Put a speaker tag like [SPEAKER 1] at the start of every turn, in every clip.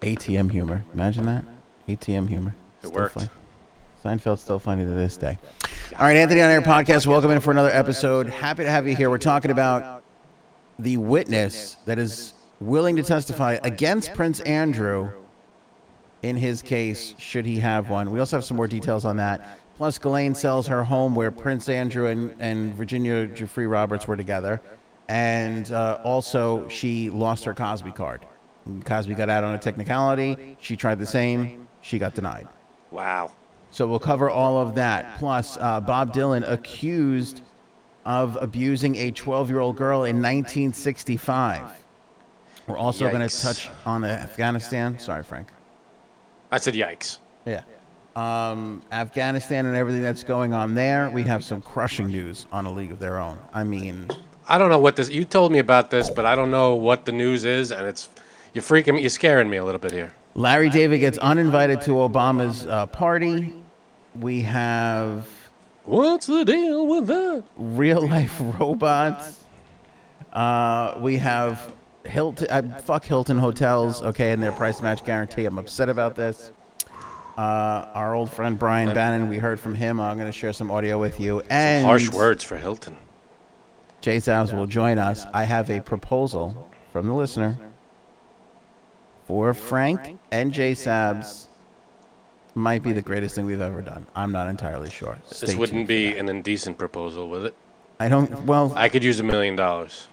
[SPEAKER 1] ATM humor. Imagine that. ATM humor.
[SPEAKER 2] It worked.
[SPEAKER 1] Funny. Seinfeld's still funny to this day. All right, Anthony on Air podcast. Welcome in for another episode. Happy to have you here. We're talking about the witness that is willing to testify against Prince Andrew in his case, should he have one. We also have some more details on that. Plus, Ghislaine sells her home where Prince Andrew and, and Virginia Jeffrey Roberts were together. And uh, also, she lost her Cosby card. Cosby got out on a technicality. She tried the same. She got denied.
[SPEAKER 2] Wow.
[SPEAKER 1] So we'll cover all of that. Plus, uh, Bob Dylan accused of abusing a 12 year old girl in 1965. We're also going to
[SPEAKER 2] Yikes.
[SPEAKER 1] touch on Afghanistan. Sorry, Frank.
[SPEAKER 2] I said yikes.
[SPEAKER 1] Yeah. Um, Afghanistan and everything that's going on there. We have some crushing news on a league of their own. I mean,
[SPEAKER 2] I don't know what this. You told me about this, but I don't know what the news is, and it's you're freaking me. You're scaring me a little bit here.
[SPEAKER 1] Larry David gets uninvited to Obama's uh, party. We have
[SPEAKER 2] What's the deal with that?
[SPEAKER 1] real life robots. Uh, we have Hilton. Uh, fuck Hilton hotels. Okay, and their price match guarantee. I'm upset about this. Uh, our old friend Brian Bannon. We heard from him. I'm going to share some audio with you. And
[SPEAKER 2] Harsh words for Hilton.
[SPEAKER 1] Jay Zows will join us. I have a proposal from the listener for Frank and Jay Sabs. Might be the greatest thing we've ever done. I'm not entirely sure. Stay
[SPEAKER 2] This
[SPEAKER 1] tuned.
[SPEAKER 2] wouldn't be an indecent proposal, would it?
[SPEAKER 1] I don't. Well,
[SPEAKER 2] I could use a million dollars.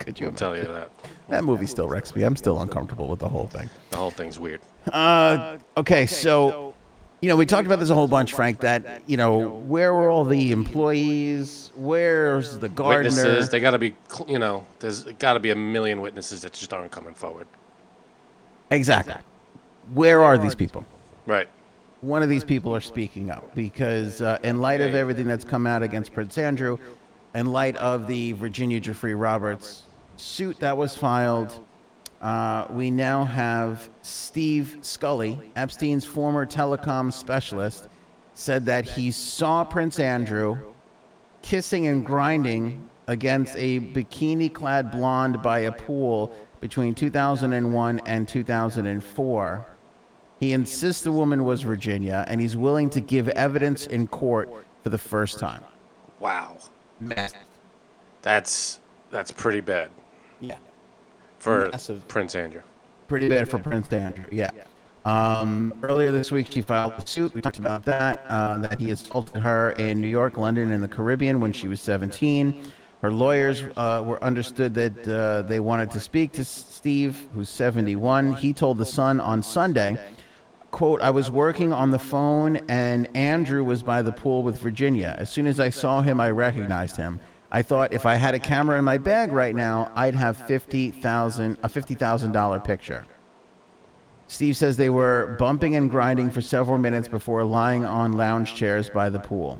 [SPEAKER 1] could you?
[SPEAKER 2] I'll tell you that.
[SPEAKER 1] That movie still wrecks me. I'm still uncomfortable with the whole thing.
[SPEAKER 2] The whole thing's weird.
[SPEAKER 1] Uh, okay, so you know we talked about this a whole bunch, Frank. That you know where were all the employees? Where's the gardener?
[SPEAKER 2] Witnesses, they got to be, cl- you know, there's got to be a million witnesses that just aren't coming forward.
[SPEAKER 1] Exactly. Where are these people?
[SPEAKER 2] Right.
[SPEAKER 1] one of these people are speaking up because uh, in light of everything that's come out against prince andrew in light of the virginia jeffrey roberts suit that was filed uh, we now have steve scully epstein's former telecom specialist said that he saw prince andrew kissing and grinding against a bikini clad blonde by a pool between 2001 and 2004. He insists the woman was Virginia and he's willing to give evidence in court for the first time.
[SPEAKER 2] Wow. That's that's pretty bad
[SPEAKER 1] Yeah.
[SPEAKER 2] for
[SPEAKER 1] Massive.
[SPEAKER 2] Prince Andrew.
[SPEAKER 1] Pretty bad for Prince Andrew. Yeah. Um, earlier this week, she filed a suit. We talked about that, uh, that he assaulted her in New York, London, and the Caribbean when she was 17. Her lawyers uh, were understood that uh, they wanted to speak to Steve, who's 71. He told The Sun on Sunday, quote, I was working on the phone and Andrew was by the pool with Virginia. As soon as I saw him, I recognized him. I thought if I had a camera in my bag right now, I'd have 50,000 a $50,000 picture. Steve says they were bumping and grinding for several minutes before lying on lounge chairs by the pool.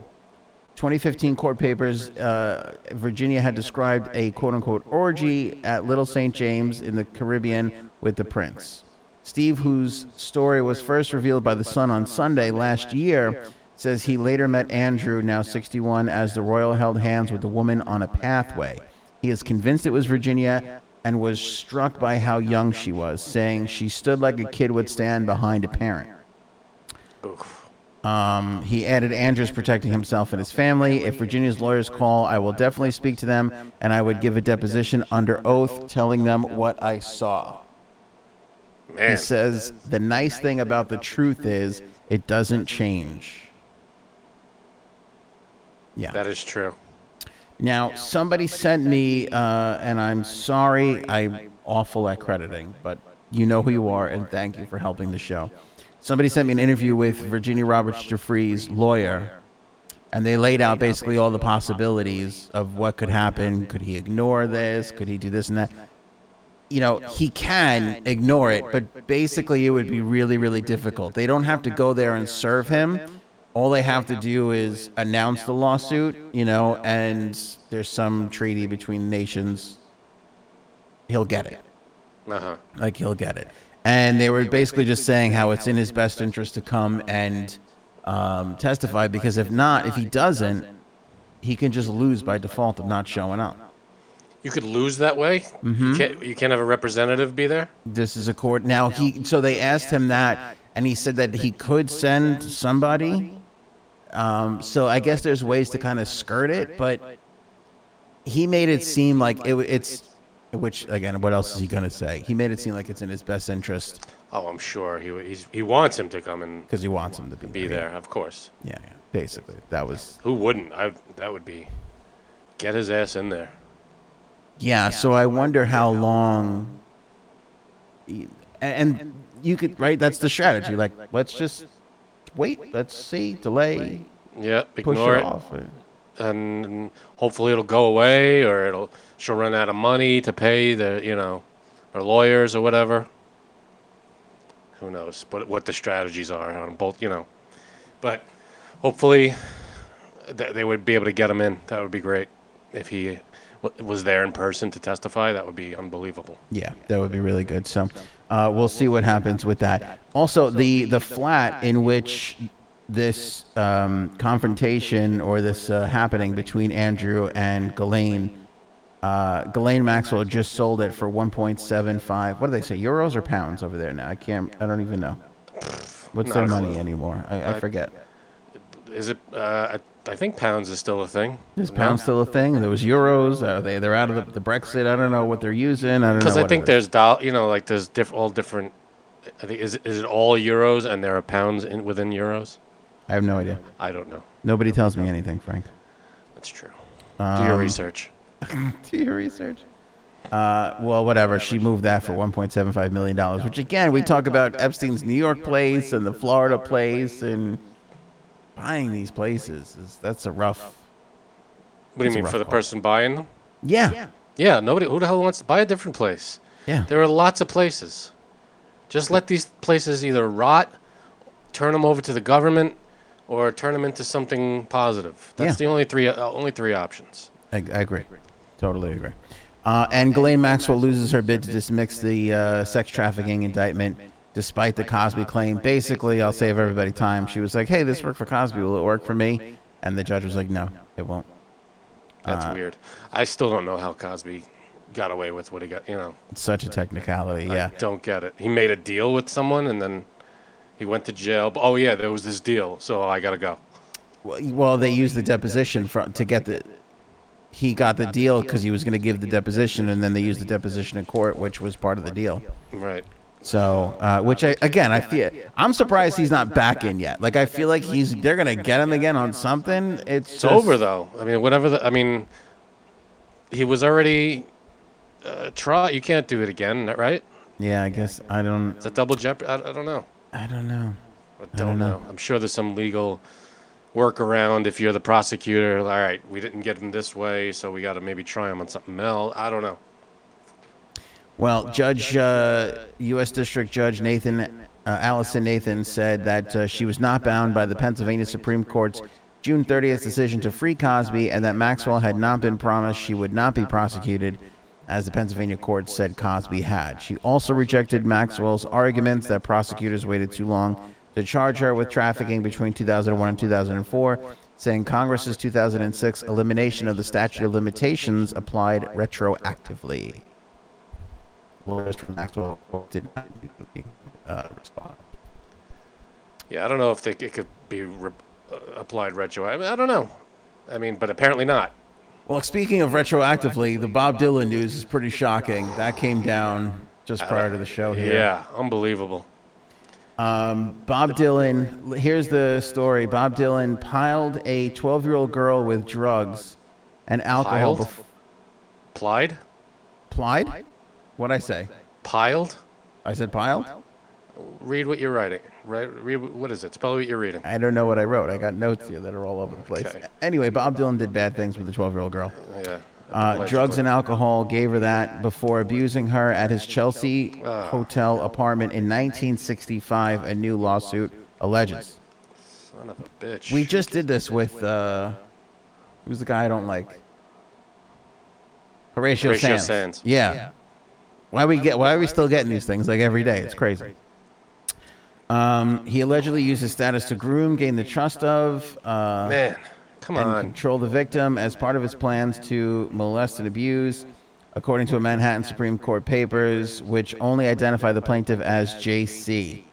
[SPEAKER 1] 2015 court papers, uh, Virginia had described a quote unquote orgy at Little St. James in the Caribbean with the prince. Steve, whose story was first revealed by The Sun on Sunday last year, says he later met Andrew, now 61, as the royal held hands with the woman on a pathway. He is convinced it was Virginia and was struck by how young she was, saying she stood like a kid would stand behind a parent.
[SPEAKER 2] Oof.
[SPEAKER 1] Um, he added, Andrew's protecting himself and his family. If Virginia's lawyers call, I will definitely speak to them, and I would give a deposition under oath telling them what I saw. He
[SPEAKER 2] Man.
[SPEAKER 1] says, The nice thing about the truth is it doesn't change. Yeah.
[SPEAKER 2] That is true.
[SPEAKER 1] Now, somebody sent me, uh, and I'm sorry, I'm awful at crediting, but you know who you are, and thank you for helping the show. Somebody sent me an interview with Virginia Roberts Jeffrey's lawyer, and they laid out basically all the possibilities of what could happen. Could he ignore this? Could he do this and that? You know, he can ignore it, but basically it would be really, really difficult. They don't have to go there and serve him. All they have to do is announce the lawsuit, you know, and there's some treaty between nations. He'll get it.
[SPEAKER 2] Uh huh.
[SPEAKER 1] Like he'll get it. And they were basically just saying how it's in his best interest to come and um, testify because if not, if he doesn't, he can just lose by default of not showing up. Mm-hmm.
[SPEAKER 2] you could lose that way.
[SPEAKER 1] Hmm?
[SPEAKER 2] You, can't, you can't have a representative be there.
[SPEAKER 1] This is a court. Now he. So they asked him that, and he said that he could send somebody. Um, so I guess there's ways to kind of skirt it, but he made it seem like it, it's. Which again, what else is he gonna say? He made it seem like it's in his best interest
[SPEAKER 2] Oh, I'm sure he he's, he wants him to come and
[SPEAKER 1] because he wants him to be,
[SPEAKER 2] be there. Of course,
[SPEAKER 1] Yeah, yeah, basically, that was.
[SPEAKER 2] who wouldn't? I that would be get his ass in there.
[SPEAKER 1] Yeah. So I wonder how long. And, and you could right. That's the strategy. Like, let's just wait. Let's see. Delay.
[SPEAKER 2] Yeah,
[SPEAKER 1] Push
[SPEAKER 2] ignore
[SPEAKER 1] it
[SPEAKER 2] it,
[SPEAKER 1] off. or-
[SPEAKER 2] and hopefully it'll go away, or it'll she'll run out of money to pay the you know, her lawyers or whatever. Who knows? But what the strategies are on both, you know, but hopefully th- they would be able to get him in. That would be great if he w- was there in person to testify. That would be unbelievable.
[SPEAKER 1] Yeah, that would be really good. So uh, we'll see what happens with that. Also, the the flat in which this um, confrontation or this uh, happening between Andrew and Ghislaine, uh, Ghislaine Maxwell just sold it for 1.75. What do they say, euros or pounds over there now? I can't. I don't even know. What's their
[SPEAKER 2] Not a
[SPEAKER 1] money
[SPEAKER 2] clue.
[SPEAKER 1] anymore? I, I forget.
[SPEAKER 2] Is it? Uh, I, I think pounds is still a thing.
[SPEAKER 1] Is pound still a thing? There was euros. Are they? They're out of the, the Brexit. I don't know what they're using. I don't know.
[SPEAKER 2] Because I
[SPEAKER 1] what it
[SPEAKER 2] think
[SPEAKER 1] is.
[SPEAKER 2] there's doll, you know, like there's diff- all different. I think is is it all euros and there are pounds in within euros?
[SPEAKER 1] I have no idea.
[SPEAKER 2] I don't know.
[SPEAKER 1] Nobody tells me anything, Frank.
[SPEAKER 2] That's true. Do your
[SPEAKER 1] Um,
[SPEAKER 2] research.
[SPEAKER 1] Do your research. Uh, well, whatever. She moved that for 1.75 million dollars, which again, we talk about Epstein's New York place and the Florida place and buying these places. Is that's a rough.
[SPEAKER 2] What do
[SPEAKER 1] it's
[SPEAKER 2] you
[SPEAKER 1] a
[SPEAKER 2] mean
[SPEAKER 1] rough
[SPEAKER 2] for the
[SPEAKER 1] call.
[SPEAKER 2] person buying them?
[SPEAKER 1] Yeah,
[SPEAKER 2] Yeah, nobody. Who the hell wants to buy a different place?
[SPEAKER 1] yeah.
[SPEAKER 2] There are lots of places. Just let these places either rot, turn them over to the government, or turn them into something positive. That's
[SPEAKER 1] Yeah.
[SPEAKER 2] the only three uh, only three options.
[SPEAKER 1] I, I agree. Totally agree. Uh, and Ghislaine Maxwell loses her bid to dismiss the uh, sex trafficking indictment despite the Cosby claim. Basically, I'll save everybody time. She was like, hey, this worked for Cosby. Will it work for me? And the judge was like, no, it won't.
[SPEAKER 2] That's
[SPEAKER 1] Uh,
[SPEAKER 2] weird. I still don't know how Cosby got away with what he got. You know.
[SPEAKER 1] It's such a technicality.
[SPEAKER 2] I
[SPEAKER 1] Yeah.
[SPEAKER 2] don't get it. He made a deal with someone and then he went to jail. But, oh yeah, there was this deal, so I gotta go.
[SPEAKER 1] Well, well, they used the deposition for, to get the. He got the deal because he was going to give the deposition, and then they used the deposition in court, which was part of the deal.
[SPEAKER 2] Right.
[SPEAKER 1] So, uh, which I, again, I feel I'm surprised he's not back in yet. Like I feel like he's they're gonna get him again on something. It's
[SPEAKER 2] It's over though. I mean, whatever. The, I mean, he was already uh, try. You can't do it again, right?
[SPEAKER 1] Yeah, I guess I don't.
[SPEAKER 2] It's a double jeopardy. I, I don't know.
[SPEAKER 1] I don't know.
[SPEAKER 2] I don't,
[SPEAKER 1] know.
[SPEAKER 2] know. I'm sure there's some legal workaround if you're the prosecutor. All right, we didn't get him this way, so we got to maybe try him on something else. I don't know.
[SPEAKER 1] Well, Judge, uh, U.S. District Judge Nathan, uh, Allison Nathan said that uh, she was not bound by the Pennsylvania Supreme Court's June 30th decision to free Cosby and that Maxwell had not been promised she would not be prosecuted, as the Pennsylvania court said Cosby had. She also rejected Maxwell's arguments that prosecutors waited too long to charge her with trafficking between 2001 and 2004, saying Congress's 2006 elimination of the statute of limitations applied retroactively lawyers from Maxwell did not uh, respond.
[SPEAKER 2] Yeah, I don't know if they, it could be re- uh, applied retroactive. I don't know. I mean, but apparently not.
[SPEAKER 1] Well, speaking of retroactively, the Bob Dylan news is pretty shocking. That came down just prior to the show here.
[SPEAKER 2] Yeah, unbelievable.
[SPEAKER 1] Um, Bob Dylan, here's the story Bob Dylan piled a 12 year old girl with drugs and alcohol.
[SPEAKER 2] Piled?
[SPEAKER 1] bef-
[SPEAKER 2] Plied?
[SPEAKER 1] Plied? What'd I say?
[SPEAKER 2] Piled?
[SPEAKER 1] I said piled?
[SPEAKER 2] Read what you're writing. Right? Read what is it? Spell what you're reading.
[SPEAKER 1] I don't know what I wrote. I got notes here that are all over the place.
[SPEAKER 2] Okay.
[SPEAKER 1] Anyway, Bob Dylan did bad things with a 12 year old girl.
[SPEAKER 2] Yeah.
[SPEAKER 1] Uh, drugs and alcohol gave her that before abusing her at his Chelsea
[SPEAKER 2] Ah.
[SPEAKER 1] hotel apartment in 1965. A new lawsuit alleges.
[SPEAKER 2] Son of a bitch.
[SPEAKER 1] We just did this with uh, who's the guy I don't like? Horatio,
[SPEAKER 2] Horatio
[SPEAKER 1] Sands.
[SPEAKER 2] Sands.
[SPEAKER 1] Yeah. Why we get? Why are we still getting these things like every day? It's crazy. Um, he allegedly used his status to groom, gain the trust of. Uh,
[SPEAKER 2] man. Come
[SPEAKER 1] and
[SPEAKER 2] on.
[SPEAKER 1] control the victim as part of his plans to molest and abuse. according to a Manhattan Supreme Court papers, which only identify the plaintiff as J.C.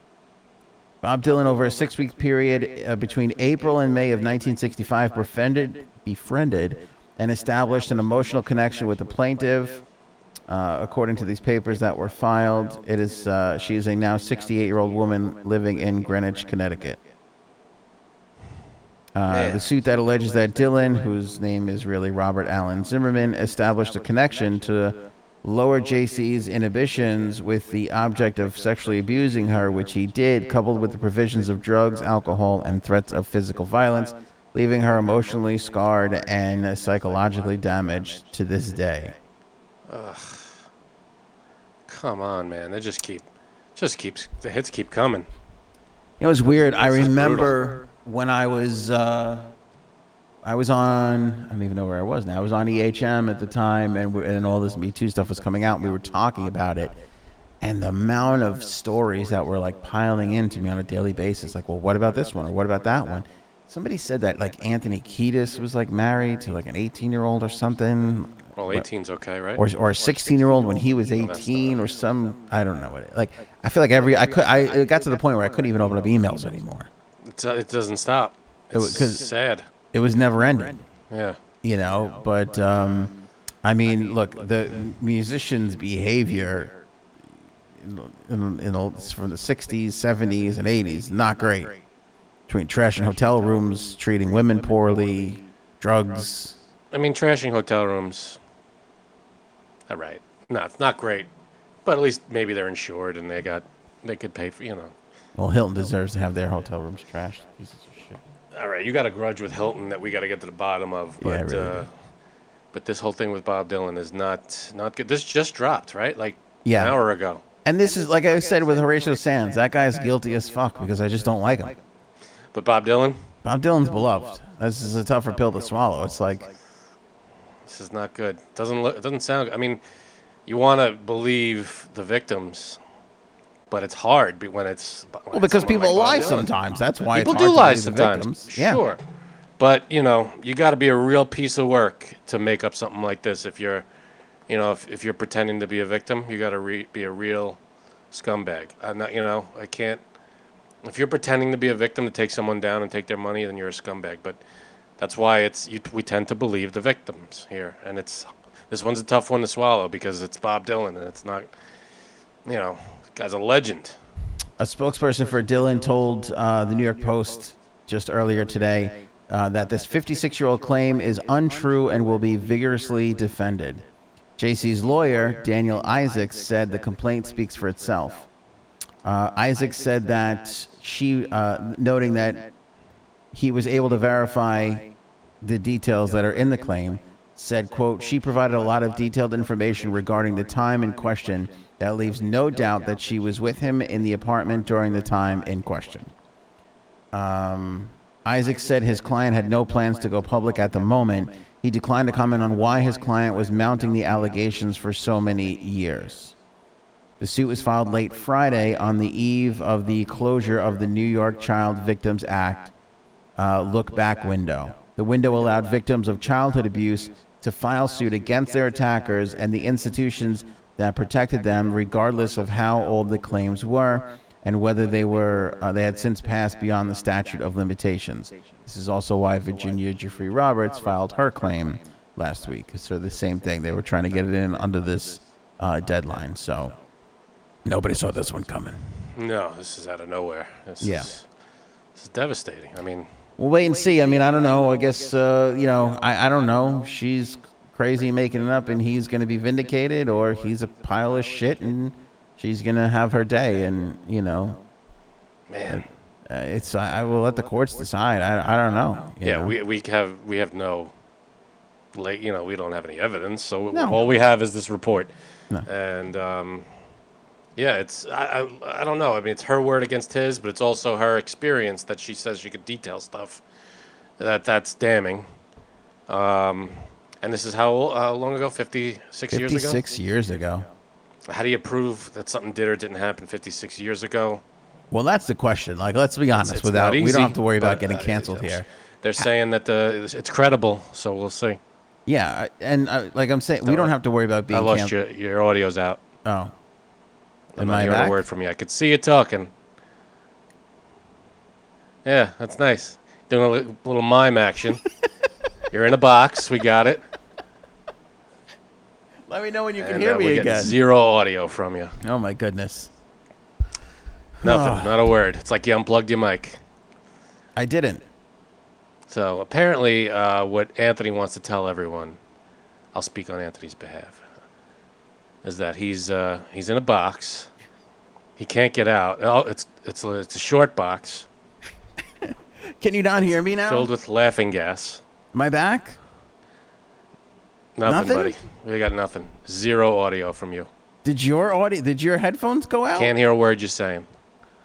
[SPEAKER 1] Bob Dylan, over a six-week period uh, between April and May of 1965, befriended, befriended, and established an emotional connection with the plaintiff. Uh, according to these papers that were filed, it is uh, she is a now 68-year-old woman living in Greenwich, Connecticut. Uh, the suit that alleges that Dylan, whose name is really Robert Allen Zimmerman, established a connection to lower JC's inhibitions with the object of sexually abusing her, which he did, coupled with the provisions of drugs, alcohol, and threats of physical violence, leaving her emotionally scarred and psychologically damaged to this day.
[SPEAKER 2] Come on, man. They just keep, just keeps the hits keep coming.
[SPEAKER 1] It was weird. I remember when I was uh, I was on I don't even know where I was now. I was on EHM at the time, and we, and all this Me Too stuff was coming out. and We were talking about it, and the amount of stories that were like piling into me on a daily basis. Like, well, what about this one or what about that one? Somebody said that like Anthony Kiedis was like married to like an 18 year old or something,
[SPEAKER 2] Well, 18's okay, right?
[SPEAKER 1] or or a 16 year old when he was
[SPEAKER 2] not
[SPEAKER 1] 18 or some I don't know what. It, like, I feel like every I could I it got to the point where I couldn't even open up emails anymore.
[SPEAKER 2] It's, uh, it doesn't stop.
[SPEAKER 1] It wa-
[SPEAKER 2] It's
[SPEAKER 1] 'cause-
[SPEAKER 2] sad.
[SPEAKER 1] It was never ending.
[SPEAKER 2] Yeah.
[SPEAKER 1] you know but um i mean look the musicians behavior in, in, in it's from the 60s 70s and 80s not great between trash and hotel rooms treating women poorly drugs
[SPEAKER 2] I mean, trashing hotel rooms. All right. No, it's not great, but at least maybe they're insured and they got, they could pay for, you know.
[SPEAKER 1] well hilton deserves to have their hotel rooms trashed pieces of shit
[SPEAKER 2] All right, you got a grudge with Hilton that we got to get to the bottom of,
[SPEAKER 1] Yeah, I
[SPEAKER 2] but
[SPEAKER 1] really
[SPEAKER 2] uh,
[SPEAKER 1] do.
[SPEAKER 2] but this whole thing with Bob Dylan is not not good. This just dropped, right? Like
[SPEAKER 1] Yeah.
[SPEAKER 2] an hour ago.
[SPEAKER 1] and this is like i said with horatio sands that guy's guilty as fuck because i just don't like him
[SPEAKER 2] But Bob Dylan,
[SPEAKER 1] bob dylan's beloved this is a tougher pill to swallow it's like
[SPEAKER 2] this is not good. Doesn't look, it doesn't sound. I mean, you want to believe the victims, but it's hard be- when it's when
[SPEAKER 1] well
[SPEAKER 2] it's
[SPEAKER 1] because
[SPEAKER 2] someone
[SPEAKER 1] people
[SPEAKER 2] like
[SPEAKER 1] lie
[SPEAKER 2] Bob Dylan.
[SPEAKER 1] sometimes that's why
[SPEAKER 2] People
[SPEAKER 1] it's hard
[SPEAKER 2] do
[SPEAKER 1] to
[SPEAKER 2] lie
[SPEAKER 1] believe the
[SPEAKER 2] sometimes.
[SPEAKER 1] victims. Yeah.
[SPEAKER 2] Sure. But, you know, you got to be a real piece of work to make up something like this. If you're, you know, if, if you're pretending to be a victim, you got to re- be a real scumbag. I'm not, you know, I can't. If you're pretending to be a victim to take someone down and take their money, then you're a scumbag. But that's why it's you, we tend to believe the victims here, and it's this one's a tough one to swallow because it's Bob Dylan and it's not, you know, guy's a legend.
[SPEAKER 1] A spokesperson for Dylan told uh, the New York Post just earlier today uh, that this 56 year old claim is untrue and will be vigorously defended. JC's lawyer, Daniel Isaacs, said the complaint speaks for itself. Uh, Isaacs said that she, uh, noting that he was able to verify the details that are in the claim said quote she provided a lot of detailed information regarding the time in question that leaves no doubt that she was with him in the apartment during the time in question um, isaac said his client had no plans to go public at the moment he declined to comment on why his client was mounting the allegations for so many years the suit was filed late Friday on the eve of the closure of the New York Child Victims Act uh, look back window. The window allowed victims of childhood abuse to file suit against their attackers and the institutions that protected them, regardless of how old the claims were and whether they were uh, they had since passed beyond the statute of limitations. This is also why Virginia Jeffrey Roberts filed her claim last week. So the same thing, they were trying to get it in under this uh, deadline. So nobody saw this one coming.
[SPEAKER 2] No, this is out of nowhere. This
[SPEAKER 1] Yeah.
[SPEAKER 2] is, this is devastating. I mean,
[SPEAKER 1] We'll wait and see. I mean, I don't know. I guess uh, you know. I, I don't know. She's crazy making it up, and he's going to be vindicated, or he's a pile of shit, and she's going to have her day. And you know,
[SPEAKER 2] man.
[SPEAKER 1] uh, it's I, I will let the courts decide. I, I don't know. you
[SPEAKER 2] Yeah,
[SPEAKER 1] know?
[SPEAKER 2] we we have we have no, like you know, we don't have any evidence. So
[SPEAKER 1] No.
[SPEAKER 2] all we have is this report, and um, yeah, it's I, I I don't know. I mean, it's her word against his, but it's also her experience that she says she could detail stuff. That that's damning. Um, and this is how uh, long ago? Fifty six years ago.
[SPEAKER 1] fifty-six years ago.
[SPEAKER 2] How do you prove that something did or didn't happen fifty six years ago?
[SPEAKER 1] Well, that's the question. Like, let's be honest.
[SPEAKER 2] it's
[SPEAKER 1] without
[SPEAKER 2] not
[SPEAKER 1] we
[SPEAKER 2] easy,
[SPEAKER 1] don't have to worry about
[SPEAKER 2] but,
[SPEAKER 1] getting
[SPEAKER 2] uh,
[SPEAKER 1] canceled here.
[SPEAKER 2] They're saying that the it's credible, uh, so we'll see.
[SPEAKER 1] Yeah, I- and uh, like I'm saying, we don't have to worry about
[SPEAKER 2] I
[SPEAKER 1] being
[SPEAKER 2] lost
[SPEAKER 1] canceled.
[SPEAKER 2] your your audio's out.
[SPEAKER 1] Oh,
[SPEAKER 2] I'm
[SPEAKER 1] Am
[SPEAKER 2] not
[SPEAKER 1] I
[SPEAKER 2] hearing
[SPEAKER 1] back?
[SPEAKER 2] a word from you. I could see you talking. Yeah, that's nice. Doing a li- little mime action. You're in a box. We got it.
[SPEAKER 1] let me know when you can
[SPEAKER 2] And,
[SPEAKER 1] hear
[SPEAKER 2] uh, we're
[SPEAKER 1] me
[SPEAKER 2] getting
[SPEAKER 1] again.
[SPEAKER 2] Zero audio from you.
[SPEAKER 1] oh my goodness, Ah.
[SPEAKER 2] Nothing. not a word. It's like you unplugged your mic.
[SPEAKER 1] I didn't.
[SPEAKER 2] So apparently, uh, what Anthony wants to tell everyone, I'll speak on Anthony's behalf, is that he's uh, he's in a box. He can't get out. Oh, it's it's a- it's a short box
[SPEAKER 1] Can you not hear me now?
[SPEAKER 2] filled with laughing gas.
[SPEAKER 1] Am I back?
[SPEAKER 2] Nothing,
[SPEAKER 1] Nothing?
[SPEAKER 2] buddy. We got nothing. Zero audio from you.
[SPEAKER 1] Did your audio? Did your headphones go out?
[SPEAKER 2] Can't hear a word you're saying.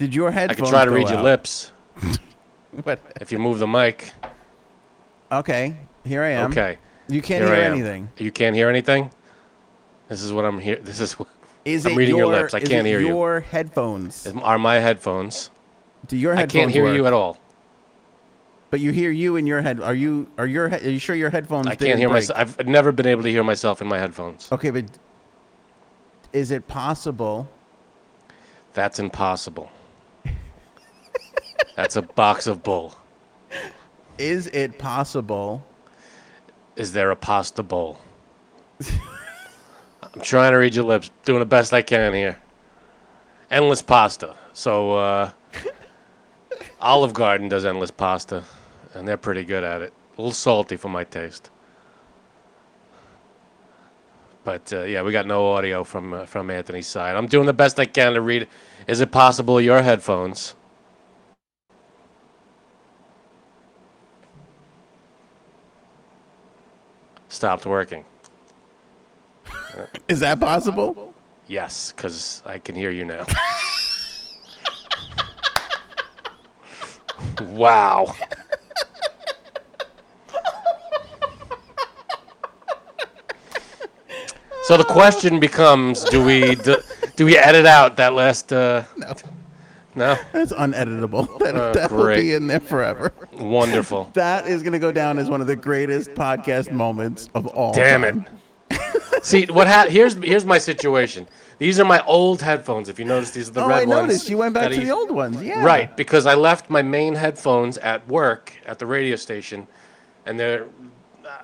[SPEAKER 1] did your
[SPEAKER 2] I
[SPEAKER 1] headphones?
[SPEAKER 2] can try to
[SPEAKER 1] Oh. go
[SPEAKER 2] read your
[SPEAKER 1] out?
[SPEAKER 2] lips
[SPEAKER 1] What?
[SPEAKER 2] if you move the mic.
[SPEAKER 1] Okay, here I am.
[SPEAKER 2] Okay.
[SPEAKER 1] You can't
[SPEAKER 2] Here I
[SPEAKER 1] hear
[SPEAKER 2] am.
[SPEAKER 1] anything.
[SPEAKER 2] You can't hear anything. This is what I'm here. This is what,
[SPEAKER 1] Is
[SPEAKER 2] I'm
[SPEAKER 1] it
[SPEAKER 2] reading your
[SPEAKER 1] your
[SPEAKER 2] lips. I
[SPEAKER 1] is
[SPEAKER 2] can't
[SPEAKER 1] it
[SPEAKER 2] hear you.
[SPEAKER 1] Your headphones.
[SPEAKER 2] are my headphones.
[SPEAKER 1] Do your
[SPEAKER 2] I
[SPEAKER 1] headphones?
[SPEAKER 2] can't hear you
[SPEAKER 1] work?
[SPEAKER 2] at all.
[SPEAKER 1] But you hear you in your head. Are you? Are your? he- Are you sure your headphones?
[SPEAKER 2] I
[SPEAKER 1] didn't
[SPEAKER 2] can't hear
[SPEAKER 1] break? Oh.
[SPEAKER 2] myself. I've never been able to hear myself in my headphones.
[SPEAKER 1] Okay, but is it possible?
[SPEAKER 2] That's impossible. That's a box of bull.
[SPEAKER 1] Is it possible?
[SPEAKER 2] Is there a pasta bowl? I'm trying to read your lips, doing the best I can here. Endless pasta. So, uh, Olive Garden does endless pasta, and they're pretty good at it. A little salty for my taste. But uh, yeah, we got no audio from uh, from Anthony's side. I'm doing the best I can to read. Is it possible your headphones? Stopped working.
[SPEAKER 1] Is that possible?
[SPEAKER 2] Yes, because I can hear you now. wow. So the question becomes: Do we do, do we edit out that last? Uh, no.
[SPEAKER 1] That's uneditable. That,
[SPEAKER 2] Uh,
[SPEAKER 1] that will
[SPEAKER 2] great.
[SPEAKER 1] be in there forever.
[SPEAKER 2] Wonderful.
[SPEAKER 1] That is going to go down as one of the greatest podcast moments of all.
[SPEAKER 2] Damn
[SPEAKER 1] time.
[SPEAKER 2] it. See what ha- here's here's my situation. These are my old headphones. If you notice, these are the
[SPEAKER 1] Oh,
[SPEAKER 2] red
[SPEAKER 1] I
[SPEAKER 2] ones.
[SPEAKER 1] noticed you went back to
[SPEAKER 2] that he-
[SPEAKER 1] the old ones. Yeah.
[SPEAKER 2] Right, because I left my main headphones at work at the radio station, and they're.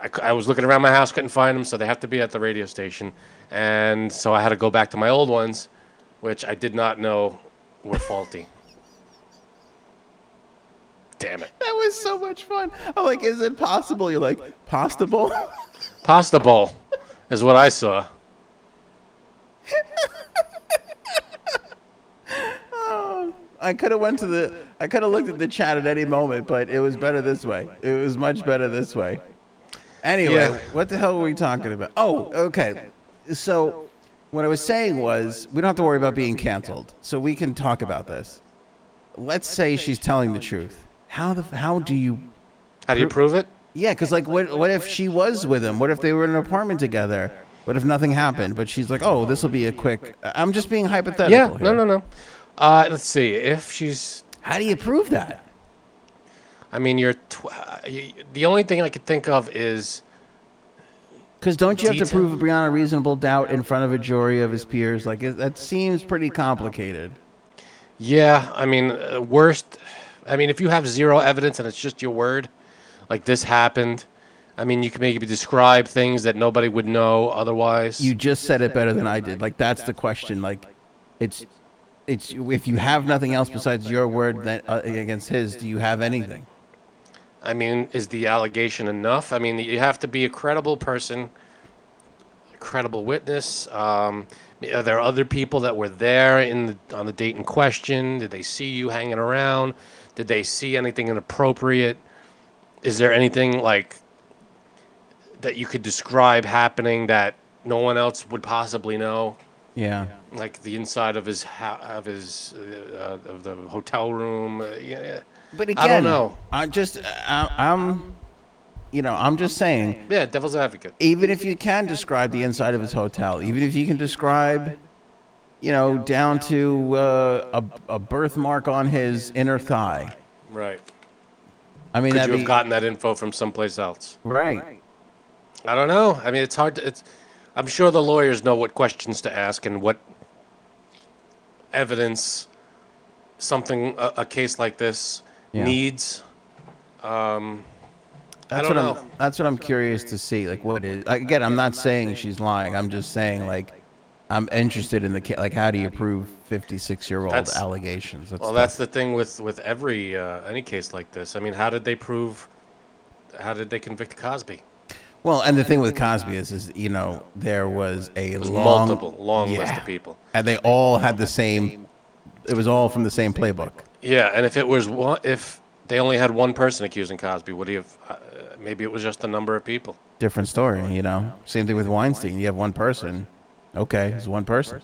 [SPEAKER 2] I, cou- I was looking around my house, couldn't find them, so they have to be at the radio station, and so I had to go back to my old ones, which I did not know were faulty. Damn it!
[SPEAKER 1] That was so much fun. I'm like, is it possible? You're like, possible?
[SPEAKER 2] Pasta bowl is what I saw.
[SPEAKER 1] I could have went to the. I could have looked at the chat at any moment, but it was better this way. It was much better this way. Anyway,
[SPEAKER 2] Yeah.
[SPEAKER 1] what the hell were we talking about? Oh, okay. So, what I was saying was, we don't have to worry about being canceled, so we can talk about this. Let's say she's telling the truth. How the? How do you?
[SPEAKER 2] How do you prove it?
[SPEAKER 1] Yeah, because like, what? What if she was with him? What if they were in an apartment together? What if nothing happened? But she's like, oh, this will be a quick. I'm just being hypothetical.
[SPEAKER 2] Yeah,
[SPEAKER 1] here.
[SPEAKER 2] no, no, no. Uh, let's see if she's
[SPEAKER 1] How do you prove that?
[SPEAKER 2] I mean, you're tw- uh, y- the only thing I could think of is
[SPEAKER 1] Because don't you have to
[SPEAKER 2] Detail.
[SPEAKER 1] prove beyond a reasonable doubt in front of a jury of his peers? Like it, that seems pretty complicated.
[SPEAKER 2] yeah. I mean, uh, worst. I mean, if you have zero evidence and it's just your word, like this happened. I mean, you can maybe describe things that nobody would know otherwise.
[SPEAKER 1] You just said it better than I did. Like that's the question. Like, it's, it's if you have nothing else besides your word that uh, against his, do you have anything?
[SPEAKER 2] I mean, is the allegation enough? I mean, you have to be a credible person, a credible witness. Um, are there other people that were there in the, on the date in question? Did they see you hanging around? Did they see anything inappropriate? Is there anything like that you could describe happening that no one else would possibly know?
[SPEAKER 1] Yeah.
[SPEAKER 2] Like the inside of his ho of his uh, uh, of the hotel room. Uh, yeah,
[SPEAKER 1] But again,
[SPEAKER 2] I don't know.
[SPEAKER 1] I'm just, I, I'm, you know, I'm just saying.
[SPEAKER 2] yeah, devil's advocate.
[SPEAKER 1] even if you can describe the inside of his hotel, even if you can describe, you know, down to uh, a, a birthmark on his inner thigh.
[SPEAKER 2] Right.
[SPEAKER 1] I mean,
[SPEAKER 2] Could
[SPEAKER 1] that'd
[SPEAKER 2] you
[SPEAKER 1] be
[SPEAKER 2] have gotten that info from someplace else?
[SPEAKER 1] right.
[SPEAKER 2] I don't know. I mean, it's hard to. It's, I'm sure the lawyers know what questions to ask and what evidence something a, a case like this
[SPEAKER 1] Yeah.
[SPEAKER 2] needs. Um,
[SPEAKER 1] That's
[SPEAKER 2] don't
[SPEAKER 1] what I'm.
[SPEAKER 2] know.
[SPEAKER 1] That's what I'm curious to see. Like, what is? like, Again, I'm not saying she's lying. I'm just saying like, I'm interested in the ca- like. How do you prove 56 year old
[SPEAKER 2] That's-
[SPEAKER 1] allegations? That's
[SPEAKER 2] Well,
[SPEAKER 1] tough.
[SPEAKER 2] that's the thing with with every uh, any case like this. I mean, how did they prove? How did they convict Cosby?
[SPEAKER 1] Well, and the thing with Cosby is, is you know, there was a
[SPEAKER 2] There's
[SPEAKER 1] long,
[SPEAKER 2] multiple long list
[SPEAKER 1] yeah.
[SPEAKER 2] of people.
[SPEAKER 1] and they all had the same. It was all from the same playbook.
[SPEAKER 2] Yeah, and if it was one, if they only had one person accusing Cosby, would he have? Uh, maybe it was just the number of people.
[SPEAKER 1] Different story, you know. Same thing with Weinstein. You have one person. Okay, it's one person.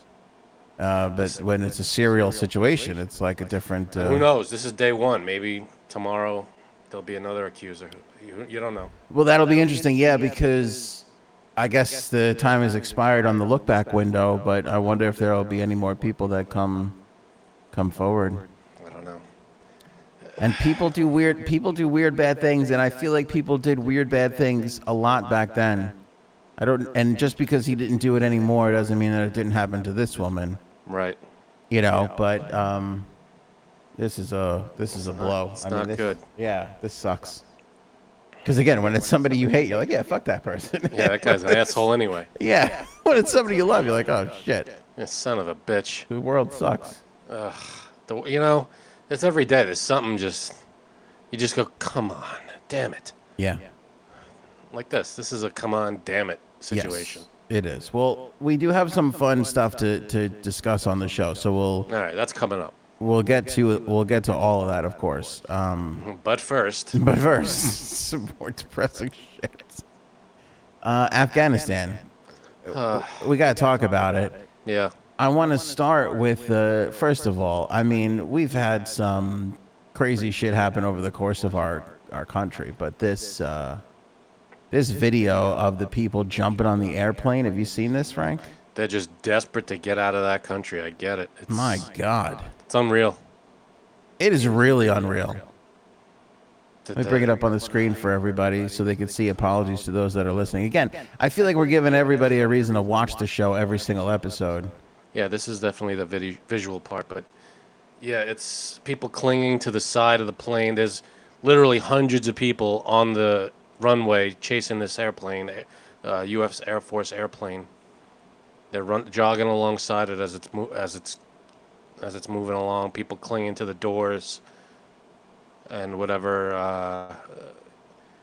[SPEAKER 1] Uh, but when it's a serial situation, it's like a different. Uh,
[SPEAKER 2] Who knows? This is day one. Maybe tomorrow there'll be another accuser. You, you don't know.
[SPEAKER 1] Well, that'll be interesting, yeah, because I guess the time has expired on the look back window, but I wonder if there'll be any more people that come come forward.
[SPEAKER 2] I don't know.
[SPEAKER 1] And people do weird people do weird bad things and I feel like people did weird bad things a lot back then. I don't and just because he didn't do it anymore doesn't mean that it didn't happen to this woman,
[SPEAKER 2] Right.
[SPEAKER 1] you know, but um this is a this is a blow.
[SPEAKER 2] It's
[SPEAKER 1] I mean,
[SPEAKER 2] not
[SPEAKER 1] this-
[SPEAKER 2] good.
[SPEAKER 1] Yeah, this sucks. Cuz again, when it's somebody you hate, you're like, yeah, fuck that person.
[SPEAKER 2] Yeah, that guy's an asshole anyway.
[SPEAKER 1] Yeah. When it's somebody you love, you're like, oh shit,
[SPEAKER 2] Yeah, son of a bitch.
[SPEAKER 1] the world sucks.
[SPEAKER 2] Ugh. The, you know, it's every day. There's something just. You just go, come on, damn it.
[SPEAKER 1] Yeah.
[SPEAKER 2] Like this. This is a come on, damn it situation.
[SPEAKER 1] Yes, it is. Well, we do have some fun stuff to, to discuss on the show, so we'll
[SPEAKER 2] All right, that's coming up.
[SPEAKER 1] we'll get to we'll get to all of that, of course. Um,
[SPEAKER 2] But first,
[SPEAKER 1] but first, some more depressing shit. Uh, Afghanistan.
[SPEAKER 2] uh,
[SPEAKER 1] We gotta talk about it.
[SPEAKER 2] yeah.
[SPEAKER 1] I want to start with uh, first of all. I mean, we've had some crazy shit happen over the course of our our country, but this uh, this video of the people jumping on the airplane. Have you seen this, Frank?
[SPEAKER 2] They're just desperate to get out of that country. I get it. It's,
[SPEAKER 1] My God,
[SPEAKER 2] it's unreal.
[SPEAKER 1] it is really unreal. Let
[SPEAKER 2] that
[SPEAKER 1] me
[SPEAKER 2] they-
[SPEAKER 1] bring it up on the screen for everybody so they can see. Apologies to those that are listening. Again, I feel like we're giving everybody a reason to watch the show every single episode.
[SPEAKER 2] Yeah, this is definitely the vid- visual part, but yeah, it's people clinging to the side of the plane. There's literally hundreds of people on the runway chasing this airplane, uh, U.S. Air Force airplane. They're run- jogging alongside it as it's mo- as it's as it's moving along. People clinging to the doors and whatever. Uh,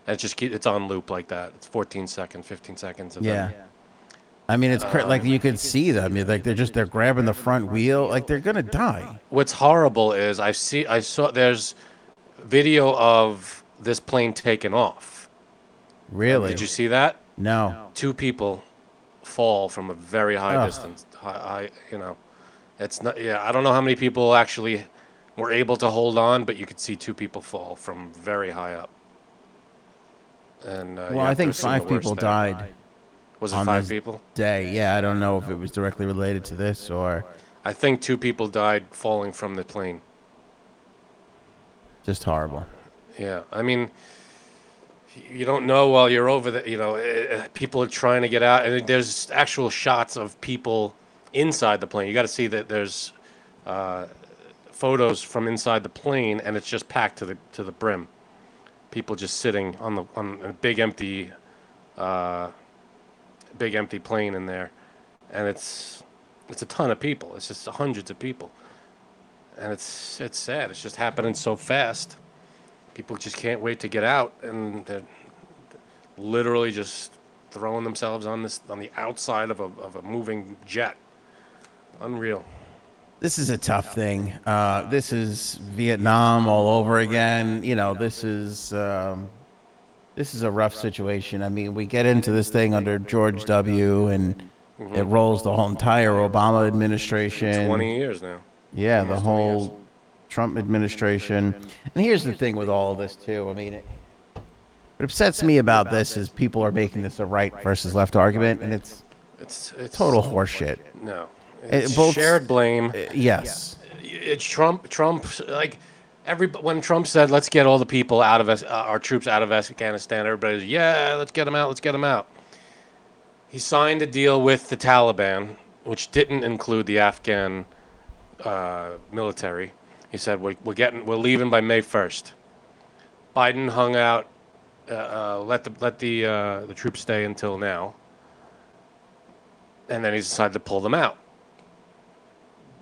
[SPEAKER 2] it just keep, it's on loop like that. It's 14 seconds, 15 seconds. Of
[SPEAKER 1] Yeah.
[SPEAKER 2] them.
[SPEAKER 1] I mean, it's cra- like you can see them. You're Like they're just they're grabbing the front wheel. Like they're gonna die.
[SPEAKER 2] what's horrible is I see I saw there's video of this plane taking off.
[SPEAKER 1] Really?
[SPEAKER 2] Did you see that?
[SPEAKER 1] No.
[SPEAKER 2] Two people fall from a very high
[SPEAKER 1] Ugh.
[SPEAKER 2] distance. High, high, you know, it's not. Yeah, I don't know how many people actually were able to hold on, but you could see two people fall from very high up. And uh,
[SPEAKER 1] Well,
[SPEAKER 2] yeah,
[SPEAKER 1] I think
[SPEAKER 2] I've seen the
[SPEAKER 1] five
[SPEAKER 2] worst
[SPEAKER 1] people
[SPEAKER 2] there.
[SPEAKER 1] died
[SPEAKER 2] Was it
[SPEAKER 1] on
[SPEAKER 2] five
[SPEAKER 1] this-
[SPEAKER 2] people?
[SPEAKER 1] day. Yeah, I don't know if it was directly related to this or
[SPEAKER 2] I think two people died falling from the plane.
[SPEAKER 1] just horrible.
[SPEAKER 2] Yeah, I mean, you don't know while you're over there. You know, eh, eh, people are trying to get out, and there's actual shots of people inside the plane. You got to see that there's uh, photos from inside the plane, and it's just packed to the to the brim. People just sitting on the on a big empty, uh, big empty plane in there, and it's it's a ton of people. It's just hundreds of people, and it's it's sad. It's just happening so fast people just can't wait to get out and they're literally just throwing themselves on this on the outside of a, of a moving jet unreal
[SPEAKER 1] This is a tough thing. Uh, this is Vietnam all over again. You know, this is um, this is a rough situation. I mean, we get into this thing under George W. and it
[SPEAKER 2] Mm-hmm.
[SPEAKER 1] rolls the whole entire Obama administration.
[SPEAKER 2] 20 years now
[SPEAKER 1] Yeah, the whole Trump administration. And here's the thing with all of this too. I mean, it, what upsets me about this is people are making this a right versus left argument, and it's
[SPEAKER 2] it's it's
[SPEAKER 1] total horseshit.
[SPEAKER 2] no
[SPEAKER 1] It-
[SPEAKER 2] it's
[SPEAKER 1] both-
[SPEAKER 2] shared blame
[SPEAKER 1] Uh, Yes.
[SPEAKER 2] it's Trump. Trump, like every when Trump said, "Let's get all the people out of us, uh, our troops out of Afghanistan," everybody's, "Yeah, let's get them out. Let's get them out." He signed a deal with the Taliban, which didn't include the Afghan uh, military. He said, we're, we're getting, we're leaving by May 1st. Biden hung out, uh, uh, let the, let the, uh, the troops stay until now. And then he decided to pull them out.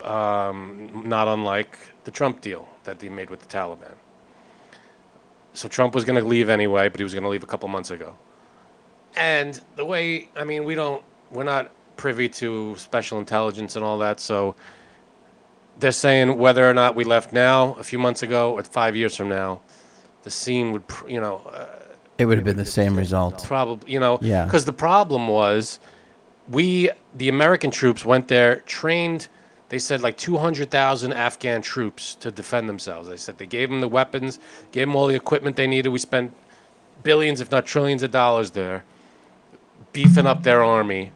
[SPEAKER 2] Um, not unlike the Trump deal that he made with the Taliban. So Trump was going to leave anyway, but he was going to leave a couple months ago. And the way, I mean, we don't, we're not privy to special intelligence and all that. So they're saying whether or not we left now, a few months ago, or five years from now, the scene would, pr- you know, uh,
[SPEAKER 1] It would have been the same result.
[SPEAKER 2] probably, you know,
[SPEAKER 1] Yeah.
[SPEAKER 2] Because the problem was, we, the American troops went there, trained. They said like 200,000 Afghan troops to defend themselves. They said they gave them the weapons, gave them all the equipment they needed. We spent billions, if not trillions, of dollars there, beefing up their army,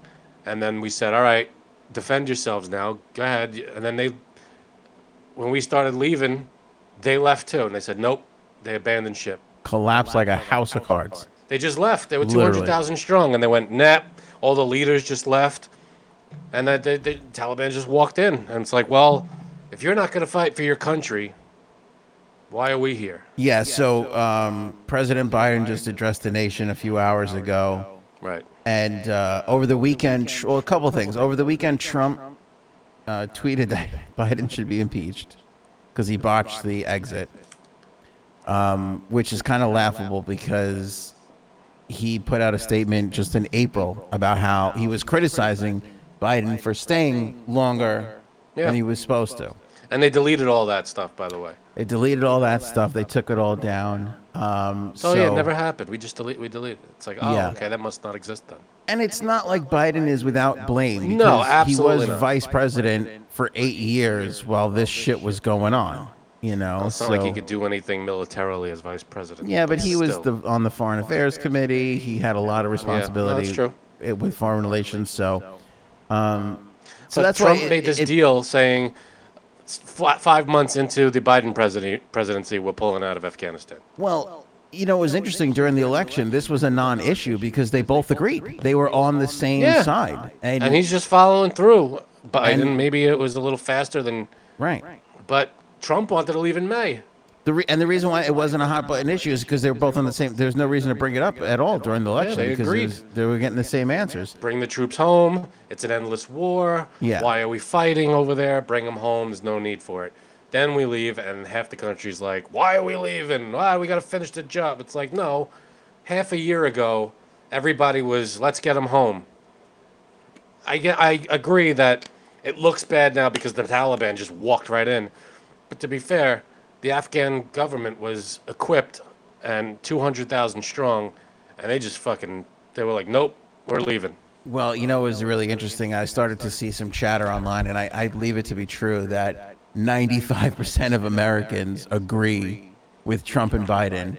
[SPEAKER 2] and then we said, "All right, defend yourselves now. Go ahead." And then they, when we started leaving, they left too, and they said, "Nope, they abandoned ship."
[SPEAKER 1] Collapse like a house of cards.
[SPEAKER 2] They just left. They were two
[SPEAKER 1] Literally.
[SPEAKER 2] hundred thousand strong, and they went nap. All the leaders just left, and the, the, the Taliban just walked in. And it's like, well, if you're not going to fight for your country, why are we here?
[SPEAKER 1] Yeah, so um, President Biden just addressed the nation a few hours ago.
[SPEAKER 2] Right.
[SPEAKER 1] And uh, over the weekend, tr- well, a couple things. Over the weekend, Trump uh, tweeted that Biden should be impeached because he botched the exit, um, which is kind of laughable because he put out a statement just in April about how he was criticizing Biden for staying longer
[SPEAKER 2] Yeah.
[SPEAKER 1] than he was supposed to.
[SPEAKER 2] And they deleted all that stuff, by the way.
[SPEAKER 1] They deleted all that stuff. They took it all down. Um,
[SPEAKER 2] So, yeah, it never happened. We just delete. We deleted. it. It's like, oh,
[SPEAKER 1] Yeah.
[SPEAKER 2] okay, that must not exist then.
[SPEAKER 1] And it's not like Biden is without blame.
[SPEAKER 2] No,
[SPEAKER 1] because He
[SPEAKER 2] absolutely
[SPEAKER 1] was
[SPEAKER 2] not.
[SPEAKER 1] vice president for eight years while this shit was going on. You know,
[SPEAKER 2] It's not
[SPEAKER 1] so
[SPEAKER 2] like he could do anything militarily as vice president.
[SPEAKER 1] yeah, but he was
[SPEAKER 2] Still.
[SPEAKER 1] the on the foreign affairs committee. He had a lot of
[SPEAKER 2] no, that's
[SPEAKER 1] responsibility
[SPEAKER 2] true.
[SPEAKER 1] i- with foreign relations. So, um, so
[SPEAKER 2] But
[SPEAKER 1] that's
[SPEAKER 2] Trump
[SPEAKER 1] why it-
[SPEAKER 2] made this
[SPEAKER 1] it-
[SPEAKER 2] deal saying, s- fla- five months into the Biden presidency, presidency, we're pulling out of Afghanistan.
[SPEAKER 1] Well, you know, it was interesting during the election. This was a non-issue because they both agreed they were on the same
[SPEAKER 2] Yeah.
[SPEAKER 1] side.
[SPEAKER 2] and he's just following through. Biden,
[SPEAKER 1] And-
[SPEAKER 2] maybe it was a little faster than,
[SPEAKER 1] right.
[SPEAKER 2] but Trump wanted to leave in May.
[SPEAKER 1] The re- and the reason why it wasn't a hot button issue is because they were both on the same. There's no reason to bring it up at all during the election
[SPEAKER 2] they
[SPEAKER 1] because it
[SPEAKER 2] agreed.
[SPEAKER 1] was- they were getting the same answers.
[SPEAKER 2] Bring the troops home. It's an endless war.
[SPEAKER 1] Yeah.
[SPEAKER 2] Why are we fighting over there? Bring them home. There's no need for it. Then we leave, and half the country's like, "Why are we leaving? Why we got to finish the job?" It's like, no. Half a year ago, everybody was, "Let's get them home." I get, I agree that it looks bad now because the Taliban just walked right in. But to be fair, the Afghan government was equipped and 200,000 strong, and they just fucking they were like, "Nope, we're leaving."
[SPEAKER 1] Well, you know, it was really interesting. I started to see some chatter online, and I, I believe it to be true that 95% of Americans agree with Trump and Biden,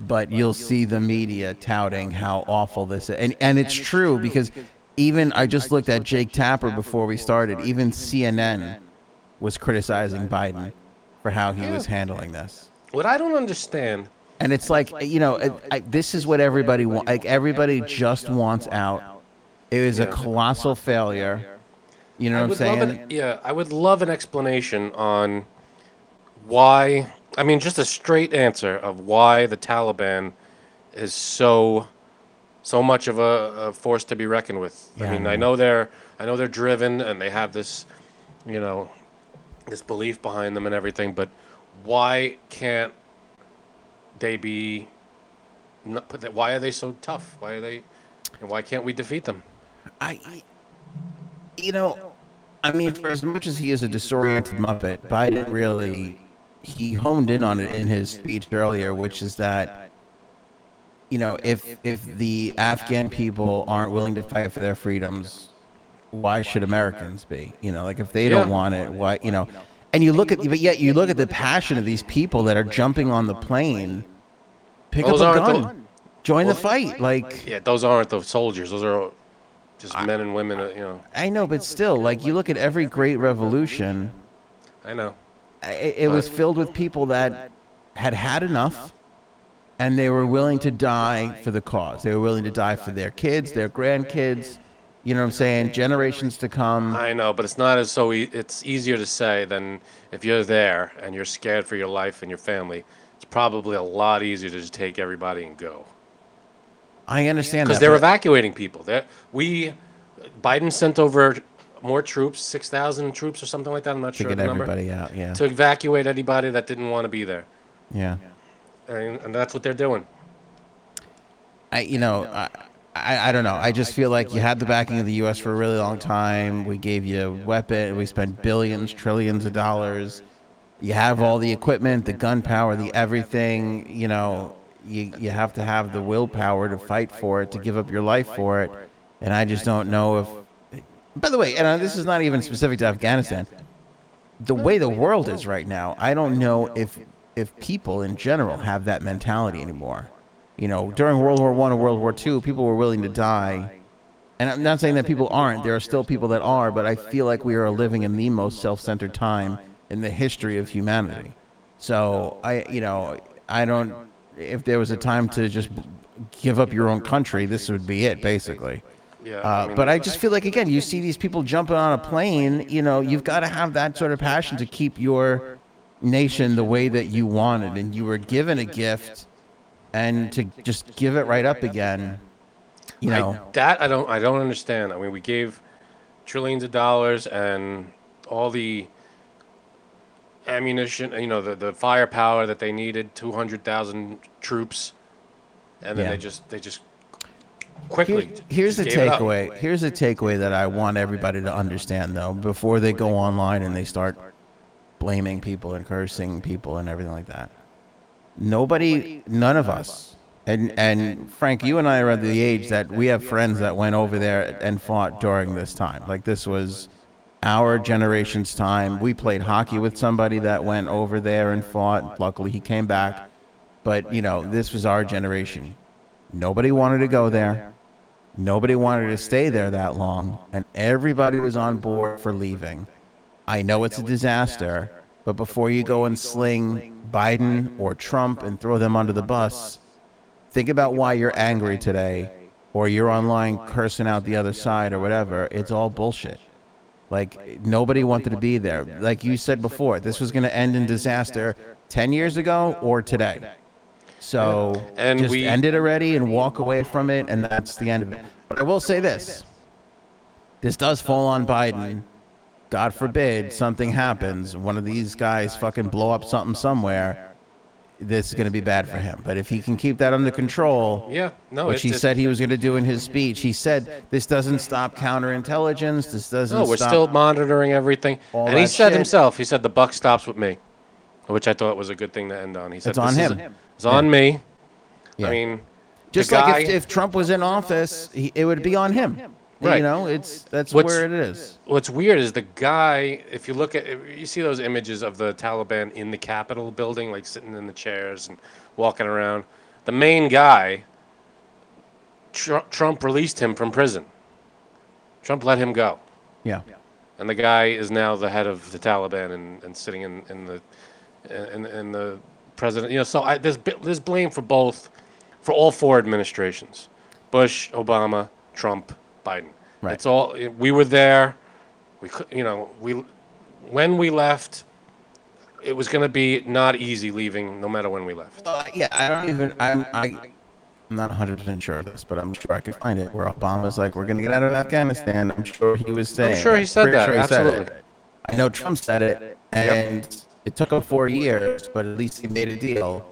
[SPEAKER 1] but you'll see the media touting how awful this is. And, and it's true because even I just looked at Jake Tapper before we started, even CNN was criticizing Biden for how he was handling this.
[SPEAKER 2] What I don't understand,
[SPEAKER 1] And it's like, you know, I, I, this is what everybody wants. Like, everybody just wants out. It was a colossal failure. You know
[SPEAKER 2] I
[SPEAKER 1] what I'm
[SPEAKER 2] would love
[SPEAKER 1] saying?
[SPEAKER 2] an, yeah, I would love an explanation on why. I mean, just a straight answer of why the Taliban is so so much of a, a force to be reckoned with. I
[SPEAKER 1] Yeah, I
[SPEAKER 2] mean, I know they're I know they're driven and they have this, you know, this belief behind them and everything, but why can't they be? Not, put that- why are they so tough? Why are they? And why can't we defeat them?
[SPEAKER 1] I, you know, I mean, for as much as he is a disoriented Muppet, Biden really, he honed in on it in his speech earlier, which is that, you know, if if the Afghan people aren't willing to fight for their freedoms, why should Americans be? You know, like if they don't
[SPEAKER 2] Yeah.
[SPEAKER 1] want it, why? You know, and you look at, but yet you look at the passion of these people that are jumping on the plane, pick up a
[SPEAKER 2] Those aren't the-
[SPEAKER 1] gun, join the fight, like.
[SPEAKER 2] Yeah, those aren't the soldiers. Those are just men and women. uh, You know,
[SPEAKER 1] I know, but still, like you look at every great revolution,
[SPEAKER 2] I know.
[SPEAKER 1] I- it, it was filled with people that had had enough, and they were willing to die for the cause. They were willing to die for their kids, their grandkids, You know what I'm saying? Generations to come.
[SPEAKER 2] I know, but it's not as so. E- it's easier to say than if you're there and you're scared for your life and your family. It's probably a lot easier to just take everybody and go
[SPEAKER 1] I understand that.
[SPEAKER 2] because they're
[SPEAKER 1] but-
[SPEAKER 2] evacuating people. That we, Biden sent over more troops, six thousand troops or something like that. I'm not
[SPEAKER 1] to
[SPEAKER 2] sure
[SPEAKER 1] get
[SPEAKER 2] the number
[SPEAKER 1] everybody out. Yeah.
[SPEAKER 2] to evacuate anybody that didn't want to be there,
[SPEAKER 1] yeah.
[SPEAKER 2] and, and that's what they're doing.
[SPEAKER 1] I, you know, I, I, I don't know. Oh, I just feel like you had the backing of the U.S. for a really long time. We gave you weapon. We spent billions, trillions of dollars. You have all the equipment, the gunpowder, the everything. You know, you you have to have the willpower to fight for it, to give up your life for it. And I just don't know if. By the way, and uh, this is not even specific to Afghanistan. The way the world is right now, I don't know if if people in general have that mentality anymore. You know, during World War One and World War Two, people were willing to die. And I'm not saying that people aren't. There are still people that are, but I feel like we are living in the most self-centered time in the history of humanity. So I, you know, I don't. If there was a time to just give up your own country, this would be it, basically.
[SPEAKER 2] Yeah, I
[SPEAKER 1] Uh,
[SPEAKER 2] mean,
[SPEAKER 1] but I just feel like again, you see these people jumping on a plane. You know, you've got to have that sort of passion to keep your nation the way that you wanted, and you were given a gift, and to just give it right up again. You
[SPEAKER 2] I-
[SPEAKER 1] know,
[SPEAKER 2] that I don't I don't understand. I mean, we gave trillions of dollars and all the ammunition, you know, the, the firepower that they needed, 200,000 troops and then
[SPEAKER 1] Yeah.
[SPEAKER 2] they just they just quickly
[SPEAKER 1] Here- here's the
[SPEAKER 2] just gave it up.
[SPEAKER 1] takeaway. Here's the takeaway that I want everybody to understand, though, before they go online and they start blaming people and cursing people and everything like that. Nobody, none of us, and and Frank, you and I are at the age that we have friends that went over there and fought during this time. Like this was our generation's time. We played hockey with somebody that went over there and fought. Luckily, he came back. But you know, this was our generation. Nobody wanted to go there. Nobody wanted to stay there that long, and everybody was on board for leaving. I know it's a disaster, but before you go and sling Biden or Trump and throw them under the bus, think about why you're angry today or you're online cursing out the other side or whatever. It's all bullshit. Like, nobody wanted to be there. Like you said before, this was going to end in disaster 10 years ago or today. So
[SPEAKER 2] And
[SPEAKER 1] just
[SPEAKER 2] we-
[SPEAKER 1] end it already and walk away from it, and that's the end of it. But I will say this this does fall on Biden. God forbid something happens, one of these guys fucking blow up something somewhere. This is going to be bad for him. But if he can keep that under control,
[SPEAKER 2] Yeah, no,
[SPEAKER 1] which
[SPEAKER 2] it's
[SPEAKER 1] he
[SPEAKER 2] it's-
[SPEAKER 1] said he was going to do in his speech, he said this doesn't stop counterintelligence. This doesn't.
[SPEAKER 2] No, we're
[SPEAKER 1] stop.
[SPEAKER 2] still monitoring everything.
[SPEAKER 1] All
[SPEAKER 2] And he
[SPEAKER 1] that
[SPEAKER 2] said
[SPEAKER 1] shit.
[SPEAKER 2] himself, he said the buck stops with me, which I thought was a good thing to end on. He said
[SPEAKER 1] It's on
[SPEAKER 2] "This is-
[SPEAKER 1] him."
[SPEAKER 2] It's on me.
[SPEAKER 1] Yeah.
[SPEAKER 2] I mean,
[SPEAKER 1] just
[SPEAKER 2] the
[SPEAKER 1] like if,
[SPEAKER 2] guy-
[SPEAKER 1] if Trump was in office, he, it would be on him.
[SPEAKER 2] Right.
[SPEAKER 1] You know, it's that's
[SPEAKER 2] What's-
[SPEAKER 1] where it is.
[SPEAKER 2] what's weird is the guy if you look at you see those images of the taliban in the capitol building like sitting in the chairs and walking around the main guy Tr- trump released him from prison trump let him go
[SPEAKER 1] Yeah.
[SPEAKER 2] and the guy is now the head of the taliban and, and sitting in, in the in, in the president you know so I, there's bi- there's blame for both for all four administrations bush obama trump biden
[SPEAKER 1] Right.
[SPEAKER 2] it's all we were there we could you know we when we left it was going to be not easy leaving no matter when we left
[SPEAKER 1] Uh, yeah, I don't even. I'm. I, I'm not 100 percent sure of this, but I'm sure I could find it. Where Obama's like, "We're gonna get out of Afghanistan." I'm sure he was saying.
[SPEAKER 2] sure he said
[SPEAKER 1] pretty
[SPEAKER 2] that,
[SPEAKER 1] he said it.
[SPEAKER 2] absolutely.
[SPEAKER 1] I know Trump said it, and it took him four years, but at least he made a deal.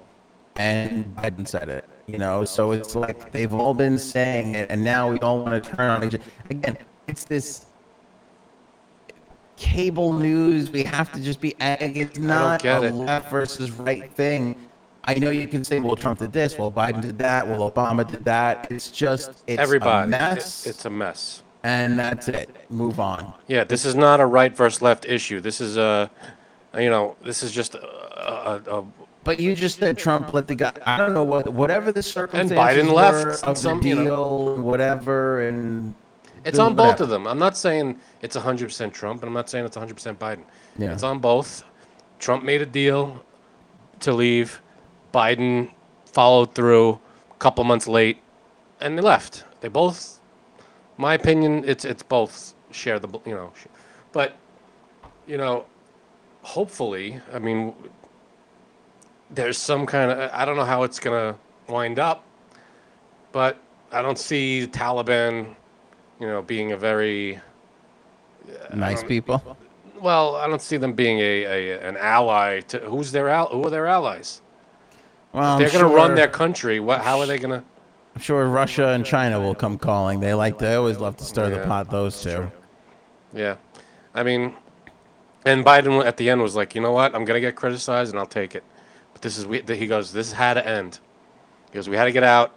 [SPEAKER 1] And Biden said it. You know, so it's like they've all been saying it, and now we all want to turn on each. Again, it's this cable news. We have to just be. It's not
[SPEAKER 2] get
[SPEAKER 1] a
[SPEAKER 2] it.
[SPEAKER 1] left versus right thing. I know you can say, well, Trump did this, well, Biden did that, well, Obama did that. It's just, it's
[SPEAKER 2] everybody
[SPEAKER 1] a mess,
[SPEAKER 2] it's a mess
[SPEAKER 1] and that's it. Move on.
[SPEAKER 2] Yeah, this is not a right versus left issue. This is a, you know, this is just a, a, a, a
[SPEAKER 1] But you just said Trump let the guy. I don't know what, whatever the circumstances
[SPEAKER 2] Biden
[SPEAKER 1] were
[SPEAKER 2] left
[SPEAKER 1] of
[SPEAKER 2] some,
[SPEAKER 1] the
[SPEAKER 2] you
[SPEAKER 1] deal,
[SPEAKER 2] know.
[SPEAKER 1] whatever, and
[SPEAKER 2] it's
[SPEAKER 1] the-
[SPEAKER 2] on both
[SPEAKER 1] whatever.
[SPEAKER 2] of them. I'm not saying it's 100% Trump, and I'm not saying it's 100% Biden.
[SPEAKER 1] Yeah.
[SPEAKER 2] It's on both. Trump made a deal to leave. Biden followed through a couple months late, and they left. They both my opinion, it's it's both share the bl- you know, sh- but you know, hopefully, I mean, there's some kind of I don't know how it's gonna wind up, but I don't see Taliban, you know, being a very
[SPEAKER 1] nice people.
[SPEAKER 2] well. I don't see them being a, a an ally to who's their al- who are their allies.
[SPEAKER 1] Well,
[SPEAKER 2] They're
[SPEAKER 1] I'm
[SPEAKER 2] gonna run
[SPEAKER 1] sure-
[SPEAKER 2] their country. What? How are they gonna?
[SPEAKER 1] I'm sure Russia and China will come calling. They like they always love to stir the
[SPEAKER 2] Yeah.
[SPEAKER 1] pot. Those two.
[SPEAKER 2] Yeah, I mean, and Biden at the end was like, you know what? I'm gonna get criticized, and I'll take it. But this is we. He goes, this had to end. He goes, we had to get out.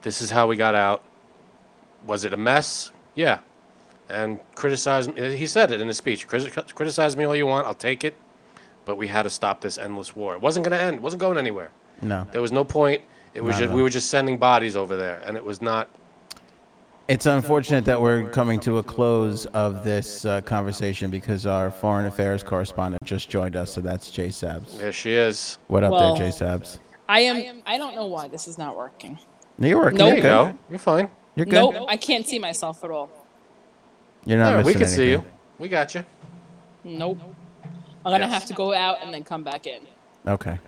[SPEAKER 2] This is how we got out. Was it a mess? Yeah. And criticize. He said it in his speech. "Criti- Criticize me all you want. I'll take it. But we had to stop this endless war. It wasn't gonna end. It wasn't going anywhere.
[SPEAKER 1] No,
[SPEAKER 2] There was no point. It was
[SPEAKER 1] No,
[SPEAKER 2] just
[SPEAKER 1] no.
[SPEAKER 2] we were just sending bodies over there, and it was not.
[SPEAKER 1] it's unfortunate that we're coming to a close of this uh, conversation because our foreign affairs correspondent just joined us. So that's Jay Sabs.
[SPEAKER 2] There she is.
[SPEAKER 1] What up
[SPEAKER 3] Well-
[SPEAKER 1] there, Jay Sabs?
[SPEAKER 3] I am. I don't know why this is not working.
[SPEAKER 1] New York.
[SPEAKER 3] Nope.
[SPEAKER 2] There you go. You're fine.
[SPEAKER 1] You're good.
[SPEAKER 3] Nope, I can't see myself at all.
[SPEAKER 1] You're not
[SPEAKER 2] All right,
[SPEAKER 1] missing
[SPEAKER 2] we can see you.
[SPEAKER 1] anything.
[SPEAKER 2] We got you.
[SPEAKER 3] Nope. I'm gonna
[SPEAKER 2] Yes.
[SPEAKER 3] have to go out and then come back in.
[SPEAKER 1] Okay.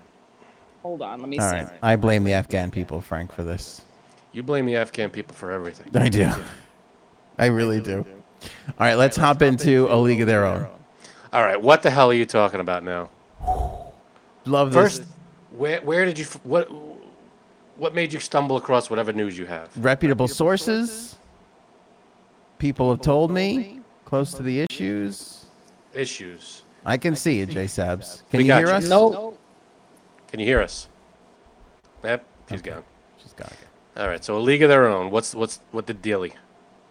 [SPEAKER 3] Hold on, let me
[SPEAKER 1] All
[SPEAKER 3] see.
[SPEAKER 1] right. I blame the Afghan people, Frank, for this.
[SPEAKER 2] You blame the Afghan people for everything.
[SPEAKER 1] I do. I really do. All right, let's hop into a league of their own.
[SPEAKER 2] All right, what the hell are you talking about now?
[SPEAKER 1] Love this
[SPEAKER 2] First, where where did you f- what what made you stumble across whatever news you have?
[SPEAKER 1] reputable sources. People have told me close to the issues.
[SPEAKER 2] Issues.
[SPEAKER 1] I can see it, J Sabs. Can
[SPEAKER 2] We
[SPEAKER 1] you
[SPEAKER 2] got
[SPEAKER 1] hear
[SPEAKER 2] you.
[SPEAKER 1] us?
[SPEAKER 3] Nope.
[SPEAKER 2] Can you hear us? Yep, he's gone.
[SPEAKER 1] She's gone again.
[SPEAKER 2] All right, so a league of their own. What's what's what the dealy?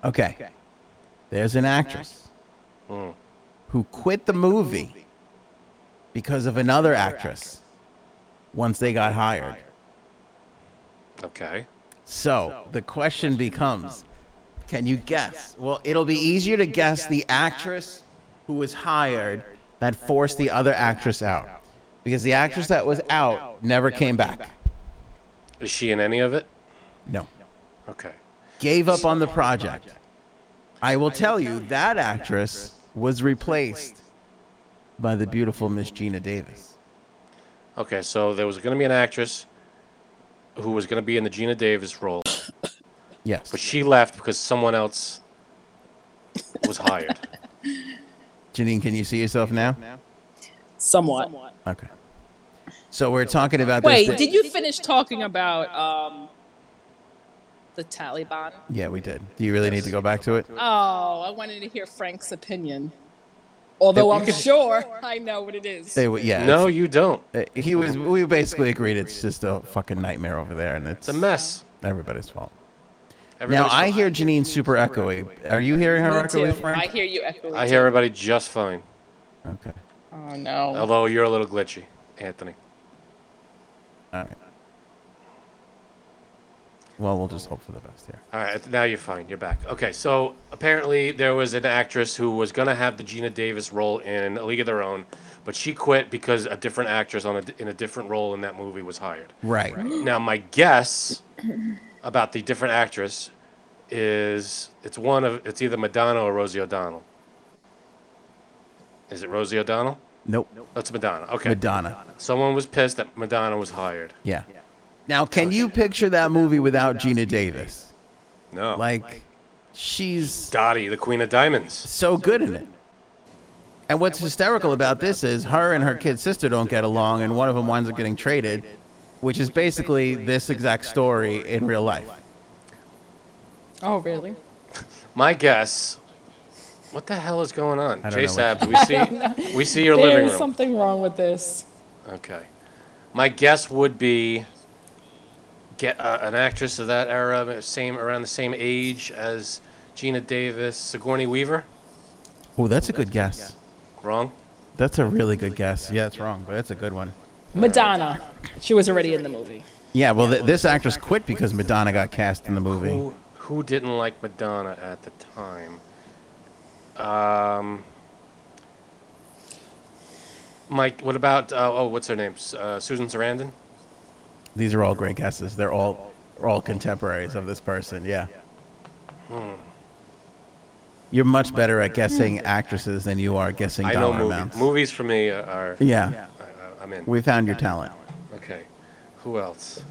[SPEAKER 1] Okay. There's an actress
[SPEAKER 2] Mm.
[SPEAKER 1] who quit the movie because of another actress once they got hired.
[SPEAKER 2] Okay.
[SPEAKER 1] So the question becomes can you guess? Well, it'll be easier to guess the actress who was hired that forced the other actress out because the actress that was out never came back.
[SPEAKER 2] Is she in any of it?
[SPEAKER 1] No.
[SPEAKER 2] Okay.
[SPEAKER 1] Gave up on the project. I will tell you that actress was replaced by the beautiful Miss Gina Davis.
[SPEAKER 2] Okay, so there was going to be an actress who was going to be in the Gina Davis role,
[SPEAKER 1] Yes.
[SPEAKER 2] but she left because someone else was hired.
[SPEAKER 1] Janine, can you see yourself now?
[SPEAKER 3] Somewhat.
[SPEAKER 1] Okay. So we're talking about this.
[SPEAKER 3] Wait,
[SPEAKER 1] thi-
[SPEAKER 3] did you finish talking about um the Taliban?
[SPEAKER 1] yeah, we did. Do you really need to go back to it?
[SPEAKER 3] Oh, I wanted to hear Frank's opinion. Although
[SPEAKER 2] You
[SPEAKER 3] I'm
[SPEAKER 2] could-
[SPEAKER 3] sure I know what it is.
[SPEAKER 1] They would, yeah.
[SPEAKER 2] No, you don't.
[SPEAKER 1] Uh, He was. We basically agreed it's just a fucking nightmare over there, and it's
[SPEAKER 2] It's a mess.
[SPEAKER 1] everybody's fault. Now
[SPEAKER 2] Everybody's
[SPEAKER 1] I hear Janine super echoey. Are you hearing her
[SPEAKER 3] Me too.
[SPEAKER 1] echoey,
[SPEAKER 3] I
[SPEAKER 1] Frank?
[SPEAKER 3] hear you echoing.
[SPEAKER 2] I hear everybody just fine.
[SPEAKER 1] Okay.
[SPEAKER 3] Oh no.
[SPEAKER 2] Although you're a little glitchy, Anthony.
[SPEAKER 1] All right. Well, we'll just hope for the best here.
[SPEAKER 2] All right, now you're fine. You're back. Okay, so apparently there was an actress who was gonna have the Gina Davis role in A League of Their Own, but she quit because a different actress on a, in a different role in that movie was hired.
[SPEAKER 1] Right.
[SPEAKER 2] Now my guess about the different actress is it's one of it's either Madonna or Rosie O'Donnell. Is it Rosie O'Donnell?
[SPEAKER 1] Nope.
[SPEAKER 2] That's Madonna. Okay.
[SPEAKER 1] Madonna.
[SPEAKER 2] Someone was pissed that Madonna was hired.
[SPEAKER 1] Yeah. Now, can you picture that movie without Gina Davis?
[SPEAKER 2] No.
[SPEAKER 1] Like, she's
[SPEAKER 2] Dottie, the Queen of Diamonds.
[SPEAKER 1] so good in it. And what's hysterical about this is her and her kid sister don't get along, and one of them winds up getting traded, which is basically this exact story in real life.
[SPEAKER 3] Oh really?
[SPEAKER 2] My guess. What the hell is going on?
[SPEAKER 1] I don't
[SPEAKER 2] Jay
[SPEAKER 1] know what-
[SPEAKER 2] Sabs, we see we see your living
[SPEAKER 3] There's
[SPEAKER 2] room.
[SPEAKER 3] something wrong with this.
[SPEAKER 2] Okay. My guess would be get uh, an actress of that era, same around the same age as Gina Davis, Sigourney Weaver.
[SPEAKER 1] Oh, that's a good guess.
[SPEAKER 2] Wrong.
[SPEAKER 1] That's a really good guess. Yeah, it's wrong, but that's a good one.
[SPEAKER 3] Madonna. She was already in the movie.
[SPEAKER 1] Yeah, well, th- this actress quit because Madonna got cast in the movie.
[SPEAKER 2] Who who didn't like Madonna at the time? Um. Mike, what about uh, oh, what's her name? S- Uh, Susan Sarandon.
[SPEAKER 1] These are all great guesses. They're all they're all contemporaries of this person. Yeah. Hmm. You're much better at guessing actresses than you are guessing
[SPEAKER 2] I know
[SPEAKER 1] dollar
[SPEAKER 2] movies.
[SPEAKER 1] amounts.
[SPEAKER 2] Movies for me are.
[SPEAKER 1] Yeah,
[SPEAKER 2] I- I- I'm in.
[SPEAKER 1] we found your talent.
[SPEAKER 2] Okay. Who else?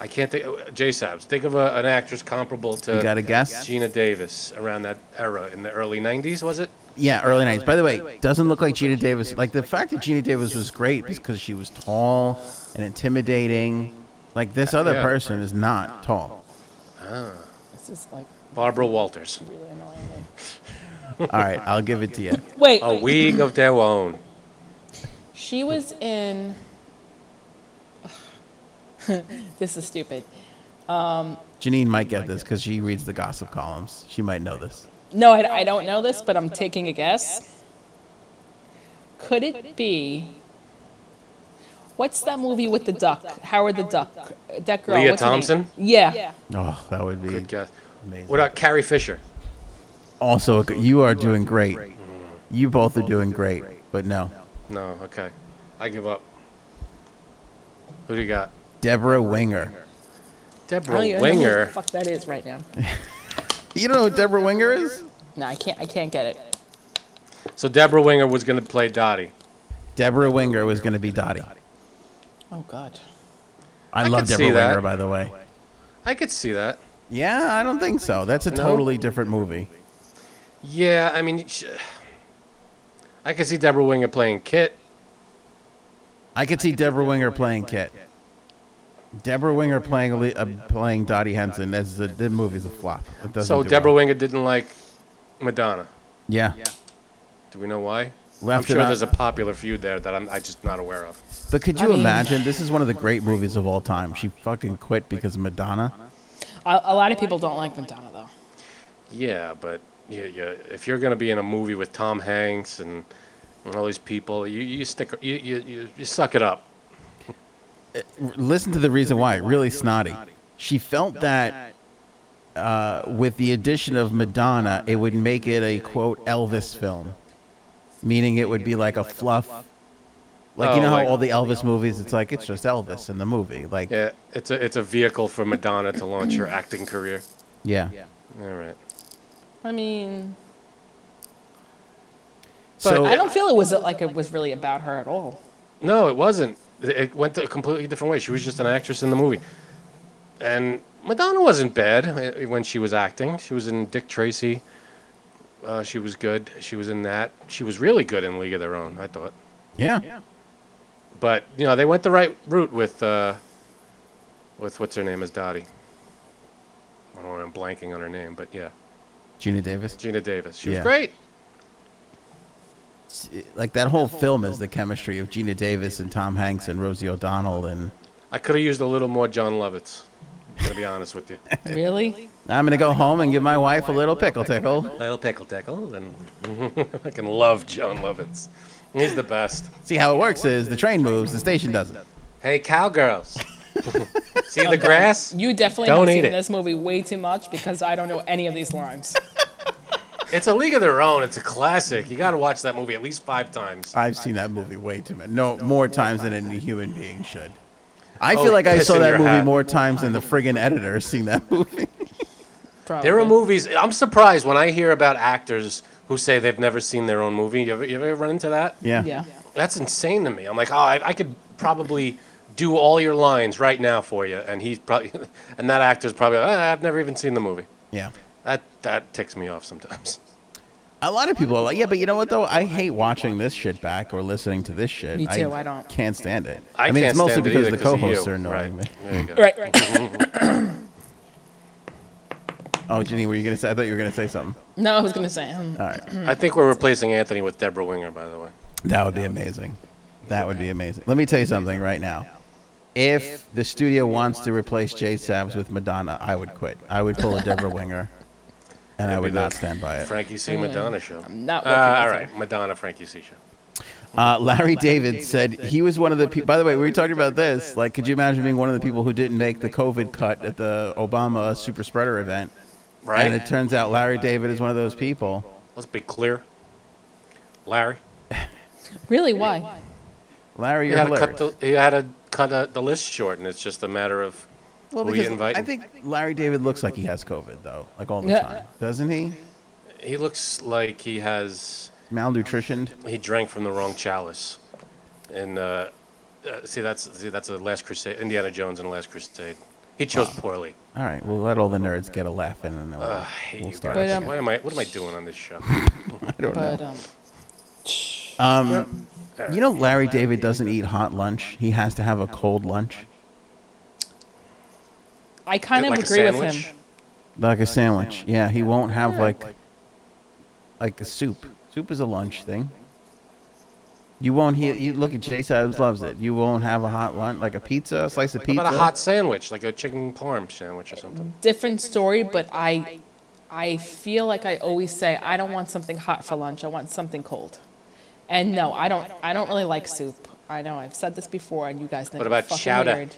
[SPEAKER 2] I can't think. oh, J Sabs. Think of a, an actress comparable to
[SPEAKER 1] You got a guess?
[SPEAKER 2] Gina Davis around that era in the early 90s, was it?
[SPEAKER 1] Yeah, early nights. By the way, doesn't look like Gina Davis. Like the fact that Gina Davis was great because she was tall and intimidating. Like this other
[SPEAKER 2] Yeah.
[SPEAKER 1] person is not tall.
[SPEAKER 3] This is like
[SPEAKER 2] Barbara Walters.
[SPEAKER 3] really annoying.
[SPEAKER 1] All right, I'll give it to you.
[SPEAKER 3] Wait,
[SPEAKER 2] A League of Their Own.
[SPEAKER 3] she was in. this is stupid.
[SPEAKER 1] Janine might get this because she reads the gossip columns. She might know this.
[SPEAKER 3] No, I, I don't know this, but I'm taking a guess. Could it be? What's that movie with the duck? Howard the Duck. That girl.
[SPEAKER 2] Leah
[SPEAKER 3] what's her name?
[SPEAKER 2] Thompson?
[SPEAKER 3] Yeah.
[SPEAKER 1] Oh, that would be
[SPEAKER 2] Good guess.
[SPEAKER 1] amazing.
[SPEAKER 2] What about Carrie Fisher?
[SPEAKER 1] also, a g- you are doing great. You both are doing great, but no.
[SPEAKER 2] No, okay. I give up. Who do you got?
[SPEAKER 1] Deborah Winger.
[SPEAKER 2] Deborah
[SPEAKER 3] I don't even know who the
[SPEAKER 2] Winger.
[SPEAKER 3] Fuck, that is right now.
[SPEAKER 1] You don't know who Deborah Winger is?
[SPEAKER 3] No, I can't. I can't get it.
[SPEAKER 2] So Deborah Winger was going to play Dottie.
[SPEAKER 1] Deborah Winger was going to be Dottie.
[SPEAKER 3] Oh God.
[SPEAKER 1] I,
[SPEAKER 2] I
[SPEAKER 1] love
[SPEAKER 2] could see
[SPEAKER 1] Deborah
[SPEAKER 2] that.
[SPEAKER 1] Winger, by the way.
[SPEAKER 2] I could see that.
[SPEAKER 1] Yeah, I don't think so. That's a
[SPEAKER 2] No?
[SPEAKER 1] totally different movie.
[SPEAKER 2] Yeah, I mean, sh- I could see Deborah Winger playing Kit.
[SPEAKER 1] I could see Deborah Winger playing Kit. Deborah Winger playing Ali- uh, playing Dottie Henson. That's the, the movie's a flop. It doesn't
[SPEAKER 2] So
[SPEAKER 1] do
[SPEAKER 2] Deborah
[SPEAKER 1] well.
[SPEAKER 2] Winger didn't like Madonna.
[SPEAKER 1] Yeah.
[SPEAKER 2] Do we know why? I'm
[SPEAKER 1] Left it
[SPEAKER 2] sure
[SPEAKER 1] out.
[SPEAKER 2] there's a popular feud there that I'm I just not aware of.
[SPEAKER 1] But could
[SPEAKER 3] I
[SPEAKER 1] you
[SPEAKER 3] mean-
[SPEAKER 1] imagine? This is one of the great movies of all time. She fucking quit because of Madonna.
[SPEAKER 3] A, a lot of people don't like Madonna though.
[SPEAKER 2] Yeah, but you, you, if you're going to be in a movie with Tom Hanks and, and all these people, you, you stick you, you, you, you suck it up.
[SPEAKER 1] R- Listen to the reason why. Really snotty. She felt that uh, with the addition of Madonna, it would make it a quote Elvis film, meaning it would be like a fluff. Like you
[SPEAKER 2] Oh,
[SPEAKER 1] know how
[SPEAKER 2] like-
[SPEAKER 1] all the Elvis movies, it's like it's just Elvis in the movie. Like
[SPEAKER 2] Yeah, it's a it's a vehicle for Madonna to launch her acting career.
[SPEAKER 1] yeah.
[SPEAKER 2] All right.
[SPEAKER 3] I mean,
[SPEAKER 1] So
[SPEAKER 2] Oh.
[SPEAKER 3] I don't feel it was like it was really about her at all.
[SPEAKER 2] No, it wasn't. It- It went a completely different way. She was just an actress in the movie. And Madonna wasn't bad uh, when she was acting. She was in Dick Tracy. Uh, she was good. She was in that. She was really good in League of Their Own, I thought.
[SPEAKER 1] yeah,
[SPEAKER 2] But you know, they went the right route with uh, with what's her name is Dottie. I don't know. I'm blanking on her name, but yeah,
[SPEAKER 1] Gina Davis.
[SPEAKER 2] Gina Davis. She
[SPEAKER 1] Yeah.
[SPEAKER 2] was great.
[SPEAKER 1] Like that whole film is the chemistry of Gina Davis and Tom Hanks and Rosie O'Donnell and.
[SPEAKER 2] I could have used a little more John Lovitz. I'm gonna be honest with you.
[SPEAKER 3] Really?
[SPEAKER 1] I'm gonna go home and give my wife a little pickle tickle.
[SPEAKER 2] Little pickle tickle, and I can love John Lovitz. He's the best.
[SPEAKER 1] See how it works is the train moves, the station doesn't.
[SPEAKER 2] Hey, cowgirls. See the grass?
[SPEAKER 3] You definitely
[SPEAKER 2] Don't
[SPEAKER 3] have
[SPEAKER 2] eat
[SPEAKER 3] seen
[SPEAKER 2] it.
[SPEAKER 3] this movie way too much because I don't know any of these lines.
[SPEAKER 2] It's a league of their own. It's a classic. You got to watch that movie at least five times.
[SPEAKER 1] I've seen that movie way too many, no more times than any human being should. I
[SPEAKER 2] Oh,
[SPEAKER 1] feel like I
[SPEAKER 2] piss
[SPEAKER 1] saw
[SPEAKER 2] in
[SPEAKER 1] that
[SPEAKER 2] your
[SPEAKER 1] movie
[SPEAKER 2] hat.
[SPEAKER 1] more times than the friggin' editor has seen that movie.
[SPEAKER 3] Probably.
[SPEAKER 2] There are movies. I'm surprised when I hear about actors who say they've never seen their own movie. You ever, you ever run into that?
[SPEAKER 1] Yeah.
[SPEAKER 3] Yeah.
[SPEAKER 2] That's insane to me. I'm like, oh, I, I could probably do all your lines right now for you, and he's probably, and that actor's probably, like, ah, I've never even seen the movie.
[SPEAKER 1] Yeah.
[SPEAKER 2] That that ticks me off sometimes.
[SPEAKER 1] A lot of people are like, yeah, but you know what though? I hate watching this shit back or listening to this shit.
[SPEAKER 3] Me too, I don't.
[SPEAKER 1] Can't stand it.
[SPEAKER 2] I,
[SPEAKER 1] mean,
[SPEAKER 2] can't
[SPEAKER 1] it's mostly
[SPEAKER 2] stand it
[SPEAKER 1] because
[SPEAKER 2] either
[SPEAKER 1] the
[SPEAKER 2] 'cause of
[SPEAKER 1] co-hosts
[SPEAKER 2] you.
[SPEAKER 1] are annoying
[SPEAKER 2] Right.
[SPEAKER 1] me.
[SPEAKER 2] There you go.
[SPEAKER 3] Right. Right.
[SPEAKER 1] Oh, Ginny, were you gonna say? I thought you were gonna say something.
[SPEAKER 3] No, I was gonna say. um,
[SPEAKER 1] All right.
[SPEAKER 2] I think we're replacing Anthony with Deborah Winger, by the way.
[SPEAKER 1] That would be amazing. That would be amazing. Let me tell you something right now. If the studio wants to replace Jay Sabs with Madonna, I would quit. I would pull a Deborah Winger, and I would not stand by it.
[SPEAKER 2] Frankie C. Madonna show.
[SPEAKER 3] I'm not
[SPEAKER 2] Uh,
[SPEAKER 3] working with
[SPEAKER 2] all
[SPEAKER 3] her.
[SPEAKER 2] right, Madonna Frankie C. show.
[SPEAKER 1] Uh, Larry David said he was one of the people. By the way, we were talking about this. Like, could you imagine being one of the people who didn't make the COVID cut at the Obama super spreader event?
[SPEAKER 2] Right.
[SPEAKER 1] And it turns out Larry David is one of those people.
[SPEAKER 2] Let's be clear. Larry,
[SPEAKER 3] Really? Why?
[SPEAKER 1] Larry,
[SPEAKER 2] he
[SPEAKER 1] you're
[SPEAKER 2] had to cut
[SPEAKER 1] hilarious.
[SPEAKER 2] the, he had to cut uh, the list short, and it's just a matter of
[SPEAKER 1] Well,
[SPEAKER 2] who you
[SPEAKER 1] because
[SPEAKER 2] invite.
[SPEAKER 1] I think Larry David looks like he has COVID though, like all the
[SPEAKER 3] Yeah.
[SPEAKER 1] time, doesn't he?
[SPEAKER 2] he looks like he has
[SPEAKER 1] Malnutritioned.
[SPEAKER 2] he drank from the wrong chalice. And uh, uh, see, that's see, that's the Last Crusade, Indiana Jones and the Last Crusade. He chose poorly.
[SPEAKER 1] All right, we'll let all the nerds get a laugh in, and then we'll,
[SPEAKER 2] Uh, I hate
[SPEAKER 1] we'll
[SPEAKER 2] you
[SPEAKER 1] start.
[SPEAKER 2] guys.
[SPEAKER 3] But, um,
[SPEAKER 2] Why am I? What am I doing on this show?
[SPEAKER 1] I don't
[SPEAKER 3] But
[SPEAKER 1] know.
[SPEAKER 3] um,
[SPEAKER 1] Um, you know, Larry David doesn't eat hot lunch. He has to have a cold lunch,
[SPEAKER 3] I kind of
[SPEAKER 2] Like a
[SPEAKER 3] agree with
[SPEAKER 2] sandwich?
[SPEAKER 3] him.
[SPEAKER 1] like a sandwich. Yeah, he won't have like like a soup. Soup is a lunch thing. You won't. He, you look at Jay Adams loves it. You won't have a hot lunch like a pizza, a slice of
[SPEAKER 2] What
[SPEAKER 1] pizza.
[SPEAKER 2] about a hot sandwich, like a chicken parm sandwich or something?
[SPEAKER 3] Different story, but I, I feel like I always say I don't want something hot for lunch. I want something cold. And no, I don't. I don't really like soup. I know I've said this before, and you guys never
[SPEAKER 2] about
[SPEAKER 3] fucking
[SPEAKER 2] chowder?
[SPEAKER 3] heard.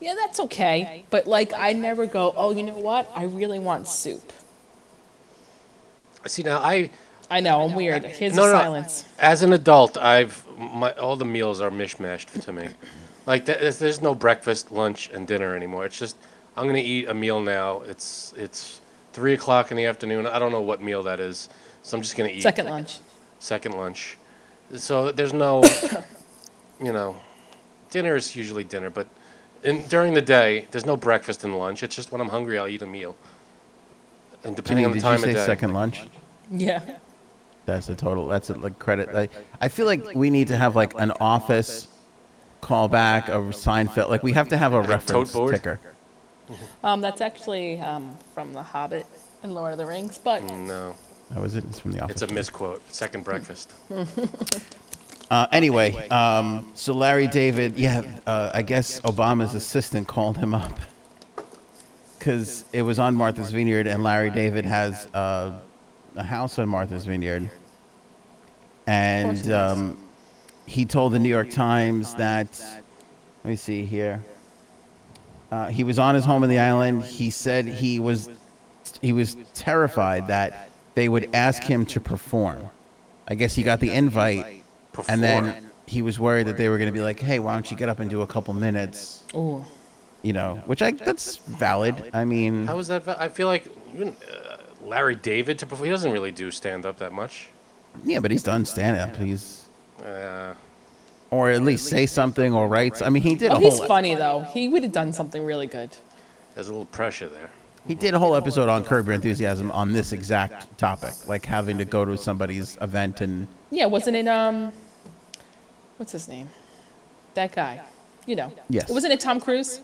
[SPEAKER 3] Yeah, that's okay. But like, I never go. Oh, you know what? I really want soup.
[SPEAKER 2] See now, I
[SPEAKER 3] I know I'm weird. Here's
[SPEAKER 2] no,
[SPEAKER 3] the
[SPEAKER 2] no, no.
[SPEAKER 3] silence.
[SPEAKER 2] As an adult, I've my all the meals are mishmashed to me. Like th- there's- there's no breakfast, lunch, and dinner anymore. It's just I'm gonna eat a meal now. It's it's three o'clock in the afternoon. I don't know what meal that is, so I'm just gonna eat
[SPEAKER 3] Second lunch.
[SPEAKER 2] second lunch. So there's no, you know, dinner is usually dinner, but in, during the day there's no breakfast and lunch. It's just when I'm hungry, I'll eat a meal. And depending
[SPEAKER 1] Janine,
[SPEAKER 2] on the
[SPEAKER 1] did
[SPEAKER 2] time
[SPEAKER 1] you say
[SPEAKER 2] of day.
[SPEAKER 1] second lunch?
[SPEAKER 3] Yeah.
[SPEAKER 1] That's a total. That's a like credit. Like, I feel like we need to have like an office callback of Seinfeld. Like we have to have a
[SPEAKER 2] a
[SPEAKER 1] reference
[SPEAKER 2] tote board?
[SPEAKER 1] ticker.
[SPEAKER 3] Um, that's actually um, from The Hobbit and Lord of the Rings, but
[SPEAKER 2] No,
[SPEAKER 1] That was it. It's from the office.
[SPEAKER 2] it's a misquote. Second breakfast.
[SPEAKER 1] Uh, anyway, um, so Larry David, yeah, uh, I guess Obama's assistant called him up because it was on Martha's Vineyard, and Larry David has uh, a house on Martha's Vineyard, and um, he told the New York Times that. Let me see here. Uh, he was on his home in the island. He said he was he was terrified that they would ask him to perform. I guess he got the invite and then he was worried that they were going to be like, "Hey, why don't you get up and do a couple minutes?"
[SPEAKER 3] ooh,
[SPEAKER 1] You know, which I that's valid. I mean,
[SPEAKER 2] How is that? va- I feel like even uh, Larry David to perform. He doesn't really do stand up that much.
[SPEAKER 1] yeah, but he's done stand up. He's
[SPEAKER 2] Uh,
[SPEAKER 1] or at least say something or write. I mean, he did a
[SPEAKER 3] oh, he's
[SPEAKER 1] whole
[SPEAKER 3] funny though. He would have done something really good.
[SPEAKER 2] there's a little pressure there.
[SPEAKER 1] he did a whole episode on Curb Your Enthusiasm on this exact topic, like having to go to somebody's event and
[SPEAKER 3] Yeah, wasn't it um, what's his name? That guy, you know.
[SPEAKER 1] Yes.
[SPEAKER 3] Wasn't it Tom Cruise?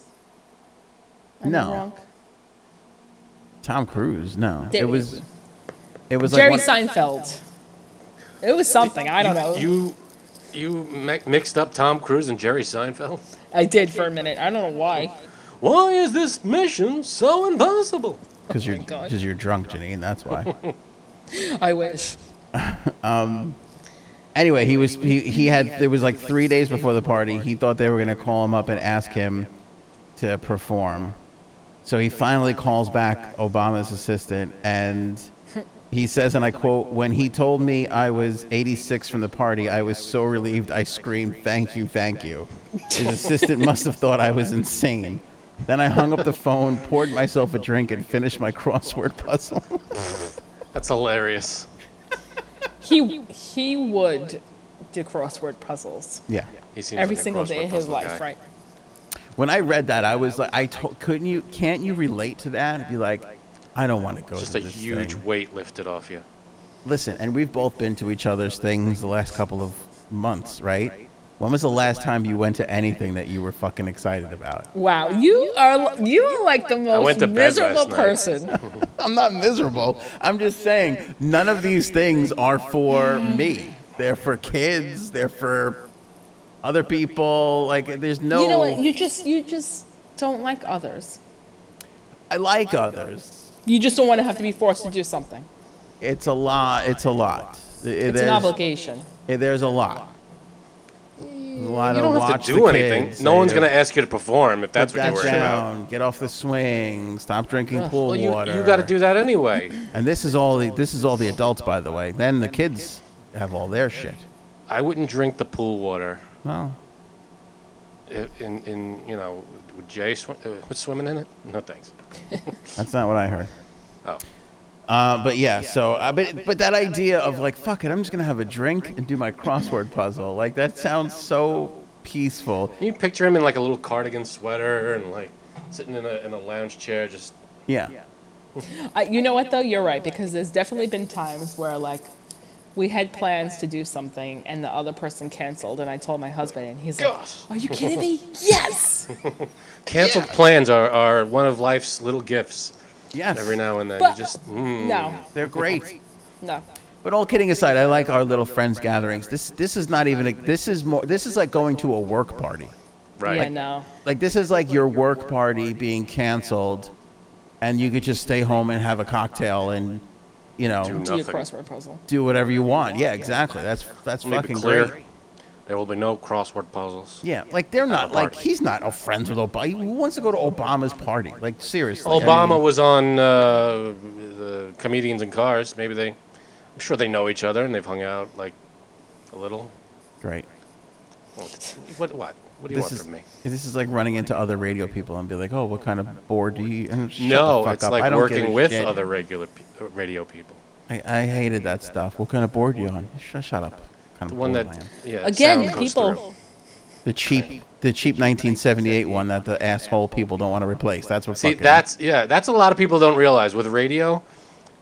[SPEAKER 3] Am I
[SPEAKER 1] No.
[SPEAKER 3] wrong?
[SPEAKER 1] Tom Cruise. No,
[SPEAKER 3] There
[SPEAKER 1] it
[SPEAKER 3] was-
[SPEAKER 1] was it was
[SPEAKER 3] Jerry
[SPEAKER 1] like one-
[SPEAKER 3] Seinfeld. It was something. I don't know.
[SPEAKER 2] You you mi- mixed up Tom Cruise and Jerry Seinfeld.
[SPEAKER 3] I did for a minute. I don't know why.
[SPEAKER 2] Why is this mission so impossible?
[SPEAKER 1] because you're
[SPEAKER 3] God.
[SPEAKER 1] because you're drunk, Janine. That's why.
[SPEAKER 3] I wish.
[SPEAKER 1] Anyway, he was he, he had it was like three days before the party. He thought they were gonna call him up and ask him to perform. So he finally calls back Obama's assistant and he says, and I quote, "When he told me I was 86 from the party, I was so relieved. I screamed, thank you, thank you.' His assistant must have thought I was insane." Then I hung up the phone, poured myself a drink, and finished my crossword puzzle.
[SPEAKER 2] That's hilarious.
[SPEAKER 3] He he would do crossword puzzles
[SPEAKER 1] yeah.
[SPEAKER 2] He seems
[SPEAKER 3] every
[SPEAKER 2] like a
[SPEAKER 3] single day
[SPEAKER 2] crossword
[SPEAKER 3] of his
[SPEAKER 2] puzzle guy.
[SPEAKER 3] life, right?
[SPEAKER 1] When I read that, I was like, I told, couldn't you, can't you relate to that? And be like, I don't want to go
[SPEAKER 2] Just
[SPEAKER 1] to
[SPEAKER 2] a
[SPEAKER 1] this
[SPEAKER 2] huge
[SPEAKER 1] thing.
[SPEAKER 2] weight lifted off you.
[SPEAKER 1] Listen, and we've both been to each other's things the last couple of months, right? When was the last time you went to anything that you were fucking excited about?
[SPEAKER 3] Wow, you are you are like the
[SPEAKER 2] went
[SPEAKER 3] most
[SPEAKER 2] to bed
[SPEAKER 3] miserable
[SPEAKER 2] last night.
[SPEAKER 3] person.
[SPEAKER 1] I'm not miserable. I'm just saying, none of these things are for me. They're for kids. They're for other people. Like, there's no.
[SPEAKER 3] You know what? You just you just don't like others.
[SPEAKER 1] I like others.
[SPEAKER 3] You just don't want to have to be forced to do something.
[SPEAKER 1] It's a lot. It's a lot.
[SPEAKER 3] It's an obligation.
[SPEAKER 1] Yeah, there's a lot. There's a lot
[SPEAKER 2] You
[SPEAKER 1] of
[SPEAKER 2] don't have
[SPEAKER 1] watch
[SPEAKER 2] to
[SPEAKER 1] the
[SPEAKER 2] do anything.
[SPEAKER 1] kids,
[SPEAKER 2] no
[SPEAKER 1] say,
[SPEAKER 2] one's
[SPEAKER 1] "Yo,
[SPEAKER 2] gonna ask you to perform if
[SPEAKER 1] put
[SPEAKER 2] that's what
[SPEAKER 1] that
[SPEAKER 2] you're worried about.
[SPEAKER 1] down, Get off the swing. Stop drinking pool
[SPEAKER 2] Well, you,
[SPEAKER 1] water.
[SPEAKER 2] you got to do that anyway.
[SPEAKER 1] And this is all the this is all the adults, by the way. Then the kids have all their shit.
[SPEAKER 2] I wouldn't drink the pool water.
[SPEAKER 1] Well,
[SPEAKER 2] I- In in you know, would Jay sw- uh, was swimming in it? No thanks.
[SPEAKER 1] that's not what I heard.
[SPEAKER 2] Oh,
[SPEAKER 1] Uh, but yeah, so uh, but but that idea of like fuck it, I'm just gonna have a drink and do my crossword puzzle. Like that sounds so peaceful.
[SPEAKER 2] Can you picture him in like a little cardigan sweater and like sitting in a, in a lounge chair just
[SPEAKER 1] Yeah.
[SPEAKER 3] I, you know what though? You're right because there's definitely been times where like we had plans to do something and the other person canceled, and I told my husband, and he's like,
[SPEAKER 2] Gosh.
[SPEAKER 3] "Are you kidding me? Yes!"
[SPEAKER 2] canceled plans are, are one of life's little gifts
[SPEAKER 1] Yes.
[SPEAKER 2] every now and then you
[SPEAKER 3] But-
[SPEAKER 2] just mm,
[SPEAKER 3] No,
[SPEAKER 1] They're great.
[SPEAKER 3] no.
[SPEAKER 1] But all kidding aside, I like our little friends gatherings. This this is not even a, this is more this is like going to a work party.
[SPEAKER 2] right
[SPEAKER 3] Yeah, no.
[SPEAKER 1] Like this is like your work party being canceled, and you could just stay home and have a cocktail and, you know,
[SPEAKER 3] Do your
[SPEAKER 2] Nothing.
[SPEAKER 3] crossword puzzle.
[SPEAKER 1] do whatever you want. Yeah, exactly. That's that's
[SPEAKER 2] Let me be
[SPEAKER 1] fucking
[SPEAKER 2] clear.
[SPEAKER 1] great.
[SPEAKER 2] there will be no crossword puzzles
[SPEAKER 1] Yeah, like they're not
[SPEAKER 2] a
[SPEAKER 1] like
[SPEAKER 2] party.
[SPEAKER 1] he's not all friends with Obama. Who wants to go to Obama's party? Like seriously. I mean,
[SPEAKER 2] Obama was on uh, the comedians in cars. Maybe they, I'm sure they know each other and they've hung out like a little.
[SPEAKER 1] great.
[SPEAKER 2] What? What? What do
[SPEAKER 1] This
[SPEAKER 2] you want
[SPEAKER 1] is
[SPEAKER 2] from me?
[SPEAKER 1] this is like running into other radio people and be like, oh, what kind of board do you? And shut the
[SPEAKER 2] No,
[SPEAKER 1] fuck
[SPEAKER 2] it's
[SPEAKER 1] up. I
[SPEAKER 2] like
[SPEAKER 1] don't give
[SPEAKER 2] working
[SPEAKER 1] a
[SPEAKER 2] with
[SPEAKER 1] shit.
[SPEAKER 2] other regular pe- radio people.
[SPEAKER 1] I, I hated that stuff. What kind of board you on? Shut, shut up. Kind
[SPEAKER 2] The
[SPEAKER 1] of
[SPEAKER 2] one
[SPEAKER 1] bored
[SPEAKER 2] that,
[SPEAKER 1] I am.
[SPEAKER 2] yeah.
[SPEAKER 3] Again,
[SPEAKER 2] sound goes
[SPEAKER 3] people.
[SPEAKER 2] through.
[SPEAKER 1] the cheap the cheap 1978 one that the asshole people don't want to replace. That's what.
[SPEAKER 2] See,
[SPEAKER 1] fucking-
[SPEAKER 2] that's yeah. That's a lot of people don't realize with radio.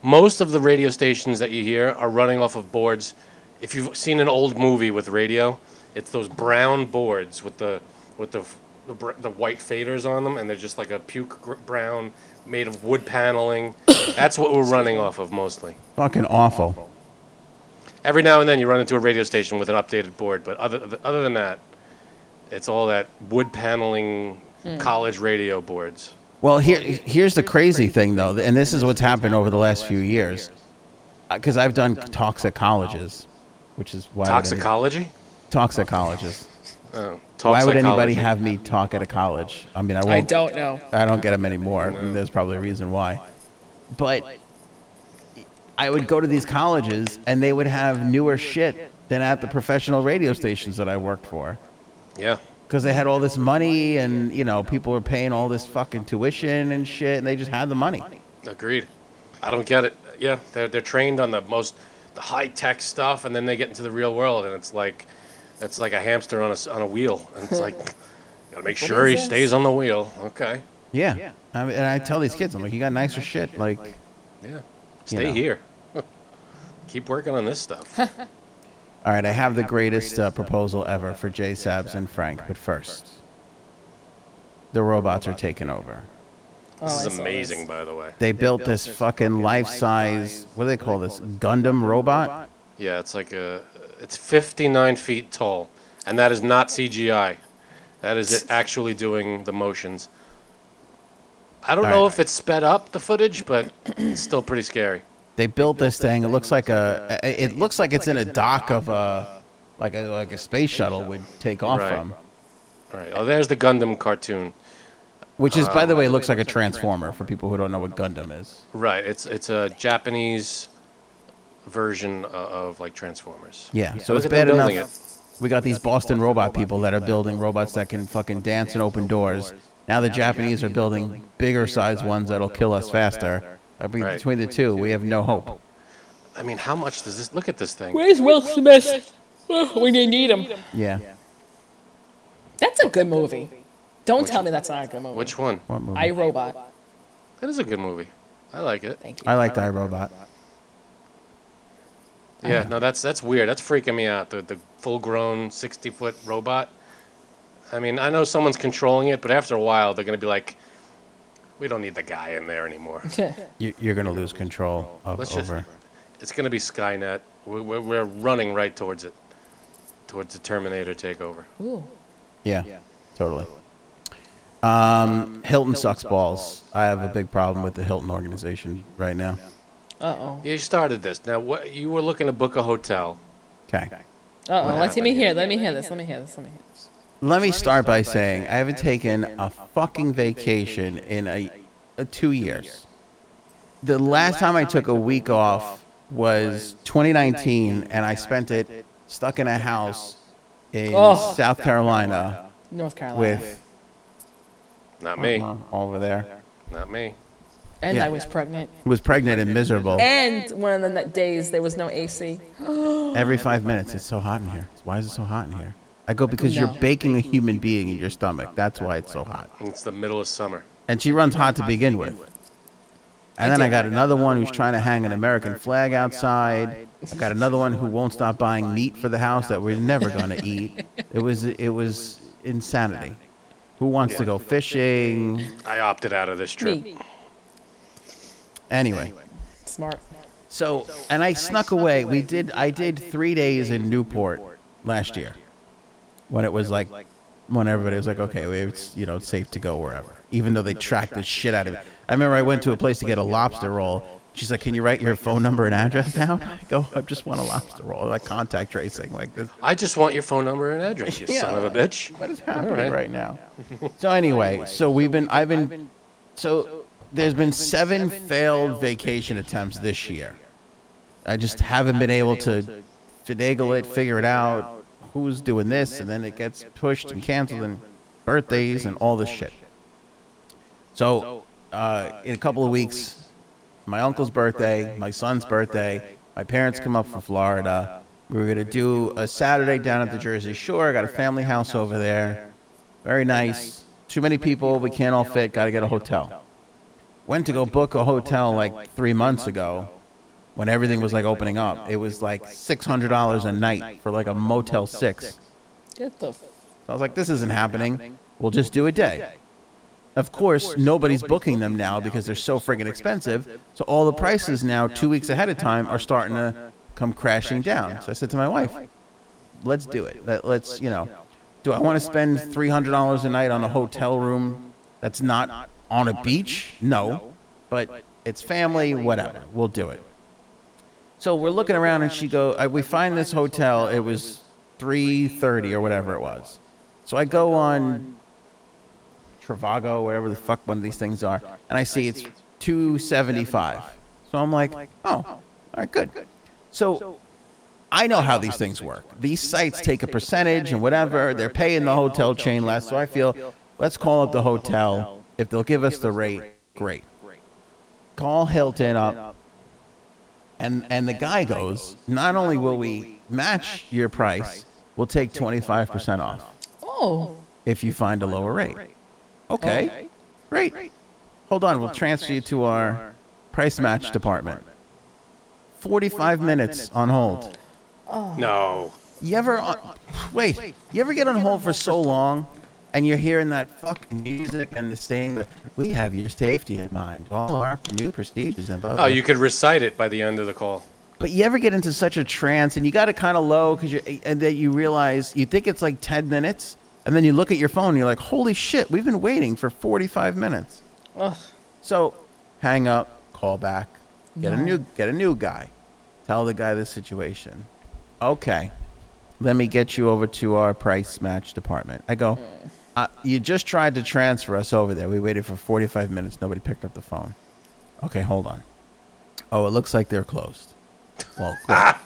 [SPEAKER 2] Most of the radio stations that you hear are running off of boards. If you've seen an old movie with radio, it's those brown boards with the with the f- the, br- the white faders on them, and they're just like a puke gr- brown made of wood paneling. That's what we're running off of mostly.
[SPEAKER 1] fucking awful.
[SPEAKER 2] Every now and then you run into a radio station with an updated board, but other th- other than that, it's all that wood paneling college radio boards.
[SPEAKER 1] Well, here here's the crazy thing though, and this is what's happened over the last few years, because I've done toxicologists, which is why would any-
[SPEAKER 2] Toxicology.
[SPEAKER 1] toxicologists.
[SPEAKER 2] Oh,
[SPEAKER 1] Why would anybody
[SPEAKER 2] toxicology.
[SPEAKER 1] have me talk at a college? I mean, I won't.
[SPEAKER 3] I don't know.
[SPEAKER 1] I don't get them anymore. and There's probably a reason why. But I would go to these colleges and they would have newer shit than at the professional radio stations that I worked for.
[SPEAKER 2] Yeah.
[SPEAKER 1] Because they had all this money and, you know, people were paying all this fucking tuition and shit and they just had the money.
[SPEAKER 2] Agreed. I don't get it. Yeah, they're they're trained on the most the high tech stuff, and then they get into the real world, and it's like it's like a hamster on a s- on a wheel, and it's like gotta make sure he
[SPEAKER 3] is this?
[SPEAKER 2] stays on the wheel. Okay.
[SPEAKER 1] Yeah. I mean, and I tell these kids, I'm like, you got nicer shit. Like,
[SPEAKER 2] Yeah. Stay
[SPEAKER 1] know.
[SPEAKER 2] here. Keep working on this stuff.
[SPEAKER 1] all right, I have the greatest uh, proposal ever for J Sabs and Frank, but first, the robots are taking over.
[SPEAKER 3] Oh, I
[SPEAKER 2] this
[SPEAKER 3] saw
[SPEAKER 2] is amazing, by the way.
[SPEAKER 1] They built this fucking life-size. What do they call this? Gundam robot.
[SPEAKER 2] Yeah, it's like a it's 59 feet tall, and that is not CGI. That is it actually doing the motions. I don't
[SPEAKER 1] All
[SPEAKER 2] know
[SPEAKER 1] right.
[SPEAKER 2] if it's sped up the footage, but it's still pretty scary.
[SPEAKER 1] They built this thing. It looks like a. a- It looks like it's in a dock of a, like a like a space shuttle would take off
[SPEAKER 2] Right.
[SPEAKER 1] from.
[SPEAKER 2] All right. Oh, there's the Gundam cartoon.
[SPEAKER 1] Which is, by the way, looks like a transformer for people who don't know what Gundam is.
[SPEAKER 2] Right. It's it's a Japanese version o- of like Transformers.
[SPEAKER 1] Yeah. So
[SPEAKER 2] Look
[SPEAKER 1] it's
[SPEAKER 2] at them
[SPEAKER 1] bad enough.
[SPEAKER 2] building
[SPEAKER 1] We got these Boston robot people that are building robots that can fucking dance and open doors. Now the Japanese are building bigger sized ones that'll kill us faster. I mean,
[SPEAKER 2] Right.
[SPEAKER 1] between the two, we have no hope.
[SPEAKER 2] I mean, how much does this? Look at this thing.
[SPEAKER 3] Where's Will Smith? Oh, we need need him.
[SPEAKER 1] Yeah.
[SPEAKER 3] That's a good movie. Don't tell me that's not a good movie.
[SPEAKER 2] Which one?
[SPEAKER 1] What movie?
[SPEAKER 3] I Robot.
[SPEAKER 2] That is a good movie. I like it.
[SPEAKER 3] Thank you.
[SPEAKER 1] I like the iRobot.
[SPEAKER 2] Yeah. No, that's that's weird. That's freaking me out. The the full-grown 60-foot robot. I mean, I know someone's controlling it, but after a while, they're gonna be like, we don't need the guy in there anymore.
[SPEAKER 1] You, you're gonna lose control of
[SPEAKER 2] Let's just.
[SPEAKER 1] over.
[SPEAKER 2] It's gonna be Skynet. We're, we're we're running right towards it, towards the Terminator takeover.
[SPEAKER 3] Ooh.
[SPEAKER 1] Yeah, totally. Um, Hilton sucks balls. I have a big problem with the Hilton organization right now.
[SPEAKER 3] Uh-oh.
[SPEAKER 2] You started this. Now, what you were looking to book a hotel.
[SPEAKER 1] Okay.
[SPEAKER 3] Uh-oh. Let
[SPEAKER 2] happened
[SPEAKER 3] me hear. Let me hear this. Let me hear this. Let me hear this.
[SPEAKER 1] Let me start by saying I haven't taken a fucking vacation in a, a two years. The last time I took a week off was 2019, and I spent it stuck in a house in
[SPEAKER 3] Oh.
[SPEAKER 1] South Carolina
[SPEAKER 3] North Carolina.
[SPEAKER 1] with
[SPEAKER 2] Not me.
[SPEAKER 1] Uh-huh. uh, over there.
[SPEAKER 2] Not me.
[SPEAKER 3] And
[SPEAKER 1] Yeah.
[SPEAKER 3] I was pregnant.
[SPEAKER 1] was pregnant and miserable.
[SPEAKER 3] And one of the days there was no AC.
[SPEAKER 1] Every five minutes, it's so hot in here. Why is it so hot in here? I go because you're
[SPEAKER 3] No.
[SPEAKER 1] baking a human being in your stomach. That's why it's so hot.
[SPEAKER 2] It's the middle of summer.
[SPEAKER 1] And she runs hot to begin with. And then I got another one who's trying to hang an American flag outside. I got another one who won't stop buying meat for the house that we're never going to eat. It was it was insanity. Who wants to go fishing?
[SPEAKER 2] I opted out of this trip.
[SPEAKER 3] Me.
[SPEAKER 1] Anyway.
[SPEAKER 3] Smart.
[SPEAKER 1] So, and I snuck away. We did. I did three days in Newport last year, when it was like, when everybody was like, okay, we- it's you know it's safe to go wherever, even though they tracked the shit out of it. I remember I went to a place to get a lobster roll. She's like, can you write your phone number and address down? I go, I just want a lobster roll. Like contact tracing, like this.
[SPEAKER 2] I just want your phone number and address, you
[SPEAKER 1] Yeah.
[SPEAKER 2] son of a bitch.
[SPEAKER 1] What is happening
[SPEAKER 2] right.
[SPEAKER 1] right. now? so anyway, so we've been. I've been. So there's been seven failed vacation attempts this year. I just haven't been able to finagle it, figure it out, who's doing this, and then it gets pushed and canceled, and birthdays and all this shit. So, uh, in a couple of weeks, my uncle's birthday, my son's birthday, my parents come up from Florida. We were gonna do a Saturday down at the Jersey Shore. I got a family house over there, very nice. Too many people, we can't all fit. Got to get a hotel. Went to go book a hotel like three months ago, when everything was like opening up. It was like six hundred dollars a night for like a Motel Six.
[SPEAKER 3] Get the. f-
[SPEAKER 1] So I was like, this isn't happening. We'll just do a day. Of course, nobody's booking them now because they're so friggin' expensive. So all the prices now, two weeks ahead of time, are starting to come crashing down. So I said to my wife, let's do it. Let- Let's, you know, do I want to spend $300 a night on a hotel room that's not on a beach? No. But it's family, whatever. We'll do it. So we're looking around and she go, I, we find this hotel. It was 3:30 or whatever it was. So I go on Travago, whatever the fuck one of these things are, and I see it's 275. So I'm like, oh, all right, good. So I know how these things work. These sites take a percentage and whatever. They're paying the hotel chain less. So I feel, let's call up the hotel. If they'll give us the rate, great. Call Hilton up. And, and the guy goes, not only will we match your price, we'll take 25% off
[SPEAKER 3] Oh,
[SPEAKER 1] if you find a lower rate. Okay, great. Hold on, we'll transfer you to our price match department. 45 minutes on hold.
[SPEAKER 2] No.
[SPEAKER 1] You ever, on- wait, you ever get on hold for so long and you're hearing that fucking music and the saying that we have your safety in mind, all our new procedures and blah, blah,
[SPEAKER 2] Oh,
[SPEAKER 1] blah."
[SPEAKER 2] you could recite it by the end of the call.
[SPEAKER 1] But you ever get into such a trance and you got it kind of low because you and that you realize you think it's like 10 minutes and then you look at your phone and you're like, holy shit, we've been waiting for 45 minutes.
[SPEAKER 3] ugh.
[SPEAKER 1] So hang up, call back, get a new get a new guy, tell the guy the situation. Okay, let me get you over to our price match department. I go, uh, you just tried to transfer us over there. We waited for 45 minutes. Nobody picked up the phone. Okay, hold on. Oh, it looks like they're closed. Well, great.
[SPEAKER 3] I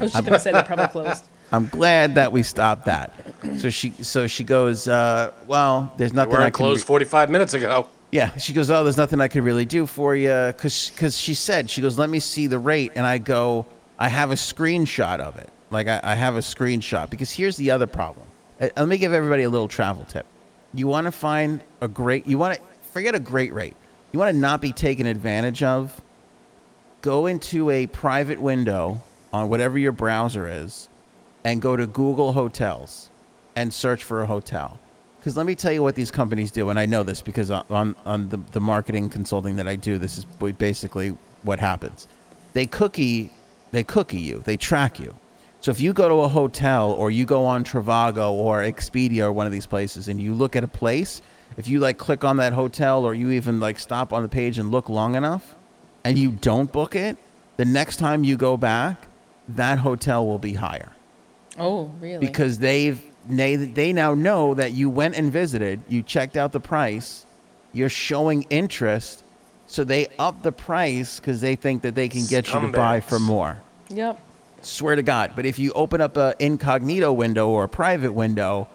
[SPEAKER 3] was just gonna say they're probably closed.
[SPEAKER 1] I'm glad that we stopped that. So she so she goes, uh, well, there's
[SPEAKER 2] We
[SPEAKER 1] nothing I
[SPEAKER 2] weren't
[SPEAKER 1] can
[SPEAKER 2] closed 45 minutes ago.
[SPEAKER 1] yeah, she goes, "Oh, there's nothing I could really do for you," because she said, "She goes, let me see the rate," and I go, "I have a screenshot of it. Like I, I have a screenshot because here's the other problem. Uh, let me give everybody a little travel tip. You want to find a great. You want to forget a great rate. You want to not be taken advantage of. Go into a private window on whatever your browser is, and go to Google Hotels and search for a hotel. Because let me tell you what these companies do, and I know this because on- on, on the, the marketing consulting that I do, this is ba- basically what happens. They cookie, they cookie you, they track you. So if you go to a hotel or you go on Trivago or Expedia or one of these places and you look at a place, if you like click on that hotel or you even like stop on the page and look long enough and you don't book it, the next time you go back, that hotel will be higher
[SPEAKER 3] Oh, really?
[SPEAKER 1] because they've they, they now know that you went and visited, you checked out the price, you're showing interest, so they up the price because they think that they can get you to buy for
[SPEAKER 2] Scumbags.
[SPEAKER 1] more.
[SPEAKER 3] Yep.
[SPEAKER 1] Swear to God. But if you open up a incognito window or a private window,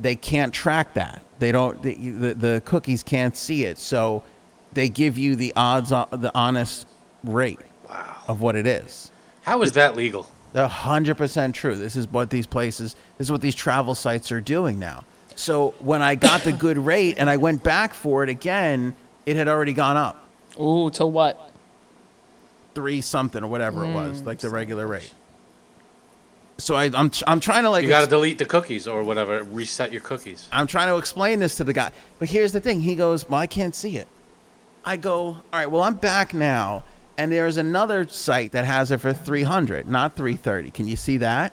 [SPEAKER 1] they can't track that. They don't. The, the, the cookies can't see it. So they give you the odds, on, the honest rate of what it is.
[SPEAKER 2] How is that legal?
[SPEAKER 1] They're 100% true. This is what these places, this is what these travel sites are doing now. So when I got the good rate and I went back for it again, it had already gone up
[SPEAKER 3] Ooh, to what?
[SPEAKER 1] three something or whatever it was, like the regular rate. So I, I'm, tr- I'm trying to like
[SPEAKER 2] You got to delete the cookies or whatever. Reset your cookies.
[SPEAKER 1] I'm trying to explain this to the guy. But here's the thing. He goes, Well, I can't see it. I go, All right, well, I'm back now. And there's another site that has it for 300, not 330. Can you see that?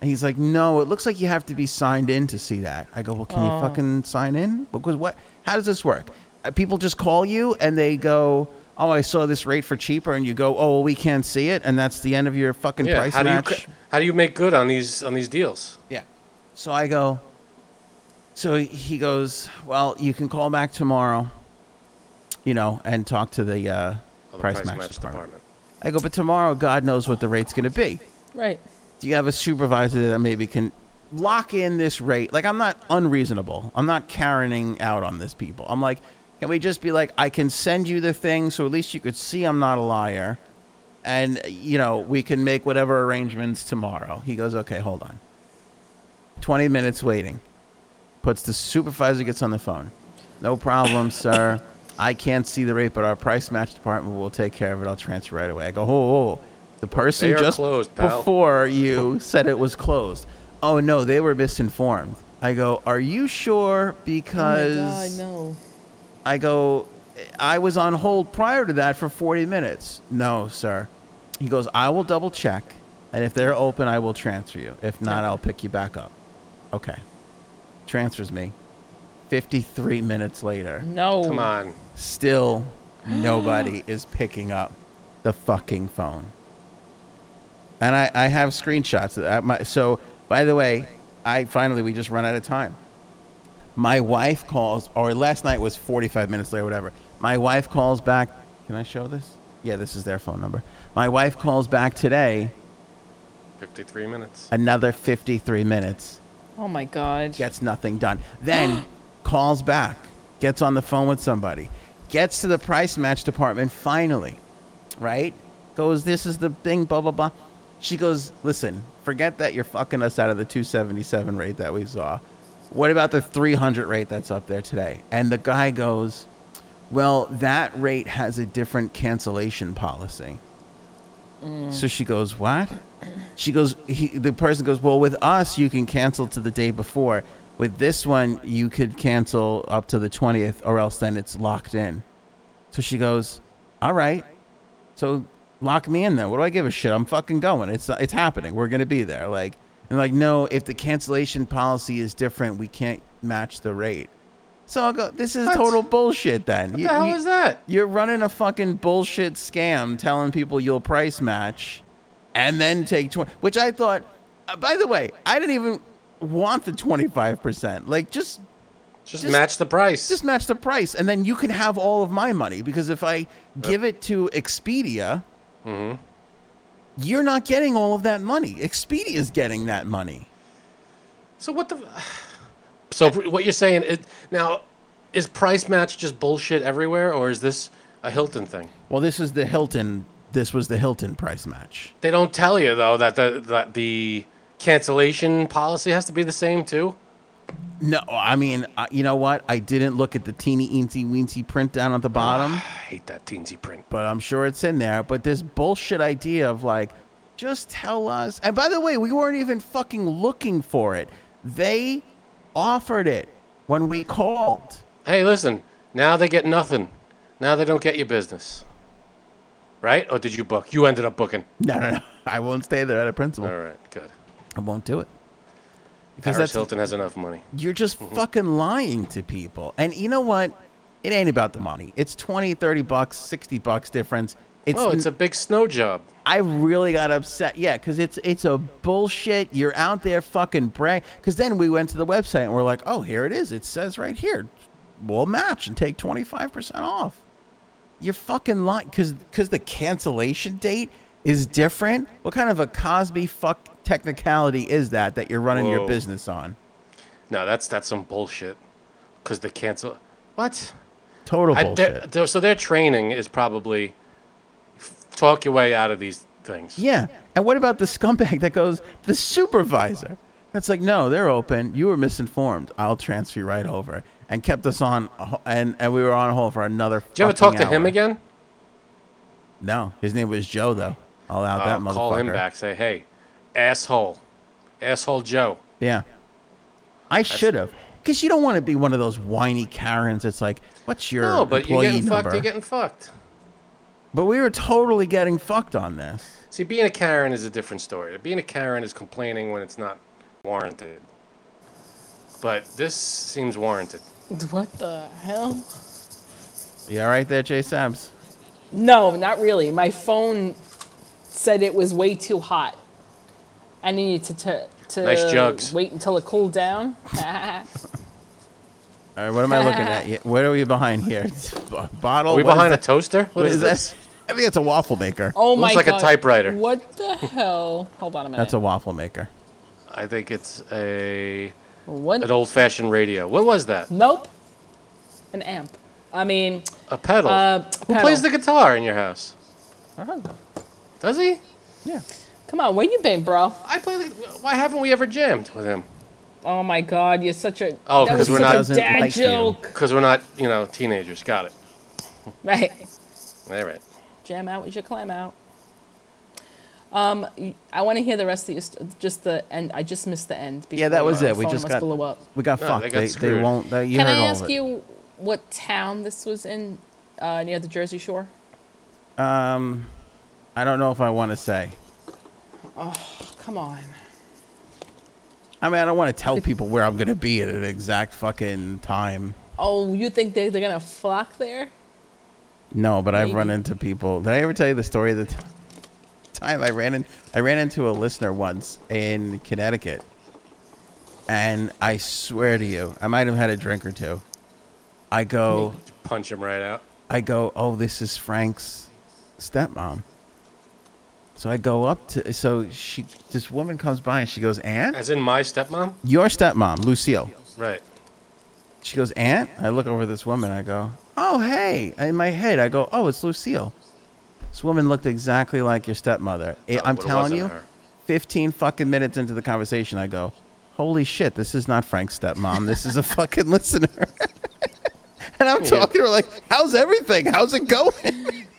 [SPEAKER 1] And he's like, No, it looks like you have to be signed in to see that. I go, Well, can you fucking sign in? Because what? How does this work? Uh, People just call you and they go, Oh, I saw this rate for cheaper. And you go, Oh, well, we can't see it. And that's the end of your fucking
[SPEAKER 2] Yeah.
[SPEAKER 1] price
[SPEAKER 2] How do you
[SPEAKER 1] match.
[SPEAKER 2] co- how do you make good on these on these deals?
[SPEAKER 1] Yeah. So I go. So he goes, well, you can call back tomorrow, you know, and talk to the, uh,
[SPEAKER 2] Oh, the
[SPEAKER 1] price, match, department.
[SPEAKER 2] department.
[SPEAKER 1] I go, but tomorrow, God knows what the rate's going to be.
[SPEAKER 3] Right.
[SPEAKER 1] Do you have a supervisor that maybe can lock in this rate? Like, I'm not unreasonable. I'm not carrying out on this people. I'm like, can we just be like, I can send you the thing so at least you could see I'm not a liar. And, you know, we can make whatever arrangements tomorrow. He goes, okay, hold on. 20 minutes waiting. Puts the supervisor gets on the phone. No problem, sir. I can't see the rate, but our price match department will take care of it. I'll transfer right away. I go, oh, oh. the person
[SPEAKER 2] are
[SPEAKER 1] just
[SPEAKER 2] closed, pal."
[SPEAKER 1] before you said it was closed. Oh no, they were misinformed. I go, are you sure? Because
[SPEAKER 3] oh my God, no.
[SPEAKER 1] I go, I was on hold prior to that for 40 minutes. No, sir. He goes, I will double check. And if they're open, I will transfer you. If not, I'll pick you back up. Okay. Transfers me. 53 minutes later,
[SPEAKER 3] No.
[SPEAKER 2] Come on.
[SPEAKER 1] still nobody is picking up the fucking phone. And I, I have screenshots. Of that. My, so, by the way, I finally, we just run out of time. My wife calls, or last night was 45 minutes later, whatever. My wife calls back. Can I show this? Yeah, this is their phone number. My wife calls back today,
[SPEAKER 2] 53 minutes.
[SPEAKER 1] another 53 minutes,
[SPEAKER 3] Oh my God.
[SPEAKER 1] gets nothing done. Then calls back, gets on the phone with somebody, gets to the price match department finally, right? Goes, this is the thing, blah, blah, blah. She goes, listen, forget that you're fucking us out of the 277 rate that we saw. What about the 300 rate that's up there today? And the guy goes, well, that rate has a different cancellation policy. So she goes, what? She goes, he, the person goes, well, with us, you can cancel to the day before. With this one, you could cancel up to the 20th, or else then it's locked in. So she goes, all right. So lock me in then. What do I give a shit? I'm fucking going. It's it's happening. We're gonna be there. Like and like no. If the cancellation policy is different, we can't match the rate. So I'll go. This is
[SPEAKER 2] What?
[SPEAKER 1] total bullshit. Then
[SPEAKER 2] What the hell is that?
[SPEAKER 1] you're running a fucking bullshit scam telling people you'll price match and then take 20 which i thought uh, by the way i didn't even want the 25% like just
[SPEAKER 2] Just,
[SPEAKER 1] just-
[SPEAKER 2] match the price.
[SPEAKER 1] just match the price and then you can have all of my money because if i give it to expedia you're not getting all of that money expedia's getting that money
[SPEAKER 2] so what the? So what you're saying it, now is price match just bullshit everywhere, or is this a Hilton thing?
[SPEAKER 1] well this is the hilton this was the hilton price match
[SPEAKER 2] They don't tell you though that the that the cancellation policy has to be the same too.
[SPEAKER 1] no i mean I, you know what i didn't look at the teeny eensy weensy print down at the bottom
[SPEAKER 2] I hate that teensy print.
[SPEAKER 1] but I'm sure it's in there. But this bullshit idea of like, just tell us. And by the way, we weren't even fucking looking for it. They offered it when we called.
[SPEAKER 2] Hey, listen. Now they get nothing. Now they don't get your business. Right? Or did you book? You ended up booking.
[SPEAKER 1] No, no, no. I won't stay there at a principal.
[SPEAKER 2] All right, good.
[SPEAKER 1] I won't do it. Because
[SPEAKER 2] Paris
[SPEAKER 1] that's
[SPEAKER 2] Hilton has enough money.
[SPEAKER 1] you're just
[SPEAKER 2] Mm-hmm.
[SPEAKER 1] fucking lying to people. And you know what? It ain't about the money. It's 20, 30 bucks, 60 bucks difference. It's,
[SPEAKER 2] Oh, it's a big snow job.
[SPEAKER 1] I really got upset. Yeah, because it's it's a bullshit. You're out there fucking brag. Because then we went to the website and we're like, oh, here it is. It says right here, we'll match and take twenty five percent off. You're fucking lying because because the cancellation date is different. What kind of a Cosby fuck technicality is that that you're running your
[SPEAKER 2] Whoa.
[SPEAKER 1] business on?
[SPEAKER 2] No, that's that's some bullshit. Cause they cancel. What?
[SPEAKER 1] Total
[SPEAKER 2] I, they're-
[SPEAKER 1] bullshit.
[SPEAKER 2] they're- so their training is probably f- talk your way out of these things.
[SPEAKER 1] Yeah. And what about the scumbag that goes, the supervisor? That's like, no, they're open. You were misinformed. I'll transfer you right over. And kept us on, a ho- and, and we were on hold for another.
[SPEAKER 2] Did you ever
[SPEAKER 1] fucking
[SPEAKER 2] talk to him
[SPEAKER 1] hour.
[SPEAKER 2] again?
[SPEAKER 1] No. His name was Joe, though. I'll out that
[SPEAKER 2] Uh,
[SPEAKER 1] motherfucker.
[SPEAKER 2] call him back. Say, hey, asshole, asshole Joe.
[SPEAKER 1] Yeah. I should have. Because you don't want to be one of those whiny Karens that's like, what's your
[SPEAKER 2] No, but you're
[SPEAKER 1] employee
[SPEAKER 2] getting
[SPEAKER 1] number?
[SPEAKER 2] fucked. You're getting fucked.
[SPEAKER 1] But we were totally getting fucked on this.
[SPEAKER 2] See, being a Karen is a different story. Being a Karen is complaining when it's not warranted. But this seems warranted.
[SPEAKER 3] What the hell?
[SPEAKER 1] You all right there, Jay Sabs?
[SPEAKER 3] No, not really. My phone said it was way too hot. I needed to to, to
[SPEAKER 2] Nice jugs.
[SPEAKER 3] wait until it cooled down.
[SPEAKER 1] All right, what am I looking at? Yeah, What are we behind here? B- Bottle?
[SPEAKER 2] Are we
[SPEAKER 1] Oh, What is
[SPEAKER 2] behind a
[SPEAKER 1] that?
[SPEAKER 2] toaster?
[SPEAKER 1] What is
[SPEAKER 2] this?
[SPEAKER 1] this? I think it's a waffle maker.
[SPEAKER 3] oh my
[SPEAKER 2] Looks like a
[SPEAKER 3] god!
[SPEAKER 2] typewriter.
[SPEAKER 3] What the hell? Hold on a minute.
[SPEAKER 1] That's a waffle maker.
[SPEAKER 2] I think it's a
[SPEAKER 3] what?
[SPEAKER 2] an old-fashioned radio. What was that?
[SPEAKER 3] Nope. An amp. I mean,
[SPEAKER 2] A pedal.
[SPEAKER 3] Uh,
[SPEAKER 2] Oh. Who
[SPEAKER 3] pedal.
[SPEAKER 2] plays the guitar in your house? Does he?
[SPEAKER 1] Yeah.
[SPEAKER 3] come on, where you been, bro?
[SPEAKER 2] I play. The, why haven't we ever jammed with him?
[SPEAKER 3] Oh my god, you're such a
[SPEAKER 2] Oh,
[SPEAKER 3] that
[SPEAKER 2] 'cause
[SPEAKER 3] was
[SPEAKER 2] we're
[SPEAKER 3] such
[SPEAKER 2] not-
[SPEAKER 3] a
[SPEAKER 1] Doesn't
[SPEAKER 3] dad
[SPEAKER 1] like you.
[SPEAKER 3] joke.
[SPEAKER 2] Because we're not, you know, teenagers. Got it.
[SPEAKER 3] Right.
[SPEAKER 2] All right.
[SPEAKER 3] Jam out with your clam out. Um, y- I want to hear the rest of your st- just the end. I just missed the end.
[SPEAKER 1] Yeah, that
[SPEAKER 3] before
[SPEAKER 1] was
[SPEAKER 3] my
[SPEAKER 1] it. We
[SPEAKER 3] phone
[SPEAKER 1] just
[SPEAKER 3] must
[SPEAKER 1] got
[SPEAKER 3] blew up.
[SPEAKER 1] we got
[SPEAKER 2] No,
[SPEAKER 1] fucked.
[SPEAKER 2] they got
[SPEAKER 1] They, they,
[SPEAKER 2] screwed.
[SPEAKER 1] won't. They, you
[SPEAKER 3] Can
[SPEAKER 1] heard
[SPEAKER 3] I
[SPEAKER 1] all
[SPEAKER 3] ask
[SPEAKER 1] of it.
[SPEAKER 3] you what town this was in uh, near the Jersey Shore?
[SPEAKER 1] Um, I don't know if I want to say.
[SPEAKER 3] Come on.
[SPEAKER 1] I mean, I don't want to tell people where I'm gonna be at an exact fucking time.
[SPEAKER 3] Oh, you think they, they're gonna flock there?
[SPEAKER 1] No, but I've run
[SPEAKER 3] Maybe.
[SPEAKER 1] into people. Did I ever tell you the story of the t- time I ran in? I ran into a listener once in Connecticut, and I swear to you, I might have had a drink or two. I go,
[SPEAKER 2] Punch him right out.
[SPEAKER 1] I go, oh, this is Frank's stepmom. So I go up to, so she, this woman comes by and she goes, Aunt,
[SPEAKER 2] As in my stepmom.
[SPEAKER 1] your stepmom, Lucille.
[SPEAKER 2] Right.
[SPEAKER 1] She goes, Aunt? I look over this woman. I go, Oh, hey. In my head, I go, Oh, it's Lucille. This woman looked exactly like your stepmother. I-
[SPEAKER 2] Oh,
[SPEAKER 1] I'm
[SPEAKER 2] but it
[SPEAKER 1] telling
[SPEAKER 2] wasn't
[SPEAKER 1] you,
[SPEAKER 2] her.
[SPEAKER 1] 15 fucking minutes into the conversation, I go, Holy shit, this is not Frank's stepmom. This is a fucking listener. and I'm talking to her like, How's everything? How's it going?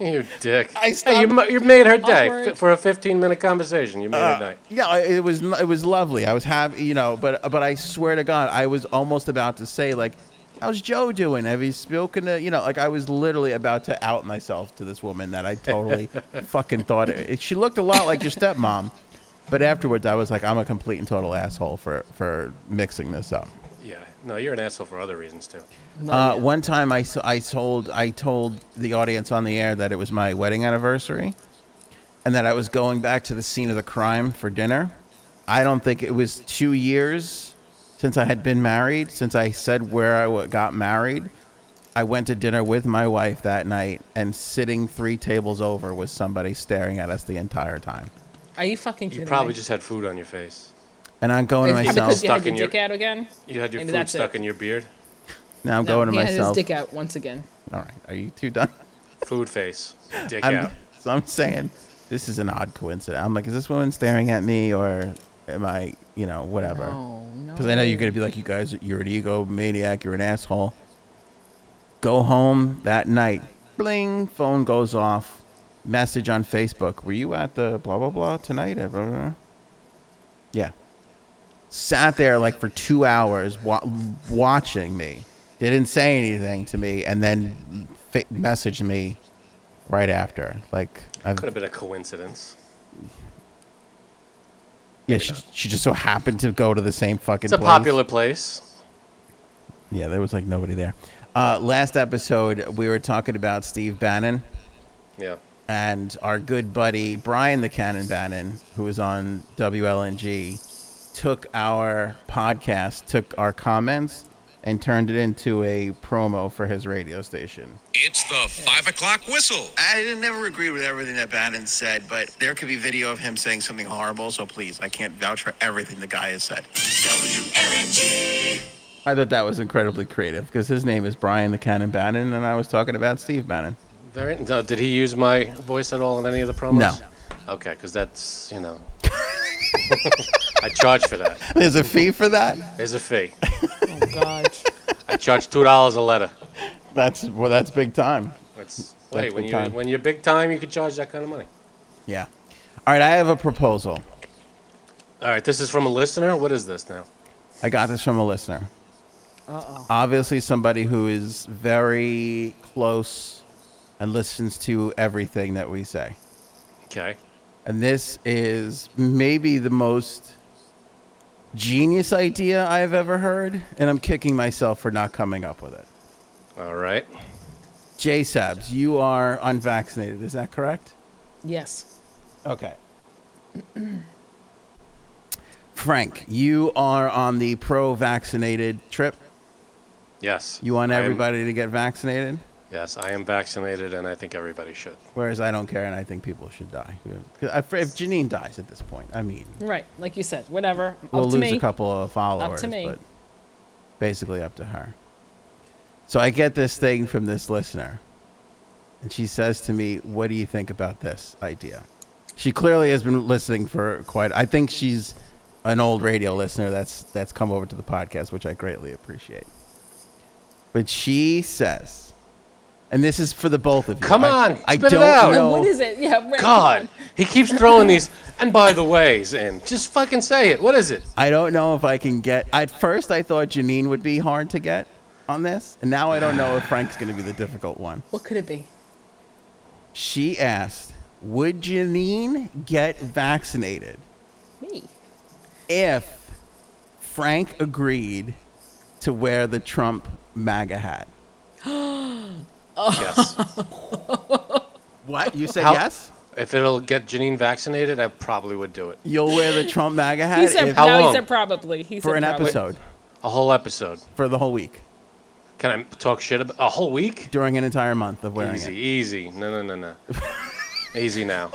[SPEAKER 2] You dick.
[SPEAKER 1] I
[SPEAKER 2] Hey, you,
[SPEAKER 1] stopped-
[SPEAKER 2] mu- you made her day
[SPEAKER 3] Awkward.
[SPEAKER 2] f- for a 15 minute conversation. You made her night.
[SPEAKER 1] Uh, Yeah, I- it was n- it was lovely. I was happy, you know, but but I swear to God, I was almost about to say like, "How's Joe doing? Have you spoken to you know?" Like I was literally about to out myself to this woman that I totally fucking thought it, it- She looked a lot like your stepmom, but afterwards I was like, "I'm a complete and total asshole for for mixing this up."
[SPEAKER 2] Yeah. No, you're an asshole for other reasons too.
[SPEAKER 3] Oh,
[SPEAKER 1] Uh, one time I, s- I told I told the audience on the air that it was my wedding anniversary, and that I was going back to the scene of the crime for dinner. I don't think it was two years since I had been married. Since I said where I wa- got married, I went to dinner with my wife that night, and sitting three tables over was somebody staring at us the entire time.
[SPEAKER 3] Are you fucking
[SPEAKER 2] You
[SPEAKER 3] kidding
[SPEAKER 2] probably
[SPEAKER 3] me?
[SPEAKER 2] just had food on your face.
[SPEAKER 1] And I'm going to
[SPEAKER 3] Is it
[SPEAKER 1] myself.
[SPEAKER 3] because you had
[SPEAKER 2] Stuck in
[SPEAKER 3] your
[SPEAKER 2] your-
[SPEAKER 3] dick out again?
[SPEAKER 2] You had your
[SPEAKER 3] Maybe
[SPEAKER 2] food
[SPEAKER 3] that's
[SPEAKER 2] stuck
[SPEAKER 3] it.
[SPEAKER 2] in your beard.
[SPEAKER 1] Now I'm
[SPEAKER 3] No,
[SPEAKER 1] going to
[SPEAKER 3] he had his
[SPEAKER 1] myself.
[SPEAKER 3] dick out once again.
[SPEAKER 1] All right, are you two done?
[SPEAKER 2] Food face. Dick
[SPEAKER 1] I'm,
[SPEAKER 2] out.
[SPEAKER 1] So I'm saying this is an odd coincidence. I'm like, is this woman staring at me or am I, you know, whatever?
[SPEAKER 3] Oh no.
[SPEAKER 1] Because I know you're going to be like, you guys, you're an ego maniac, you're an asshole. Go home that night. Bling, phone goes off. Message on Facebook. Were you at the blah, blah, blah tonight? Uh, blah, blah. Yeah. Sat there like for two hours wa- watching me. Didn't say anything to me and then fa- messaged me right after. Like, I've,
[SPEAKER 2] Could have been a coincidence.
[SPEAKER 1] yeah, she, she just so happened to go to the same fucking
[SPEAKER 2] It's a
[SPEAKER 1] place.
[SPEAKER 2] popular place.
[SPEAKER 1] Yeah, there was like nobody there. Uh, last episode, we were talking about Steve Bannon
[SPEAKER 2] Yeah.
[SPEAKER 1] and our good buddy Brian the Cannon Bannon, who was on WLNG, took our podcast, took our comments, and turned it into a promo for his radio station.
[SPEAKER 4] It's the five o'clock whistle.
[SPEAKER 5] I didn't never agree with everything that Bannon said, but there could be video of him saying something horrible. So please, I can't vouch for everything the guy has said.
[SPEAKER 1] I thought that was incredibly creative because his name is Brian the Cannon Bannon, and I was talking about Steve Bannon.
[SPEAKER 2] Very, no, did he use my voice at all in any of the promos?
[SPEAKER 1] No.
[SPEAKER 2] Okay, because that's, you know, I charge for that.
[SPEAKER 1] There's a fee for that.
[SPEAKER 2] There's a fee.
[SPEAKER 3] Oh, God.
[SPEAKER 2] I charge $2 a letter.
[SPEAKER 1] That's well, that's big time.
[SPEAKER 2] That's,
[SPEAKER 1] That's
[SPEAKER 2] hey, when,
[SPEAKER 1] big
[SPEAKER 2] you,
[SPEAKER 1] time.
[SPEAKER 2] when you're big time, you can charge that kind of money.
[SPEAKER 1] Yeah. All right, I have a proposal.
[SPEAKER 2] All right, this is from a listener. What is this now?
[SPEAKER 1] I got this from a listener.
[SPEAKER 3] Uh-oh.
[SPEAKER 1] Obviously, somebody who is very close and listens to everything that we say.
[SPEAKER 2] Okay.
[SPEAKER 1] And this is maybe the most genius idea I've ever heard, and I'm kicking myself for not coming up with it.
[SPEAKER 2] All right.
[SPEAKER 1] J Sabs, you are unvaccinated, is that correct?
[SPEAKER 3] Yes.
[SPEAKER 1] Okay. Frank, you are on the pro vaccinated trip.
[SPEAKER 2] Yes.
[SPEAKER 1] You want
[SPEAKER 2] I am-
[SPEAKER 1] everybody to get vaccinated?
[SPEAKER 2] yes, I am vaccinated, and I think everybody should.
[SPEAKER 1] Whereas I don't care and I think people should die. Yeah. If if Janine dies at this point, I mean,
[SPEAKER 3] Right. Like you said, whatever.
[SPEAKER 1] we'll
[SPEAKER 3] Up to
[SPEAKER 1] lose
[SPEAKER 3] me.
[SPEAKER 1] a couple of followers.
[SPEAKER 3] me.
[SPEAKER 1] But basically up to her. So I get this thing from this listener. And she says to me, What do you think about this idea? She clearly has been listening for quite I think she's an old radio listener that's that's come over to the podcast, which I greatly appreciate. But she says, and this is for the both of you.
[SPEAKER 2] Come
[SPEAKER 1] I-
[SPEAKER 2] on,
[SPEAKER 1] I,
[SPEAKER 2] spit it
[SPEAKER 1] don't
[SPEAKER 2] out.
[SPEAKER 1] know.
[SPEAKER 3] And what is it? Yeah. Right.
[SPEAKER 2] God, he keeps throwing these. And by the ways, and just fucking say it. What is it?
[SPEAKER 1] I don't know if I can get. At first, I thought Janine would be hard to get on this, and now I don't know if Frank's going to be the difficult one.
[SPEAKER 3] What could it be?
[SPEAKER 1] She asked, "Would Janine get vaccinated
[SPEAKER 3] Me.
[SPEAKER 1] if Frank agreed to wear the Trump MAGA hat?"
[SPEAKER 2] Yes.
[SPEAKER 1] What you said?
[SPEAKER 2] How-
[SPEAKER 1] yes.
[SPEAKER 2] if it'll get Janine vaccinated, I probably would do it.
[SPEAKER 1] You'll wear the Trump MAGA
[SPEAKER 3] He
[SPEAKER 1] hat
[SPEAKER 3] said,
[SPEAKER 1] if-
[SPEAKER 2] How
[SPEAKER 3] now
[SPEAKER 2] long?
[SPEAKER 3] he said probably. He
[SPEAKER 1] for
[SPEAKER 3] said
[SPEAKER 1] an
[SPEAKER 3] probably.
[SPEAKER 1] episode
[SPEAKER 2] A whole episode.
[SPEAKER 1] for the whole week
[SPEAKER 2] Can I talk shit about a whole week?
[SPEAKER 1] during an entire month of wearing
[SPEAKER 2] Easy,
[SPEAKER 1] it.
[SPEAKER 2] easy. No, no, no, no. easy now.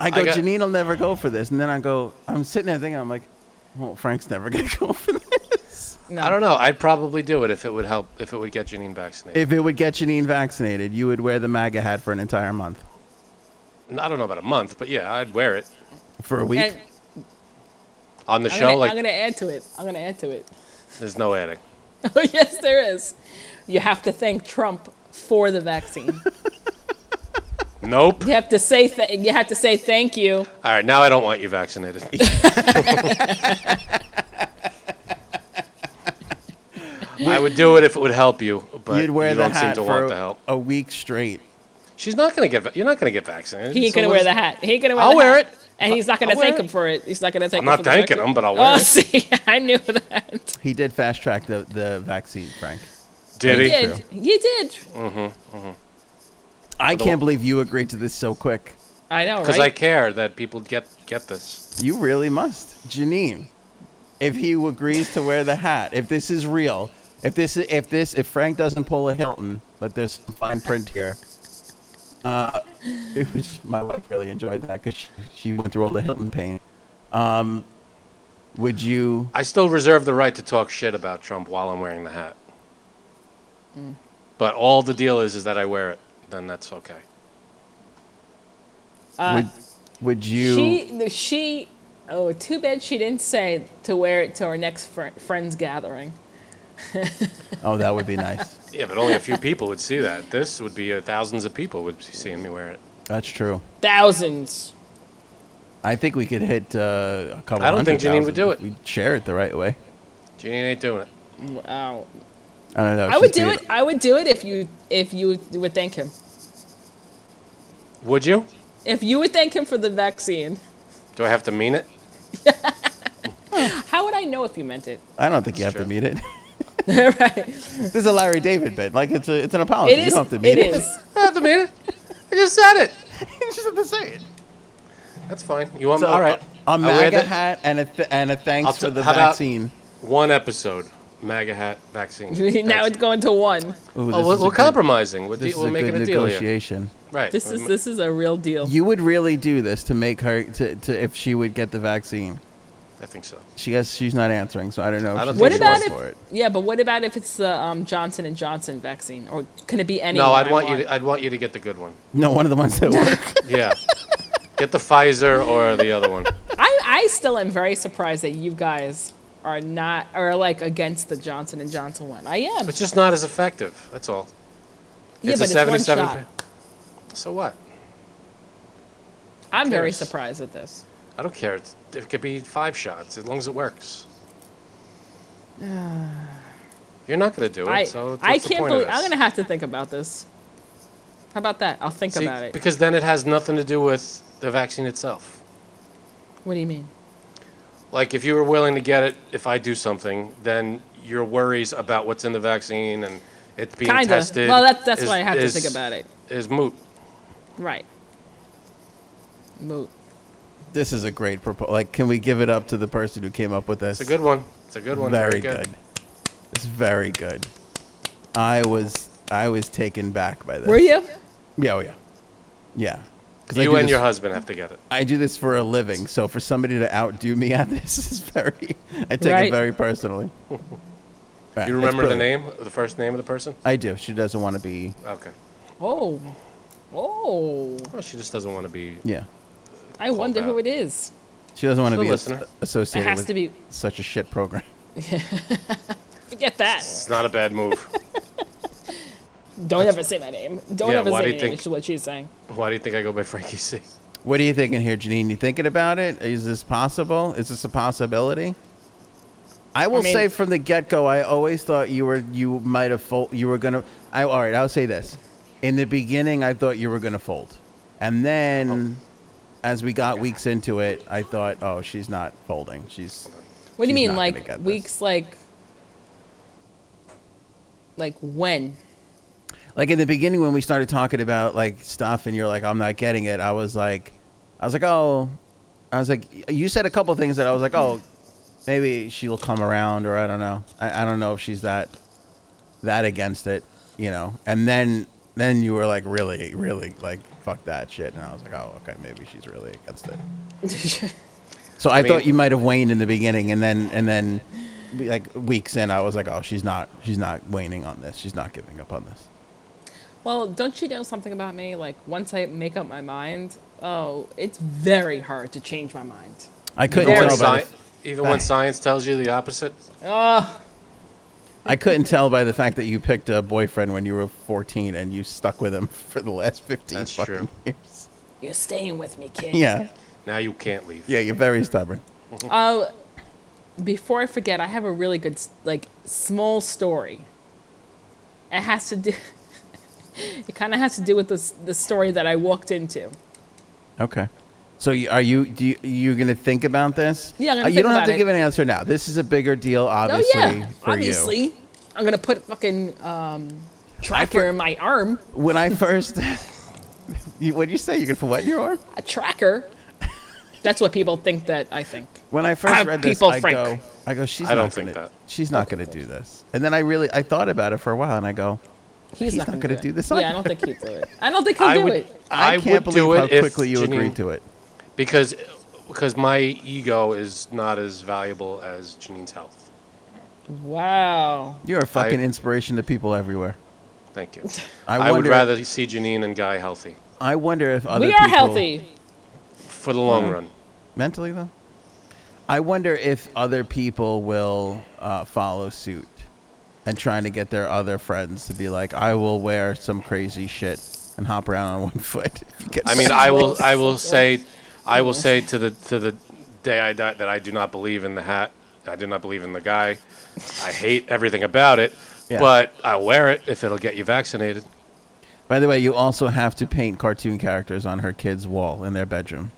[SPEAKER 1] I go,
[SPEAKER 2] got-
[SPEAKER 1] Janine will never go for this, and then I go, I'm sitting there thinking, I'm like, well, Frank's never gonna go for this.
[SPEAKER 3] No.
[SPEAKER 2] I don't know. I'd probably do it if it would help. If it would get Janine vaccinated.
[SPEAKER 1] If it would get Janine vaccinated, you would wear the MAGA hat for an entire month.
[SPEAKER 2] I don't know about a month, but yeah, I'd wear it
[SPEAKER 1] For a week?
[SPEAKER 3] And
[SPEAKER 2] on the
[SPEAKER 3] I'm
[SPEAKER 2] show.
[SPEAKER 3] gonna,
[SPEAKER 2] like,
[SPEAKER 3] I'm gonna add to it. I'm gonna add to it.
[SPEAKER 2] there's no adding.
[SPEAKER 3] Oh yes, there is. You have to thank Trump for the vaccine.
[SPEAKER 2] Nope.
[SPEAKER 3] You have to say th- you have to say thank you.
[SPEAKER 2] All right, now I don't want you vaccinated. I would do it if it would help you, but
[SPEAKER 1] You'd wear
[SPEAKER 2] you
[SPEAKER 1] the
[SPEAKER 2] don't seem
[SPEAKER 1] hat
[SPEAKER 2] to
[SPEAKER 1] for
[SPEAKER 2] want the help.
[SPEAKER 1] a week straight.
[SPEAKER 2] She's not gonna get. va- You're not gonna get vaccinated.
[SPEAKER 3] He ain't
[SPEAKER 2] so
[SPEAKER 3] gonna
[SPEAKER 2] what
[SPEAKER 3] wear
[SPEAKER 2] is-
[SPEAKER 3] the hat. He ain't gonna wear
[SPEAKER 2] I'll
[SPEAKER 3] the
[SPEAKER 2] wear
[SPEAKER 3] hat.
[SPEAKER 2] it.
[SPEAKER 3] And he's not gonna
[SPEAKER 2] I'll wear
[SPEAKER 3] thank
[SPEAKER 2] it.
[SPEAKER 3] him for it. He's not gonna thank
[SPEAKER 2] I'm
[SPEAKER 3] him.
[SPEAKER 2] not
[SPEAKER 3] for the
[SPEAKER 2] thanking
[SPEAKER 3] vaccine.
[SPEAKER 2] him, but I'll wear
[SPEAKER 3] Oh,
[SPEAKER 2] it.
[SPEAKER 3] see, I knew that.
[SPEAKER 1] He did fast track the, the vaccine, Frank.
[SPEAKER 2] Did
[SPEAKER 3] You
[SPEAKER 2] he?
[SPEAKER 3] did. You did.
[SPEAKER 1] I can't believe you agreed to this so quick.
[SPEAKER 3] I know,
[SPEAKER 2] Because I
[SPEAKER 3] right?
[SPEAKER 2] care that people get get this.
[SPEAKER 1] You really must. Janine, if he agrees to wear the hat, if this is real, if this if this if Frank doesn't pull a Hilton, but there's some fine print here. Uh, it was my wife really enjoyed that because she, she went through all the Hilton pain. Um, would you
[SPEAKER 2] I still reserve the right to talk shit about Trump while I'm wearing the hat.
[SPEAKER 1] Mm.
[SPEAKER 2] But all the deal is is that I wear it. Then that's okay.
[SPEAKER 3] Uh,
[SPEAKER 1] would, would you
[SPEAKER 3] She, she, oh, too bad she didn't say to wear it to our next fr- friends gathering.
[SPEAKER 1] oh that would be nice
[SPEAKER 2] Yeah, but only a few people would see that. This would be uh, thousands of people would be seeing me wear it.
[SPEAKER 1] that's true
[SPEAKER 3] Thousands.
[SPEAKER 1] i think we could hit uh, a couple
[SPEAKER 2] I don't think
[SPEAKER 1] hundred
[SPEAKER 2] Janine
[SPEAKER 1] thousand
[SPEAKER 2] would do
[SPEAKER 1] if
[SPEAKER 2] it.
[SPEAKER 1] we share it the right way
[SPEAKER 2] Janine ain't doing it.
[SPEAKER 3] Wow.
[SPEAKER 1] i don't know
[SPEAKER 3] I would
[SPEAKER 1] she's
[SPEAKER 3] do
[SPEAKER 1] being-
[SPEAKER 3] it. I would do it if you if you would thank him.
[SPEAKER 2] Would you?
[SPEAKER 3] If you would thank him for the vaccine.
[SPEAKER 2] Do I have to mean it?
[SPEAKER 3] How would I know if you meant it?
[SPEAKER 1] i don't think you have
[SPEAKER 2] true.
[SPEAKER 1] to meet it
[SPEAKER 3] right.
[SPEAKER 1] this is a larry david bit like it's a, it's an
[SPEAKER 2] Oh,
[SPEAKER 1] apology
[SPEAKER 3] It
[SPEAKER 1] you
[SPEAKER 3] is.
[SPEAKER 1] don't have to meet
[SPEAKER 3] It
[SPEAKER 1] it,
[SPEAKER 3] is.
[SPEAKER 2] I don't have to mean it. I just said it.
[SPEAKER 1] you just have to say it
[SPEAKER 2] That's fine. You want
[SPEAKER 1] so,
[SPEAKER 2] all right?
[SPEAKER 1] a
[SPEAKER 2] I wear
[SPEAKER 1] MAGA
[SPEAKER 2] the-
[SPEAKER 1] hat and a, th- and a thanks
[SPEAKER 2] I'll
[SPEAKER 1] for
[SPEAKER 2] t-
[SPEAKER 1] the
[SPEAKER 2] how about-
[SPEAKER 1] vaccine.
[SPEAKER 2] One episode. MAGA hat vaccine.
[SPEAKER 3] now it's going to one.
[SPEAKER 1] Ooh,
[SPEAKER 2] Oh,
[SPEAKER 1] this
[SPEAKER 2] we're,
[SPEAKER 1] is a
[SPEAKER 2] we're
[SPEAKER 1] good-
[SPEAKER 2] compromising. We're, de-
[SPEAKER 1] This
[SPEAKER 2] we're
[SPEAKER 1] is a
[SPEAKER 2] making
[SPEAKER 1] good
[SPEAKER 2] a deal here.
[SPEAKER 1] negotiation.
[SPEAKER 2] Right. Mm,
[SPEAKER 3] This
[SPEAKER 2] we're
[SPEAKER 3] is
[SPEAKER 2] ma-
[SPEAKER 3] this is a real deal.
[SPEAKER 1] You would really do this to make her to, to if she would get the vaccine.
[SPEAKER 2] I think so.
[SPEAKER 1] She guess she's not answering, so I don't know.
[SPEAKER 2] I
[SPEAKER 1] if
[SPEAKER 2] don't
[SPEAKER 1] she's
[SPEAKER 3] What
[SPEAKER 2] think she
[SPEAKER 1] gonna
[SPEAKER 3] about
[SPEAKER 2] wants
[SPEAKER 1] vote for
[SPEAKER 3] if?
[SPEAKER 1] it.
[SPEAKER 3] Yeah, but what about if it's the um, Johnson and Johnson vaccine, or can it be any?
[SPEAKER 2] No,
[SPEAKER 3] one
[SPEAKER 2] I'd
[SPEAKER 3] I
[SPEAKER 2] want you. To, I'd want you to get the good one.
[SPEAKER 1] No, one of the ones that work.
[SPEAKER 2] Yeah, get the Pfizer or the other one.
[SPEAKER 3] I, I still am very surprised that you guys are not are like against the Johnson and Johnson one. I am.
[SPEAKER 2] It's just not as effective. That's all.
[SPEAKER 3] yeah,
[SPEAKER 2] it's
[SPEAKER 3] but
[SPEAKER 2] a
[SPEAKER 3] it's one
[SPEAKER 2] 77
[SPEAKER 3] shot.
[SPEAKER 2] So what?
[SPEAKER 3] I'm very
[SPEAKER 2] cares?
[SPEAKER 3] surprised at this.
[SPEAKER 2] I don't care. It's, it could be five shots as long as it works. You're not going to do it,
[SPEAKER 3] I
[SPEAKER 2] so
[SPEAKER 3] I
[SPEAKER 2] what's the
[SPEAKER 3] can't
[SPEAKER 2] point of
[SPEAKER 3] believe I'm
[SPEAKER 2] this?
[SPEAKER 3] gonna have to think about this. How about that? I'll think
[SPEAKER 2] See,
[SPEAKER 3] about it.
[SPEAKER 2] Because then it has nothing to do with the vaccine itself.
[SPEAKER 3] What do you mean?
[SPEAKER 2] Like, if you were willing to get it, if I do something, then your worries about what's in the vaccine and it being
[SPEAKER 3] Kinda.
[SPEAKER 2] tested.
[SPEAKER 3] Well, that's that's
[SPEAKER 2] is-
[SPEAKER 3] why I have
[SPEAKER 2] is-
[SPEAKER 3] to think about it.
[SPEAKER 2] Is moot.
[SPEAKER 3] Right. Moot.
[SPEAKER 1] This is a great proposal. Like, can we give it up to the person who came up with this?
[SPEAKER 2] It's a good one. It's a good one.
[SPEAKER 1] Very good. It's very good. I was I was taken back by this.
[SPEAKER 3] Were you?
[SPEAKER 1] Yeah, oh yeah, yeah. 'Cause I
[SPEAKER 2] You
[SPEAKER 1] do
[SPEAKER 2] and
[SPEAKER 1] this-
[SPEAKER 2] your husband have to get it.
[SPEAKER 1] I do this for a living, so for somebody to outdo me at this is very. I take
[SPEAKER 3] Right.
[SPEAKER 1] it very personally. Yeah, it's
[SPEAKER 2] You remember the
[SPEAKER 1] brilliant.
[SPEAKER 2] name, the first name of the person?
[SPEAKER 1] I do. She doesn't want to be.
[SPEAKER 2] Okay.
[SPEAKER 3] Oh. Oh.
[SPEAKER 2] Well, she just doesn't want to be.
[SPEAKER 1] Yeah,
[SPEAKER 3] I wonder
[SPEAKER 2] out.
[SPEAKER 3] who it is.
[SPEAKER 1] she doesn't want to
[SPEAKER 2] She's a
[SPEAKER 1] be as-
[SPEAKER 2] listener.
[SPEAKER 1] associated
[SPEAKER 3] It has
[SPEAKER 1] with
[SPEAKER 3] to be-
[SPEAKER 1] such a shit program.
[SPEAKER 3] Forget that.
[SPEAKER 2] It's not a bad move.
[SPEAKER 3] Don't ever say my name. Don't
[SPEAKER 2] Yeah,
[SPEAKER 3] ever
[SPEAKER 2] why
[SPEAKER 3] say
[SPEAKER 2] do
[SPEAKER 3] my
[SPEAKER 2] you
[SPEAKER 3] name.
[SPEAKER 2] think-
[SPEAKER 3] Is what she's saying.
[SPEAKER 2] Why do you think I go by Frankie C?
[SPEAKER 1] What are you thinking here, Janine? You thinking about it? Is this possible? Is this a possibility? I will
[SPEAKER 3] mean-
[SPEAKER 1] say from the get go, I always thought you were you might have fold. You were gonna. I all right. I'll say this. In the beginning, I thought you were gonna fold, and then as we got weeks into it, I thought, oh, she's not folding. She's.
[SPEAKER 3] What do you
[SPEAKER 1] She's
[SPEAKER 3] mean,
[SPEAKER 1] not gonna
[SPEAKER 3] like
[SPEAKER 1] get this.
[SPEAKER 3] weeks, like, like when?
[SPEAKER 1] like in the beginning when we started talking about like stuff and you're like i'm not getting it i was like i was like oh i was like you said a couple things that i was like oh maybe she'll come around or i don't know i, I don't know if she's that that against it you know and then then you were like really really like fuck that shit and i was like oh okay maybe she's really against it so i,
[SPEAKER 2] mean-
[SPEAKER 1] thought you might have waned in the beginning and then and then like weeks in i was like oh she's not she's not waning on this she's not giving up on this
[SPEAKER 3] well, don't you know something about me? Like, once I make up my mind, oh, it's very hard to change my mind.
[SPEAKER 1] I couldn't
[SPEAKER 2] Even
[SPEAKER 3] Very
[SPEAKER 2] when,
[SPEAKER 1] tell by
[SPEAKER 2] sci-
[SPEAKER 1] the,
[SPEAKER 2] even when science tells you the opposite,
[SPEAKER 1] I couldn't tell by the fact that you picked a boyfriend when you were 14 and you stuck with him for the last 15
[SPEAKER 2] That's
[SPEAKER 1] fucking
[SPEAKER 2] true.
[SPEAKER 1] years.
[SPEAKER 3] You're staying with me, kid.
[SPEAKER 1] Yeah.
[SPEAKER 2] now you can't leave.
[SPEAKER 1] Yeah, you're very stubborn.
[SPEAKER 3] Oh, before I forget, I have a really good, s- like, small story. It has to do. it kind of has to do with this the story that I walked into.
[SPEAKER 1] Okay. So you, are you do you, you going to think about this?
[SPEAKER 3] Yeah, I'm gonna
[SPEAKER 1] Uh, you
[SPEAKER 3] think
[SPEAKER 1] don't have
[SPEAKER 3] about
[SPEAKER 1] to
[SPEAKER 3] it.
[SPEAKER 1] give an answer now. This is a bigger deal
[SPEAKER 3] Oh
[SPEAKER 1] obviously
[SPEAKER 3] yeah,
[SPEAKER 1] for
[SPEAKER 3] obviously.
[SPEAKER 1] you.
[SPEAKER 3] I'm gonna put fucking um, tracker in my arm.
[SPEAKER 1] When I first you, what do you say you're going to what your arm?
[SPEAKER 3] A tracker. That's what people think that I think.
[SPEAKER 1] When I first
[SPEAKER 3] Ah,
[SPEAKER 1] read this,
[SPEAKER 3] people,
[SPEAKER 1] I
[SPEAKER 3] Frank.
[SPEAKER 1] go, I go, she's
[SPEAKER 2] I don't
[SPEAKER 1] not
[SPEAKER 2] think
[SPEAKER 1] gonna,
[SPEAKER 2] that.
[SPEAKER 1] She's not going to do this. And then I really, I thought about it for a while, and I go, He's
[SPEAKER 3] He's, not,
[SPEAKER 1] not
[SPEAKER 3] gonna
[SPEAKER 1] gonna do this
[SPEAKER 3] Yeah,
[SPEAKER 1] either.
[SPEAKER 3] I don't think he'll do it. I don't think he'll
[SPEAKER 2] I
[SPEAKER 3] do
[SPEAKER 2] would,
[SPEAKER 3] it.
[SPEAKER 1] I,
[SPEAKER 2] I
[SPEAKER 1] can't
[SPEAKER 2] would do
[SPEAKER 1] believe how
[SPEAKER 2] it if
[SPEAKER 1] quickly you agreed
[SPEAKER 2] Janine-
[SPEAKER 1] to it.
[SPEAKER 2] because because my ego is not as valuable as Janine's health.
[SPEAKER 3] Wow.
[SPEAKER 1] You're a fucking
[SPEAKER 2] I-
[SPEAKER 1] inspiration to people everywhere.
[SPEAKER 2] Thank you.
[SPEAKER 1] I
[SPEAKER 2] I, would
[SPEAKER 1] wonder-
[SPEAKER 2] rather see Janine and Guy healthy
[SPEAKER 1] I wonder if other
[SPEAKER 3] we are
[SPEAKER 1] people,
[SPEAKER 3] healthy.
[SPEAKER 2] for the
[SPEAKER 1] Hmm.
[SPEAKER 2] long run.
[SPEAKER 1] mentally though. I wonder if other people will uh, follow suit and trying to get their other friends to be like, I will wear some crazy shit and hop around on one foot. Get
[SPEAKER 2] I mean, I will I will say I will say to the to the day I die that I do not believe in the hat. I do not believe in the guy. I hate everything about it,
[SPEAKER 1] Yeah.
[SPEAKER 2] but I'll wear it if it'll get you vaccinated.
[SPEAKER 1] By the way, you also have to paint cartoon characters on her kid's wall in their bedroom.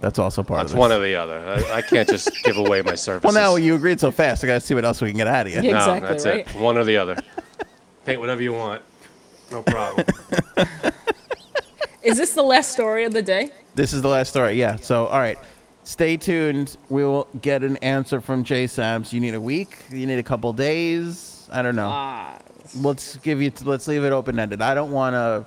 [SPEAKER 1] That's also part
[SPEAKER 2] That's
[SPEAKER 1] of it.
[SPEAKER 2] one or the other. I, I can't just give away my services.
[SPEAKER 1] Well, now you agreed so fast. I gotta see what else we can get out of you.
[SPEAKER 3] Yeah.
[SPEAKER 2] no,
[SPEAKER 3] Exactly,
[SPEAKER 2] that's it.
[SPEAKER 3] right?
[SPEAKER 2] One or the other. Paint whatever you want. No problem.
[SPEAKER 3] Is this the last story of the day?
[SPEAKER 1] This is the last story. Yeah. So, all right. Stay tuned. We will get an answer from J Sam's. You need a week. You need a couple days. I don't know.
[SPEAKER 3] Ah,
[SPEAKER 1] let's give you. Let's leave it open ended. I don't want to.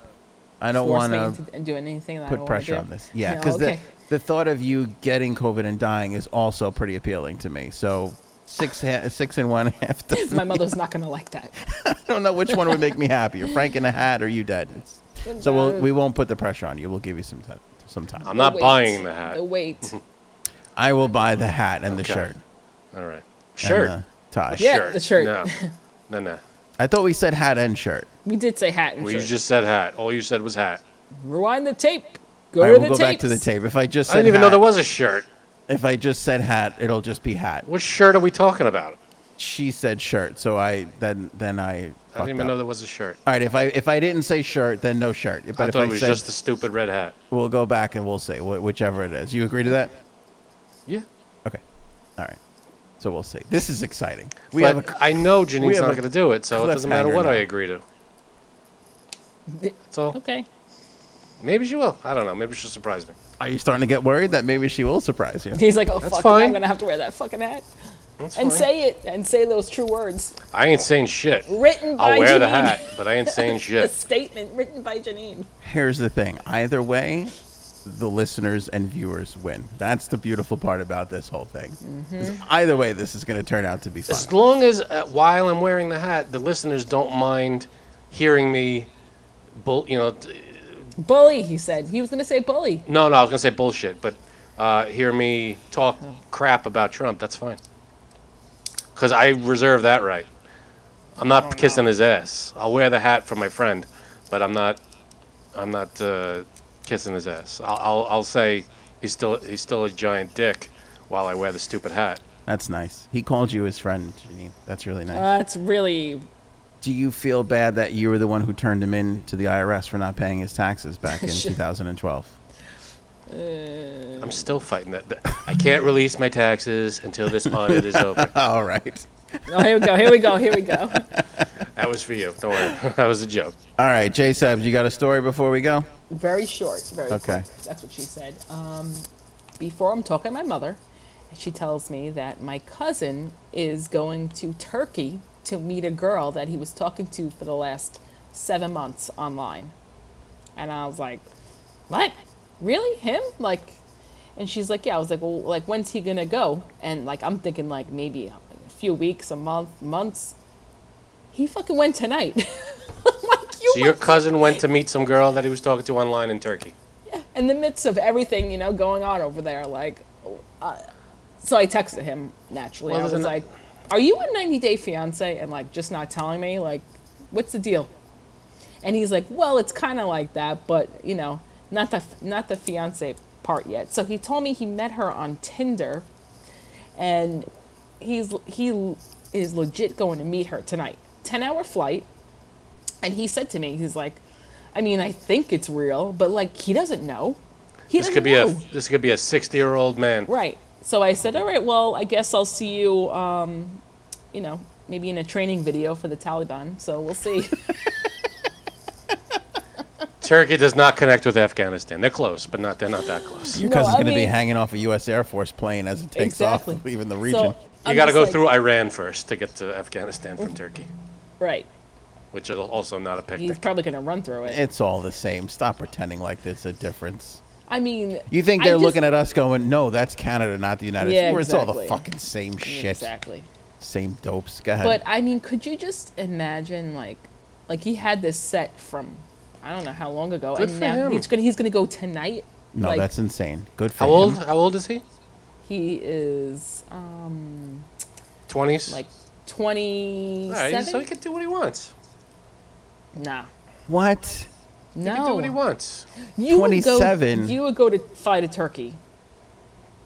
[SPEAKER 1] I don't
[SPEAKER 3] force
[SPEAKER 1] want
[SPEAKER 3] me
[SPEAKER 1] to
[SPEAKER 3] into d- doing anything that I
[SPEAKER 1] put
[SPEAKER 3] don't wanna
[SPEAKER 1] pressure
[SPEAKER 3] do.
[SPEAKER 1] on this. Yeah.
[SPEAKER 3] No,
[SPEAKER 1] Because
[SPEAKER 3] okay.
[SPEAKER 1] the the thought of you getting COVID and dying is also pretty appealing to me. So six ha- six and one half. dozen.
[SPEAKER 3] My mother's not going to like that.
[SPEAKER 1] I don't know which one would make me happier, Frank in a hat or you dead. It's- So we'll, we won't put the pressure on you. We'll give you some time. Some
[SPEAKER 2] I'm
[SPEAKER 1] time.
[SPEAKER 2] not
[SPEAKER 3] The weight,
[SPEAKER 2] buying the hat.
[SPEAKER 3] The weight.
[SPEAKER 1] I will buy the hat and the
[SPEAKER 2] Okay.
[SPEAKER 1] shirt. and
[SPEAKER 2] All right. Shirt.
[SPEAKER 1] the tie.
[SPEAKER 3] Yeah, the shirt.
[SPEAKER 2] No, no, no.
[SPEAKER 1] I thought we said hat and shirt.
[SPEAKER 3] We did say hat and
[SPEAKER 2] Well,
[SPEAKER 3] shirt.
[SPEAKER 2] you just said hat. All you said was hat.
[SPEAKER 3] Rewind the tape. Go
[SPEAKER 1] I
[SPEAKER 3] to
[SPEAKER 1] will
[SPEAKER 3] the
[SPEAKER 1] go back to the
[SPEAKER 3] tapes.
[SPEAKER 1] tape. If I just
[SPEAKER 2] I
[SPEAKER 1] said
[SPEAKER 2] didn't even know
[SPEAKER 1] hat-
[SPEAKER 2] there was a shirt.
[SPEAKER 1] If I just said hat, it'll just be hat.
[SPEAKER 2] What shirt are we talking about?
[SPEAKER 1] She said shirt, so I then then I.
[SPEAKER 2] I didn't even know there was a shirt.
[SPEAKER 1] All right, if I if I didn't say shirt, then no shirt. But
[SPEAKER 2] I
[SPEAKER 1] if
[SPEAKER 2] thought
[SPEAKER 1] I
[SPEAKER 2] it was
[SPEAKER 1] said,
[SPEAKER 2] just the stupid red hat.
[SPEAKER 1] we'll go back and we'll see wh- whichever it is. You agree to that?
[SPEAKER 2] Yeah.
[SPEAKER 1] Okay. All right. So we'll see. This is exciting. We
[SPEAKER 2] We but
[SPEAKER 1] have a,
[SPEAKER 2] I know Janine's
[SPEAKER 1] have
[SPEAKER 2] not
[SPEAKER 1] a
[SPEAKER 2] going to do it, so it doesn't matter
[SPEAKER 1] cliffhanger
[SPEAKER 2] what I
[SPEAKER 1] now.
[SPEAKER 2] agree to.
[SPEAKER 3] The-
[SPEAKER 2] So
[SPEAKER 3] Okay.
[SPEAKER 2] maybe she will. I don't know. Maybe she'll surprise me.
[SPEAKER 1] are you starting to get worried that maybe she will surprise you?
[SPEAKER 3] He's like, oh,
[SPEAKER 2] That's
[SPEAKER 3] fuck,
[SPEAKER 2] fine.
[SPEAKER 3] I'm going to have to wear that fucking hat.
[SPEAKER 2] That's
[SPEAKER 3] and
[SPEAKER 2] fine.
[SPEAKER 3] say it. And say those true words.
[SPEAKER 2] I ain't saying shit.
[SPEAKER 3] Written by
[SPEAKER 2] I'll wear the
[SPEAKER 3] Janine.
[SPEAKER 2] hat, but I ain't saying
[SPEAKER 3] A
[SPEAKER 2] shit.
[SPEAKER 3] statement written by Janine.
[SPEAKER 1] Here's the thing. Either way, the listeners and viewers win. That's the beautiful part about this whole thing. Is
[SPEAKER 3] Mm-hmm.
[SPEAKER 1] Either way, this is going to turn out to be fun.
[SPEAKER 2] As long as uh, while I'm wearing the hat, the listeners don't mind hearing me, bull. You know, t-
[SPEAKER 3] Bully, he said. He was going to say bully.
[SPEAKER 2] no, no. I was gonna say bullshit, but uh, hear me talk crap about Trump. That's fine. Because I reserve that right. I'm not kissing his ass. I'll wear the hat for my friend, but I'm not. I'm not uh, kissing his ass. I'll, I'll, I'll say he's still he's still a giant dick while I wear the stupid hat.
[SPEAKER 1] That's nice. He called you his friend, Janine. That's really nice.
[SPEAKER 3] Uh, that's really.
[SPEAKER 1] Do you feel bad that you were the one who turned him in to the IRS for not paying his taxes back in 2012?
[SPEAKER 2] I'm still fighting that. that- I can't release my taxes until this audit is over.
[SPEAKER 1] All right.
[SPEAKER 3] Oh, here we go. Here we go. Here we go.
[SPEAKER 2] That was for you. Don't worry. That was a joke.
[SPEAKER 1] All right, J Subs, you got a story before we go?
[SPEAKER 3] Very short, very
[SPEAKER 1] Okay.
[SPEAKER 3] quick. That's what she said. Um, before I'm talking to my mother, and she tells me that my cousin is going to Turkey to meet a girl that he was talking to for the last seven months online. And I was like, what? Really? Him? Like, and she's like, yeah. I was like, well, like, when's he gonna go? And like, I'm thinking like maybe a few weeks, a month, months. He fucking went tonight. I'm like, you
[SPEAKER 2] So your cousin went to meet some girl that he was talking to online in Turkey.
[SPEAKER 3] in the midst of everything you know going on over there like uh, so i texted him naturally
[SPEAKER 2] Well,
[SPEAKER 3] i was
[SPEAKER 2] there's an-
[SPEAKER 3] like are you on 90 day fiance and like just not telling me like what's the deal and he's like well it's kind of like that but you know not the not the fiance part yet so he told me he met her on tinder and he's he is legit going to meet her tonight 10 hour flight and he said to me he's like i mean i think it's real but like he doesn't know he
[SPEAKER 2] This
[SPEAKER 3] doesn't
[SPEAKER 2] could be
[SPEAKER 3] know.
[SPEAKER 2] a this could be a 60 year old man.
[SPEAKER 3] Right. So I said, all right, well, I guess I'll see you, um, you know, maybe in a training video for the Taliban. So we'll see.
[SPEAKER 2] Turkey does not connect with Afghanistan. They're close, but not they're not that close. You
[SPEAKER 1] Your cousin's
[SPEAKER 3] I
[SPEAKER 1] going to be
[SPEAKER 3] mean-
[SPEAKER 1] hanging off a U.S. Air Force plane as it takes
[SPEAKER 3] Exactly.
[SPEAKER 1] off, leaving the
[SPEAKER 3] So-
[SPEAKER 1] region.
[SPEAKER 3] I'm
[SPEAKER 2] got to
[SPEAKER 3] just
[SPEAKER 2] go
[SPEAKER 3] like-
[SPEAKER 2] through Iran first to get to Afghanistan from Turkey,
[SPEAKER 3] right.
[SPEAKER 2] which is also not a
[SPEAKER 3] He's
[SPEAKER 2] picnic.
[SPEAKER 3] probably going to run through it.
[SPEAKER 1] It's all the same. Stop pretending like there's a difference.
[SPEAKER 3] I mean,
[SPEAKER 1] You think
[SPEAKER 3] I
[SPEAKER 1] they're
[SPEAKER 3] just-
[SPEAKER 1] looking at us going, no, that's Canada, not the United
[SPEAKER 3] Yeah,
[SPEAKER 1] States. We're- It's all the
[SPEAKER 3] exactly.
[SPEAKER 1] fucking same shit.
[SPEAKER 3] Exactly.
[SPEAKER 1] Same dopes. Go ahead.
[SPEAKER 3] But I mean, could you just imagine, like, like he had this set from, I don't know how long ago,
[SPEAKER 2] Good
[SPEAKER 3] and
[SPEAKER 2] for
[SPEAKER 3] now
[SPEAKER 2] him.
[SPEAKER 3] he's gonna he's gonna go tonight.
[SPEAKER 1] no,
[SPEAKER 3] like,
[SPEAKER 1] that's insane. Good for
[SPEAKER 2] How
[SPEAKER 1] him.
[SPEAKER 2] old? How old is he?
[SPEAKER 3] he is um,
[SPEAKER 2] 20s.
[SPEAKER 3] like
[SPEAKER 2] All right, so he
[SPEAKER 3] twenty-seven.
[SPEAKER 2] can do what he wants.
[SPEAKER 3] Nah,
[SPEAKER 1] What?
[SPEAKER 2] He can do what he
[SPEAKER 3] no.
[SPEAKER 2] wants.
[SPEAKER 3] You would go-
[SPEAKER 1] 27.
[SPEAKER 3] You would go to fly to Turkey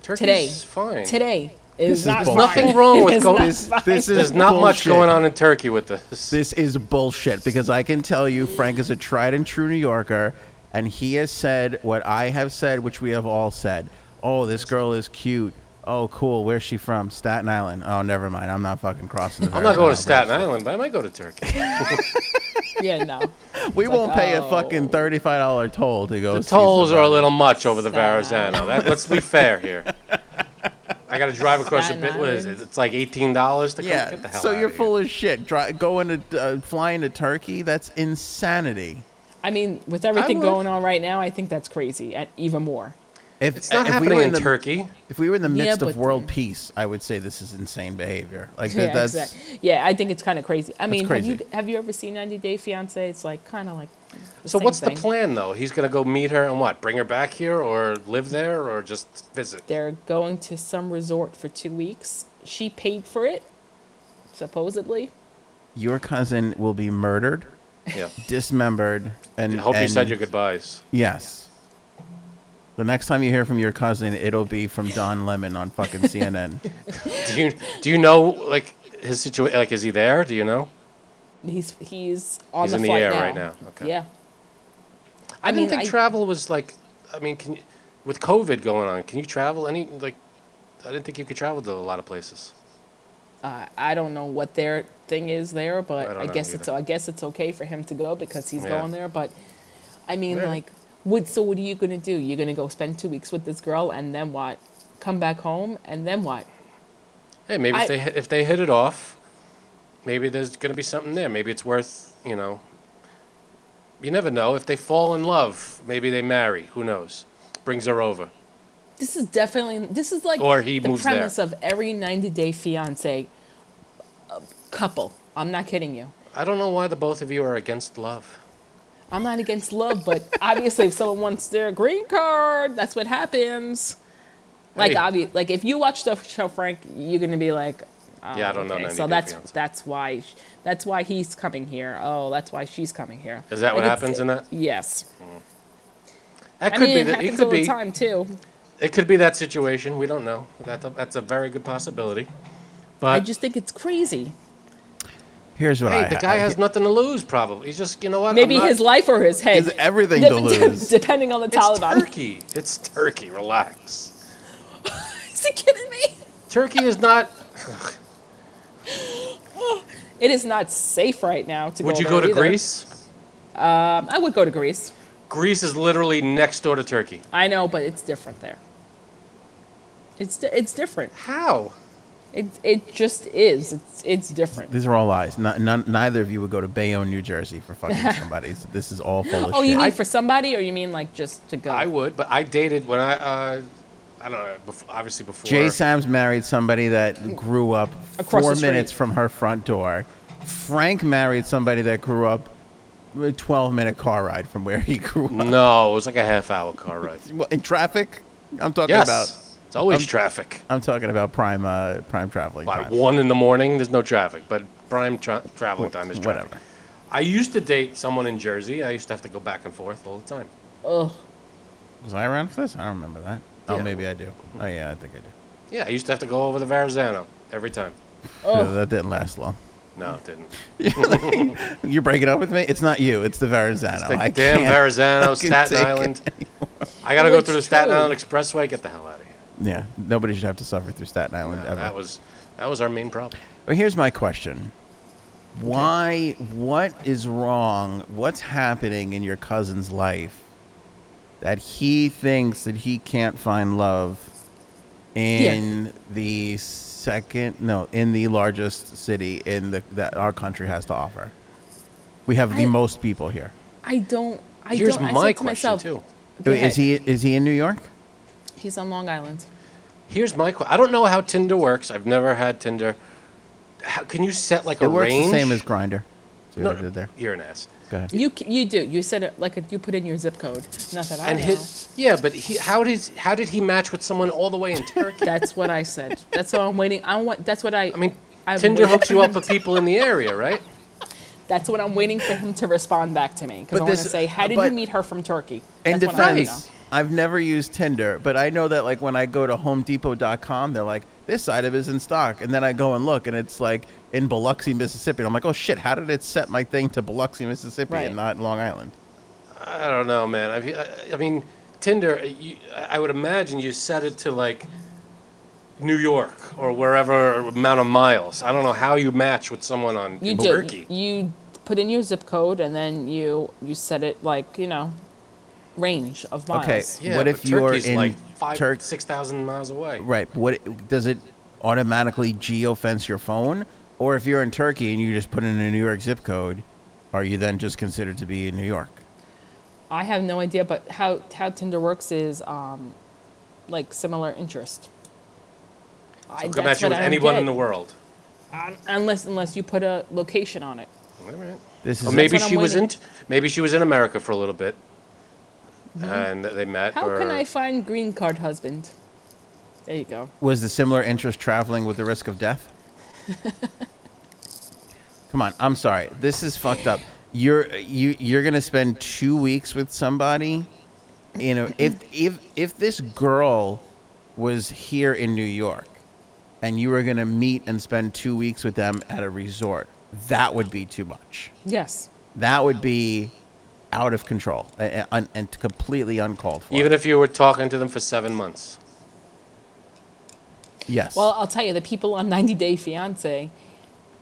[SPEAKER 2] Turkey's
[SPEAKER 3] Today.
[SPEAKER 2] fine.
[SPEAKER 3] today.
[SPEAKER 1] This
[SPEAKER 3] Is
[SPEAKER 1] is
[SPEAKER 3] not
[SPEAKER 1] bull-
[SPEAKER 2] There's
[SPEAKER 3] fine.
[SPEAKER 2] nothing wrong with going.
[SPEAKER 1] This, this is
[SPEAKER 2] There's not much
[SPEAKER 1] bullshit.
[SPEAKER 2] going on in Turkey with this.
[SPEAKER 1] This is bullshit because I can tell you Frank is a tried and true New Yorker and he has said what I have said, which we have all said. Oh, this girl is cute. Oh, cool. Where's she from? Staten Island. Oh, never mind. I'm not fucking crossing the
[SPEAKER 2] I'm not going to Staten Island, but I might go to Turkey.
[SPEAKER 3] Yeah, no.
[SPEAKER 1] We won't pay a
[SPEAKER 3] oh.
[SPEAKER 1] fucking $35 toll to go.
[SPEAKER 2] The
[SPEAKER 1] see
[SPEAKER 2] tolls are a
[SPEAKER 1] somebody.
[SPEAKER 2] little much over the
[SPEAKER 3] Staten
[SPEAKER 2] Verrazano. That, let's be fair here. I got to drive across a
[SPEAKER 3] Staten
[SPEAKER 2] bit. What is it?
[SPEAKER 3] Island.
[SPEAKER 2] It's like eighteen dollars to come get the
[SPEAKER 1] Yeah.
[SPEAKER 2] hell
[SPEAKER 1] So
[SPEAKER 2] out
[SPEAKER 1] you're
[SPEAKER 2] of here.
[SPEAKER 1] full of shit. Dri- going to uh, flying to Turkey? That's insanity.
[SPEAKER 3] I mean, with everything
[SPEAKER 2] would.
[SPEAKER 3] going on right now, I think that's crazy. And even more.
[SPEAKER 1] If,
[SPEAKER 2] It's not
[SPEAKER 1] if we
[SPEAKER 2] happening
[SPEAKER 1] were
[SPEAKER 2] in
[SPEAKER 1] the-
[SPEAKER 2] Turkey.
[SPEAKER 1] If we were in the
[SPEAKER 3] Yeah,
[SPEAKER 1] midst of
[SPEAKER 3] but-
[SPEAKER 1] world peace, I would say this is insane behavior. Like that-
[SPEAKER 3] Yeah,
[SPEAKER 1] that's
[SPEAKER 3] exact- yeah, I think it's kind of crazy. I mean, have
[SPEAKER 1] crazy.
[SPEAKER 3] you have you ever seen 90 Day Fiance? It's like kind of like. the
[SPEAKER 2] So
[SPEAKER 3] same
[SPEAKER 2] what's the
[SPEAKER 3] thing.
[SPEAKER 2] plan though? He's gonna go meet her and what? Bring her back here or live there or just visit?
[SPEAKER 3] They're going to some resort for two weeks. She paid for it, supposedly.
[SPEAKER 1] your cousin will be murdered,
[SPEAKER 2] Yeah.
[SPEAKER 1] dismembered, and
[SPEAKER 2] I hope you said
[SPEAKER 1] and-
[SPEAKER 2] your goodbyes.
[SPEAKER 1] Yes. The next time you hear from your cousin, it'll be from Don Lemon on fucking CNN.
[SPEAKER 2] Do you do you know like his situation? Like is he there? Do you know?
[SPEAKER 3] He's he's on
[SPEAKER 2] He's
[SPEAKER 3] the
[SPEAKER 2] in the
[SPEAKER 3] flight
[SPEAKER 2] air
[SPEAKER 3] now.
[SPEAKER 2] right now, okay.
[SPEAKER 3] Yeah.
[SPEAKER 2] I,
[SPEAKER 3] mean,
[SPEAKER 2] didn't think
[SPEAKER 3] I-
[SPEAKER 2] travel was like. I mean, can you, with COVID going on, can you travel any like? I didn't think you could travel to a lot of places.
[SPEAKER 3] Uh, I don't know what their thing is there,
[SPEAKER 2] I
[SPEAKER 3] but
[SPEAKER 2] don't
[SPEAKER 3] I,
[SPEAKER 2] know
[SPEAKER 3] guess
[SPEAKER 2] either.
[SPEAKER 3] it's I guess it's okay for him to go because he's
[SPEAKER 2] Yeah.
[SPEAKER 3] going there. But I mean,
[SPEAKER 2] Yeah.
[SPEAKER 3] like, what? So what are you gonna do? You're gonna go spend two weeks with this girl and then what? Come back home and then what?
[SPEAKER 2] Hey, maybe
[SPEAKER 3] I-
[SPEAKER 2] if they hit- if they hit it off, maybe there's gonna be something there. Maybe it's worth you know. You never know. If they fall in love, maybe they marry. Who knows? Brings her over.
[SPEAKER 3] This is definitely this is like
[SPEAKER 2] Or he
[SPEAKER 3] the
[SPEAKER 2] moves there.
[SPEAKER 3] premise of every 90 Day Fiance uh, couple. I'm not kidding you.
[SPEAKER 2] I don't know why the both of you are against love.
[SPEAKER 3] I'm not against love, but obviously, if someone wants their green card, that's what happens. Like,
[SPEAKER 2] Hey.
[SPEAKER 3] obvi- like if you watch the show Frank, you're gonna be like, oh,
[SPEAKER 2] Yeah, I don't know
[SPEAKER 3] okay,
[SPEAKER 2] 90
[SPEAKER 3] So
[SPEAKER 2] Day
[SPEAKER 3] that's
[SPEAKER 2] Fiancé.
[SPEAKER 3] that's why sh- that's why he's coming here. Oh, that's why she's coming here.
[SPEAKER 2] Is that what
[SPEAKER 3] Like, it's-
[SPEAKER 2] happens in that?
[SPEAKER 3] Yes,
[SPEAKER 2] That
[SPEAKER 3] I
[SPEAKER 2] could
[SPEAKER 3] mean
[SPEAKER 2] be.
[SPEAKER 3] it
[SPEAKER 2] That, it
[SPEAKER 3] happens
[SPEAKER 2] could
[SPEAKER 3] all the
[SPEAKER 2] be.
[SPEAKER 3] time too.
[SPEAKER 2] It could be that situation. We don't know. That's a, that's a very good possibility. But
[SPEAKER 3] I just think it's crazy.
[SPEAKER 1] Here's what I
[SPEAKER 2] Hey, the guy
[SPEAKER 1] I-
[SPEAKER 2] has nothing to lose. Probably he's just you know what? I'm
[SPEAKER 3] Maybe
[SPEAKER 2] not-
[SPEAKER 3] his life or his
[SPEAKER 1] He has
[SPEAKER 3] head.
[SPEAKER 1] everything
[SPEAKER 3] Dep-
[SPEAKER 1] to lose.
[SPEAKER 3] depending on the
[SPEAKER 2] It's
[SPEAKER 3] Taliban.
[SPEAKER 2] Turkey. It's Turkey. Relax.
[SPEAKER 3] Is he kidding me?
[SPEAKER 2] Turkey is not.
[SPEAKER 3] It is not safe right now to
[SPEAKER 2] Would
[SPEAKER 3] go
[SPEAKER 2] you
[SPEAKER 3] there
[SPEAKER 2] go to
[SPEAKER 3] either.
[SPEAKER 2] Greece?
[SPEAKER 3] Um, I would go to Greece.
[SPEAKER 2] Greece is literally next door to Turkey.
[SPEAKER 3] I know, but it's different there. It's di- it's different.
[SPEAKER 2] How?
[SPEAKER 3] It it just is. It's it's different.
[SPEAKER 1] These are all lies. Not, none, neither of you would go to Bayonne, New Jersey for fucking somebody. this is all full of
[SPEAKER 3] Oh,
[SPEAKER 1] shit.
[SPEAKER 3] you mean for somebody, or you mean like just to go?
[SPEAKER 2] I would, but I dated when I. Uh, I don't know. Before, obviously before.
[SPEAKER 1] Jay Sam's married somebody that grew up
[SPEAKER 3] Across
[SPEAKER 1] four
[SPEAKER 3] the street.
[SPEAKER 1] minutes from her front door. Frank married somebody that grew up a 12 minute car ride from where he grew up.
[SPEAKER 2] No, it was like a half hour car ride.
[SPEAKER 1] What, In traffic? I'm talking
[SPEAKER 2] yes.
[SPEAKER 1] about. Um,
[SPEAKER 2] it's always
[SPEAKER 1] I'm-
[SPEAKER 2] traffic.
[SPEAKER 1] I'm talking about prime uh, prime traveling.
[SPEAKER 2] By
[SPEAKER 1] time.
[SPEAKER 2] one in the morning, there's no traffic, but prime tra- traveling time is traffic.
[SPEAKER 1] Whatever.
[SPEAKER 2] I used to date someone in Jersey. I used to have to go back and forth all the time.
[SPEAKER 3] Ugh.
[SPEAKER 1] Was I around for this? I don't remember that. Oh,
[SPEAKER 2] Yeah.
[SPEAKER 1] maybe I do. Oh yeah, I think I do.
[SPEAKER 2] Yeah, I used to have to go over to Verrazano every time.
[SPEAKER 1] No, that didn't last long.
[SPEAKER 2] No, it didn't.
[SPEAKER 1] You're breaking up with me? It's not you. It's the Verrazano.
[SPEAKER 2] Like,
[SPEAKER 1] I
[SPEAKER 2] damn
[SPEAKER 1] can't
[SPEAKER 2] Verrazano,
[SPEAKER 1] fucking
[SPEAKER 2] Staten
[SPEAKER 1] take it.
[SPEAKER 2] Island. I gotta go
[SPEAKER 3] Well,
[SPEAKER 2] through the
[SPEAKER 3] it's
[SPEAKER 2] Staten
[SPEAKER 3] true.
[SPEAKER 2] Island Expressway. Get the hell out of here.
[SPEAKER 1] Yeah, nobody should have to suffer through Staten Island ever.
[SPEAKER 2] That was that was our main problem.
[SPEAKER 1] But here's my question. Why what is wrong? What's happening in your cousin's life that he thinks that he can't find love in the second no, in the largest city in the that our country has to offer? We have the
[SPEAKER 3] I-
[SPEAKER 1] most people here.
[SPEAKER 3] I don't. I
[SPEAKER 2] Here's
[SPEAKER 3] don't.
[SPEAKER 2] my
[SPEAKER 3] I said to
[SPEAKER 2] question
[SPEAKER 3] myself,
[SPEAKER 2] too.
[SPEAKER 3] Go ahead.
[SPEAKER 1] Is he is he in New York?
[SPEAKER 3] He's on Long Island.
[SPEAKER 2] Here's my question. I don't know how Tinder works. I've never had Tinder. How, can you set like
[SPEAKER 1] It
[SPEAKER 2] a
[SPEAKER 1] works
[SPEAKER 2] range?
[SPEAKER 1] the same as Grinder. See
[SPEAKER 2] No,
[SPEAKER 1] what I did there?
[SPEAKER 2] You're an ass.
[SPEAKER 1] Go ahead.
[SPEAKER 3] You c- you do. You said it like you put in your zip code. Not that I
[SPEAKER 2] And
[SPEAKER 3] know.
[SPEAKER 2] his yeah, but he, how did how did he match with someone all the way in Turkey?
[SPEAKER 3] That's what I said. That's what I'm waiting. I want. That's what I.
[SPEAKER 2] I mean,
[SPEAKER 3] I'm
[SPEAKER 2] Tinder
[SPEAKER 3] waiting
[SPEAKER 2] hooks
[SPEAKER 3] for
[SPEAKER 2] you
[SPEAKER 3] him
[SPEAKER 2] up with people in the area, right?
[SPEAKER 3] That's what I'm waiting for him to respond back to me because
[SPEAKER 1] But
[SPEAKER 3] I want to
[SPEAKER 1] this-
[SPEAKER 3] say, how did
[SPEAKER 1] but-
[SPEAKER 3] you meet her from Turkey?
[SPEAKER 1] In
[SPEAKER 3] That's what I wanna
[SPEAKER 1] defense, I've never used Tinder, but I know that like when I go to HomeDepot.com, they're like, this item is in stock, and then I go and look, and it's like in Biloxi, Mississippi. And I'm like, oh shit, how did it set my thing to Biloxi, Mississippi,
[SPEAKER 3] Right.
[SPEAKER 1] and not Long Island?
[SPEAKER 2] I don't know, man. I, I, I mean, Tinder. uh, You, I would imagine you set it to like New York or wherever amount of miles. I don't know how you match with someone on
[SPEAKER 3] You
[SPEAKER 2] in
[SPEAKER 3] do.
[SPEAKER 2] Turkey.
[SPEAKER 3] You put in your zip code and then you you set it like you know, range of miles.
[SPEAKER 1] Okay.
[SPEAKER 2] Yeah,
[SPEAKER 1] What
[SPEAKER 2] but
[SPEAKER 1] if you're
[SPEAKER 2] Turkey's
[SPEAKER 1] in
[SPEAKER 2] like five,
[SPEAKER 1] Turk-
[SPEAKER 2] six thousand miles away?
[SPEAKER 1] Right. but What does it automatically geofence your phone? Or if you're in Turkey and you just put in a New York zip code, are you then just considered to be in New York?
[SPEAKER 3] I have no idea, but how how Tinder works is um, like similar interest. I-
[SPEAKER 2] I'll come at
[SPEAKER 3] that's
[SPEAKER 2] you
[SPEAKER 3] what
[SPEAKER 2] with
[SPEAKER 3] I don't
[SPEAKER 2] anyone
[SPEAKER 3] get,
[SPEAKER 2] in the world.
[SPEAKER 3] un- Unless, unless you put a location on it.
[SPEAKER 2] All right.
[SPEAKER 1] This is
[SPEAKER 2] Or maybe
[SPEAKER 3] what I'm
[SPEAKER 2] she was in.
[SPEAKER 3] waiting-
[SPEAKER 2] Maybe she was in America for a little bit, and they met.
[SPEAKER 3] How
[SPEAKER 2] or,
[SPEAKER 3] can I find green card husband? There you go.
[SPEAKER 1] was the similar interest traveling with the risk of death? Come on, I'm sorry. This is fucked up. You're you you're gonna spend two weeks with somebody. You know, if if if this girl was here in New York, and you were gonna meet and spend two weeks with them at a resort, that would be too much.
[SPEAKER 3] Yes.
[SPEAKER 1] That would be out of control and, and, and completely uncalled for.
[SPEAKER 2] Even if you were talking to them for seven months.
[SPEAKER 1] yes.
[SPEAKER 3] Well, I'll tell you, the people on 90 Day Fiance,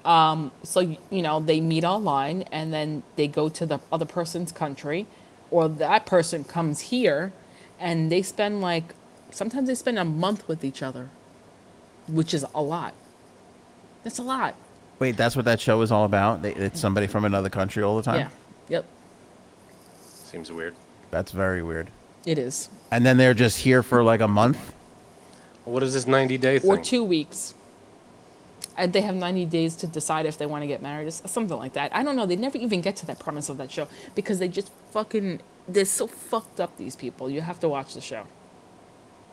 [SPEAKER 3] um, so, y- you know, they meet online and then they go to the other person's country or that person comes here and they spend like, sometimes they spend a month with each other, which is a lot. That's a lot.
[SPEAKER 1] wait, that's what that show is all about. They, it's somebody from another country all the time.
[SPEAKER 3] Yeah. Yep.
[SPEAKER 2] Seems weird.
[SPEAKER 1] That's very weird.
[SPEAKER 3] It is.
[SPEAKER 1] And then they're just here for like a month.
[SPEAKER 2] What is this 90 day thing?
[SPEAKER 3] Or two weeks. And they have 90 days to decide if they want to get married or s- something like that. I don't know. They never even get to that premise of that show because they just fucking, they're so fucked up, these people. You have to watch the show.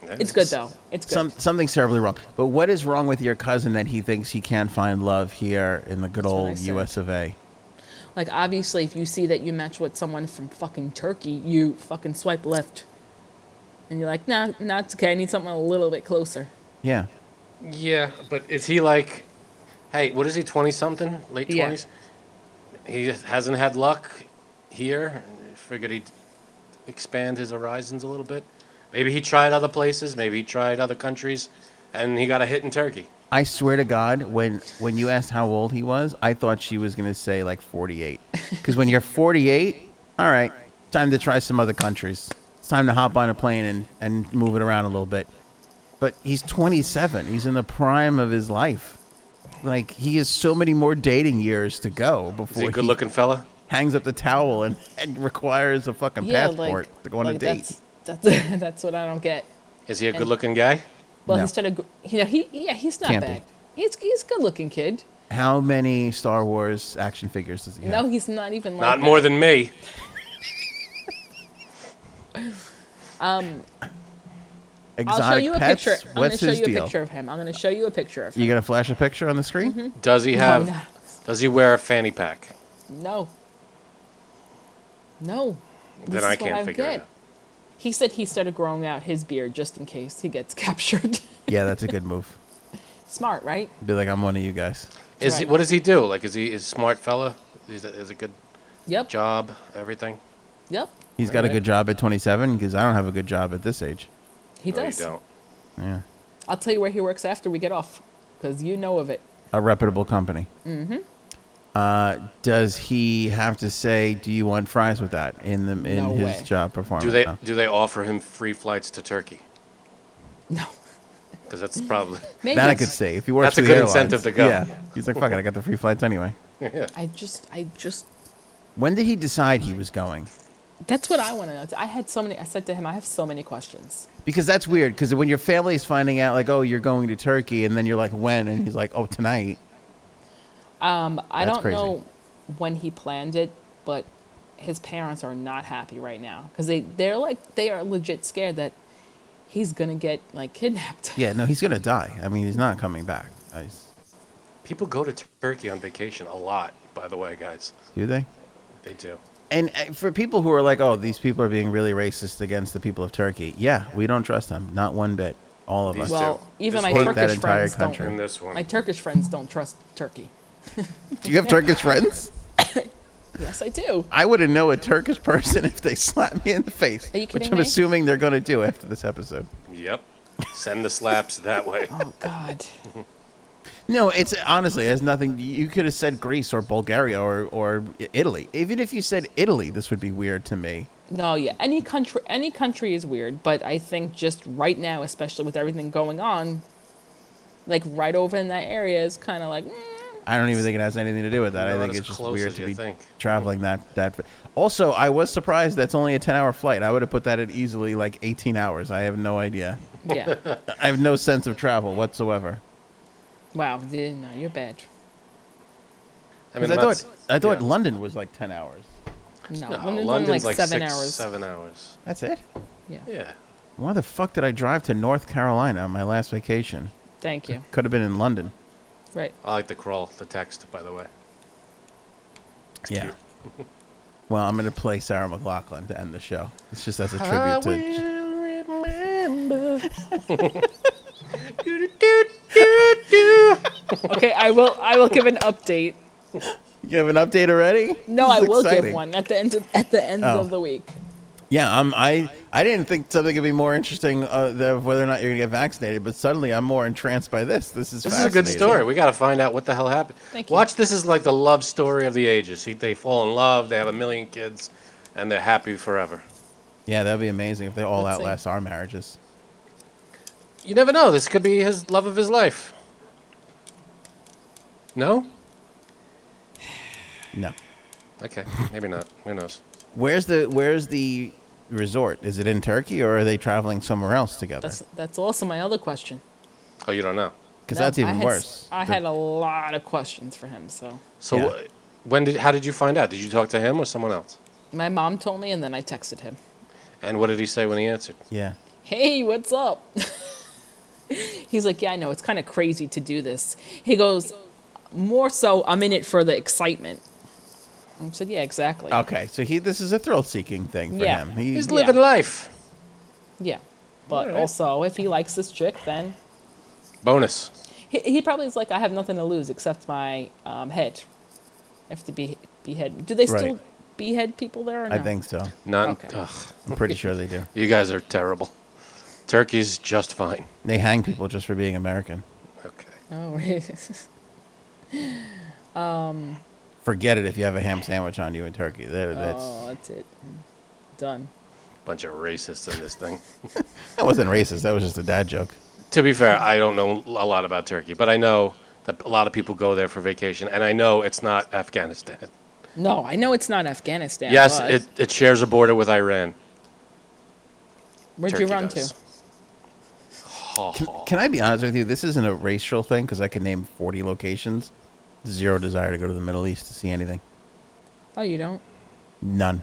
[SPEAKER 2] Yeah,
[SPEAKER 3] It's good, though. It's good.
[SPEAKER 1] Some something's terribly wrong. But what is wrong with your cousin that he thinks he can't find love here in the good
[SPEAKER 3] what I
[SPEAKER 1] old
[SPEAKER 3] said.
[SPEAKER 1] U.S. of A?
[SPEAKER 3] Like, obviously, if you see that you match with someone from fucking Turkey, you fucking swipe left. And you're like, nah, nah, it's okay. I need something a little bit closer.
[SPEAKER 1] Yeah.
[SPEAKER 2] Yeah, but is he like, hey, what is he, 20 something? Late
[SPEAKER 3] Yeah.
[SPEAKER 2] 20s? He just hasn't had luck here. Figured he'd expand his horizons a little bit. Maybe he tried other places. Maybe he tried other countries. And he got a hit in Turkey.
[SPEAKER 1] I swear to God, when when you asked how old he was, I thought she was gonna say like 48. Because when you're 48, all right, time to try some other countries. It's time to hop on a plane and and move it around a little bit. But he's 27. He's in the prime of his life. Like he has so many more dating years to go
[SPEAKER 2] Is he
[SPEAKER 1] before
[SPEAKER 2] a good
[SPEAKER 1] he-
[SPEAKER 2] looking fella?
[SPEAKER 1] hangs up the towel and, and requires a fucking passport to go on a date.
[SPEAKER 3] That's, that's, that's what I don't get.
[SPEAKER 2] Is he a good looking guy?
[SPEAKER 3] Well,
[SPEAKER 1] No.
[SPEAKER 3] instead of, gr- you know, he, yeah, he's not
[SPEAKER 1] Can't be.
[SPEAKER 3] bad. He's, he's a good looking kid.
[SPEAKER 1] How many Star Wars action figures does he have?
[SPEAKER 3] No, he's not even like
[SPEAKER 2] Not
[SPEAKER 3] that.
[SPEAKER 2] more than me.
[SPEAKER 1] Exotic
[SPEAKER 3] I'll show you a
[SPEAKER 1] pets?
[SPEAKER 3] picture. I'm
[SPEAKER 1] What's
[SPEAKER 3] gonna show
[SPEAKER 1] his
[SPEAKER 3] you
[SPEAKER 1] deal?
[SPEAKER 3] a picture of him. I'm gonna show you a picture of him.
[SPEAKER 1] You gonna flash a picture on the screen?
[SPEAKER 2] Does he have,
[SPEAKER 3] no.
[SPEAKER 2] does he wear a fanny pack?
[SPEAKER 3] No. No.
[SPEAKER 2] Then
[SPEAKER 3] This
[SPEAKER 2] I
[SPEAKER 3] is what
[SPEAKER 2] can't
[SPEAKER 3] I've
[SPEAKER 2] figure it
[SPEAKER 3] get.
[SPEAKER 2] out.
[SPEAKER 3] He said he started growing out his beard just in case he gets captured.
[SPEAKER 1] Yeah, that's a good move.
[SPEAKER 3] Smart, right?
[SPEAKER 1] Be like, I'm one of you guys.
[SPEAKER 2] Is he,
[SPEAKER 3] Right.
[SPEAKER 2] what does he do? Like, is he is smart fella? Is a, is a good
[SPEAKER 3] Yep.
[SPEAKER 2] job? Everything?
[SPEAKER 3] Yep.
[SPEAKER 1] He's got a
[SPEAKER 2] Alright.
[SPEAKER 1] good job at 27 because I don't have a good job at this age.
[SPEAKER 3] He
[SPEAKER 2] No, you
[SPEAKER 3] does.
[SPEAKER 2] don't.
[SPEAKER 1] Yeah,
[SPEAKER 3] I'll tell you where he works after we get off, because you know of it.
[SPEAKER 1] a reputable company. Mm-hmm. Uh, does he have to say, "Do you want fries with that?" in the in
[SPEAKER 3] No
[SPEAKER 1] his
[SPEAKER 3] way.
[SPEAKER 1] job performance?
[SPEAKER 2] Do they
[SPEAKER 1] No.
[SPEAKER 2] do they offer him free flights to Turkey?
[SPEAKER 3] No.
[SPEAKER 2] Because that's probably
[SPEAKER 3] Maybe.
[SPEAKER 1] That I could see. If you work
[SPEAKER 2] That's
[SPEAKER 1] for
[SPEAKER 2] a
[SPEAKER 1] the
[SPEAKER 2] good
[SPEAKER 1] airlines,
[SPEAKER 2] incentive to go.
[SPEAKER 1] Yeah, he's like, "Fuck it, I got the free flights anyway."
[SPEAKER 2] yeah.
[SPEAKER 3] I just. I just.
[SPEAKER 1] When did he decide he was going?
[SPEAKER 3] That's what I want to know. I had so many. I said to him, I have so many questions.
[SPEAKER 1] Because that's weird. Because when your family's finding out, like, "Oh, you're going to Turkey," and then you're like, "When?" and he's like, "Oh, tonight."
[SPEAKER 3] Um, I
[SPEAKER 1] That's
[SPEAKER 3] don't
[SPEAKER 1] crazy.
[SPEAKER 3] know when he planned it, but his parents are not happy right now because they they're like they are legit scared that he's gonna get like kidnapped.
[SPEAKER 1] Yeah, no, he's gonna die. I mean, he's not coming back. I s-
[SPEAKER 2] People go to Turkey on vacation a lot. By the way, guys,
[SPEAKER 1] Do they?
[SPEAKER 2] they do.
[SPEAKER 1] And uh, for people who are like, "Oh, these people are being really racist against the people of Turkey," yeah, we don't trust them, not one bit. All of us.
[SPEAKER 2] These
[SPEAKER 3] Well,
[SPEAKER 2] too.
[SPEAKER 3] even
[SPEAKER 2] Just
[SPEAKER 3] my
[SPEAKER 2] hate that
[SPEAKER 3] Turkish
[SPEAKER 1] entire
[SPEAKER 3] friends don't.
[SPEAKER 1] country.
[SPEAKER 2] And this one.
[SPEAKER 3] My Turkish friends don't trust Turkey.
[SPEAKER 1] Do you have Turkish friends?
[SPEAKER 3] Yes, I do.
[SPEAKER 1] I wouldn't know a Turkish person if they slapped me in the face,
[SPEAKER 3] Are you
[SPEAKER 1] which
[SPEAKER 3] kidding
[SPEAKER 1] I'm
[SPEAKER 3] me?
[SPEAKER 1] assuming they're gonna do after this episode.
[SPEAKER 2] Yep. Send the slaps that way.
[SPEAKER 3] Oh God.
[SPEAKER 1] No, it's honestly, it has nothing. You could have said Greece or Bulgaria or, or I- Italy. Even if you said Italy, this would be weird to me.
[SPEAKER 3] No, yeah. Any country, any country is weird, but I think just right now, especially with everything going on, like right over in that area is kind of like. mm,
[SPEAKER 1] I don't even think it has anything to do with that. I
[SPEAKER 2] Not
[SPEAKER 1] think
[SPEAKER 2] as
[SPEAKER 1] it's just
[SPEAKER 2] close
[SPEAKER 1] weird
[SPEAKER 2] as
[SPEAKER 1] to
[SPEAKER 2] you
[SPEAKER 1] be
[SPEAKER 2] think.
[SPEAKER 1] traveling that that. fa- Also, I was surprised that's only a ten-hour flight. I would have put that at easily like eighteen hours. I have no idea.
[SPEAKER 3] Yeah.
[SPEAKER 1] I have no sense of travel whatsoever.
[SPEAKER 3] wow. the- No, you're bad.
[SPEAKER 2] I
[SPEAKER 1] 'Cause
[SPEAKER 2] mean,
[SPEAKER 1] I,
[SPEAKER 2] that's-
[SPEAKER 1] thought I thought
[SPEAKER 2] yeah.
[SPEAKER 1] London was like ten hours.
[SPEAKER 3] No,
[SPEAKER 2] No,
[SPEAKER 3] London's only
[SPEAKER 2] London's
[SPEAKER 3] like,
[SPEAKER 2] like
[SPEAKER 3] seven
[SPEAKER 2] six,
[SPEAKER 3] hours.
[SPEAKER 2] Seven hours.
[SPEAKER 1] That's it.
[SPEAKER 3] Yeah.
[SPEAKER 2] Yeah.
[SPEAKER 1] Why the fuck did I drive to North Carolina on my last vacation?
[SPEAKER 3] Thank you.
[SPEAKER 1] Could have been in London.
[SPEAKER 3] Right.
[SPEAKER 2] I like the crawl, the text, by the way.
[SPEAKER 1] yeah. well, I'm gonna play Sarah McLaughlin to end the show. It's just as a
[SPEAKER 2] I
[SPEAKER 1] tribute to.
[SPEAKER 2] will remember. Do, do, do, do.
[SPEAKER 3] Okay, I will. I will give an update.
[SPEAKER 1] You have an update already?
[SPEAKER 3] No,
[SPEAKER 1] This
[SPEAKER 3] I
[SPEAKER 1] is
[SPEAKER 3] will give
[SPEAKER 1] exciting.
[SPEAKER 3] one at the end of, at the end
[SPEAKER 1] Oh.
[SPEAKER 3] of the week.
[SPEAKER 1] Yeah, um, I I didn't think something could be more interesting uh, than whether or not you're gonna get vaccinated, but suddenly I'm more entranced by this. This is
[SPEAKER 2] This is a good
[SPEAKER 1] fascinating.
[SPEAKER 2] story. We got to find out what the hell happened.
[SPEAKER 3] Thank you.
[SPEAKER 2] Watch, this is like the love story of the ages. He- They fall in love, they have a million kids, and they're happy forever.
[SPEAKER 1] Yeah, that'd be amazing if they all
[SPEAKER 3] Let's see.
[SPEAKER 1] outlast our marriages.
[SPEAKER 2] You never know. This could be his love of his life. No?
[SPEAKER 1] No.
[SPEAKER 2] Okay, maybe not. Who knows?
[SPEAKER 1] Where's the Where's the resort? Is it in Turkey or are they traveling somewhere else together?
[SPEAKER 3] That's that's also my other question.
[SPEAKER 2] Oh, you don't know.
[SPEAKER 1] Because
[SPEAKER 3] No,
[SPEAKER 1] that's
[SPEAKER 3] I
[SPEAKER 1] even
[SPEAKER 3] had s-
[SPEAKER 1] worse.
[SPEAKER 3] I
[SPEAKER 1] The-
[SPEAKER 3] had a lot of questions for him, so
[SPEAKER 2] So,
[SPEAKER 1] Yeah.
[SPEAKER 2] wh- when did? How did you find out? Did you talk to him or someone else?
[SPEAKER 3] my mom told me, and then I texted him.
[SPEAKER 2] And what did he say when he answered?
[SPEAKER 1] yeah.
[SPEAKER 3] hey, what's up? He's like, yeah, I know, it's kind of crazy to do this. He goes, more so, I'm in it for the excitement. I said, yeah, exactly.
[SPEAKER 1] Okay, so he this is a thrill seeking thing for
[SPEAKER 3] Yeah.
[SPEAKER 1] him. He,
[SPEAKER 2] He's
[SPEAKER 3] Yeah.
[SPEAKER 2] living life.
[SPEAKER 3] Yeah. But
[SPEAKER 2] Alright.
[SPEAKER 3] also, if he likes this chick, then
[SPEAKER 2] Bonus.
[SPEAKER 3] he, he probably is like, I have nothing to lose except my um, head. I have to be behead. Do they still
[SPEAKER 1] Right.
[SPEAKER 3] behead people there? Or no?
[SPEAKER 1] I think so.
[SPEAKER 2] Not.
[SPEAKER 3] Okay.
[SPEAKER 2] Ugh,
[SPEAKER 1] I'm pretty sure they do.
[SPEAKER 2] you guys are terrible. Turkey's just fine.
[SPEAKER 1] They hang people just for being American.
[SPEAKER 2] Okay.
[SPEAKER 3] Oh, really?
[SPEAKER 1] Forget it if you have a ham sandwich on you in Turkey. There, that's
[SPEAKER 3] oh, that's it. Done.
[SPEAKER 2] Bunch of racists in this thing.
[SPEAKER 1] that wasn't racist. That was just a dad joke.
[SPEAKER 2] to be fair, I don't know a lot about Turkey, but I know that a lot of people go there for vacation, and I know it's not Afghanistan.
[SPEAKER 3] No, I know it's not Afghanistan.
[SPEAKER 2] yes,
[SPEAKER 3] but
[SPEAKER 2] it, it shares a border with Iran.
[SPEAKER 3] Where'd
[SPEAKER 2] Turkey
[SPEAKER 3] you run
[SPEAKER 2] does.
[SPEAKER 3] to?
[SPEAKER 2] Ha,
[SPEAKER 1] Can,
[SPEAKER 2] ha.
[SPEAKER 1] can I be honest with you? This isn't a racial thing because I can name 40 locations. Zero desire to go to the Middle East to see anything.
[SPEAKER 3] Oh, you don't?
[SPEAKER 1] None.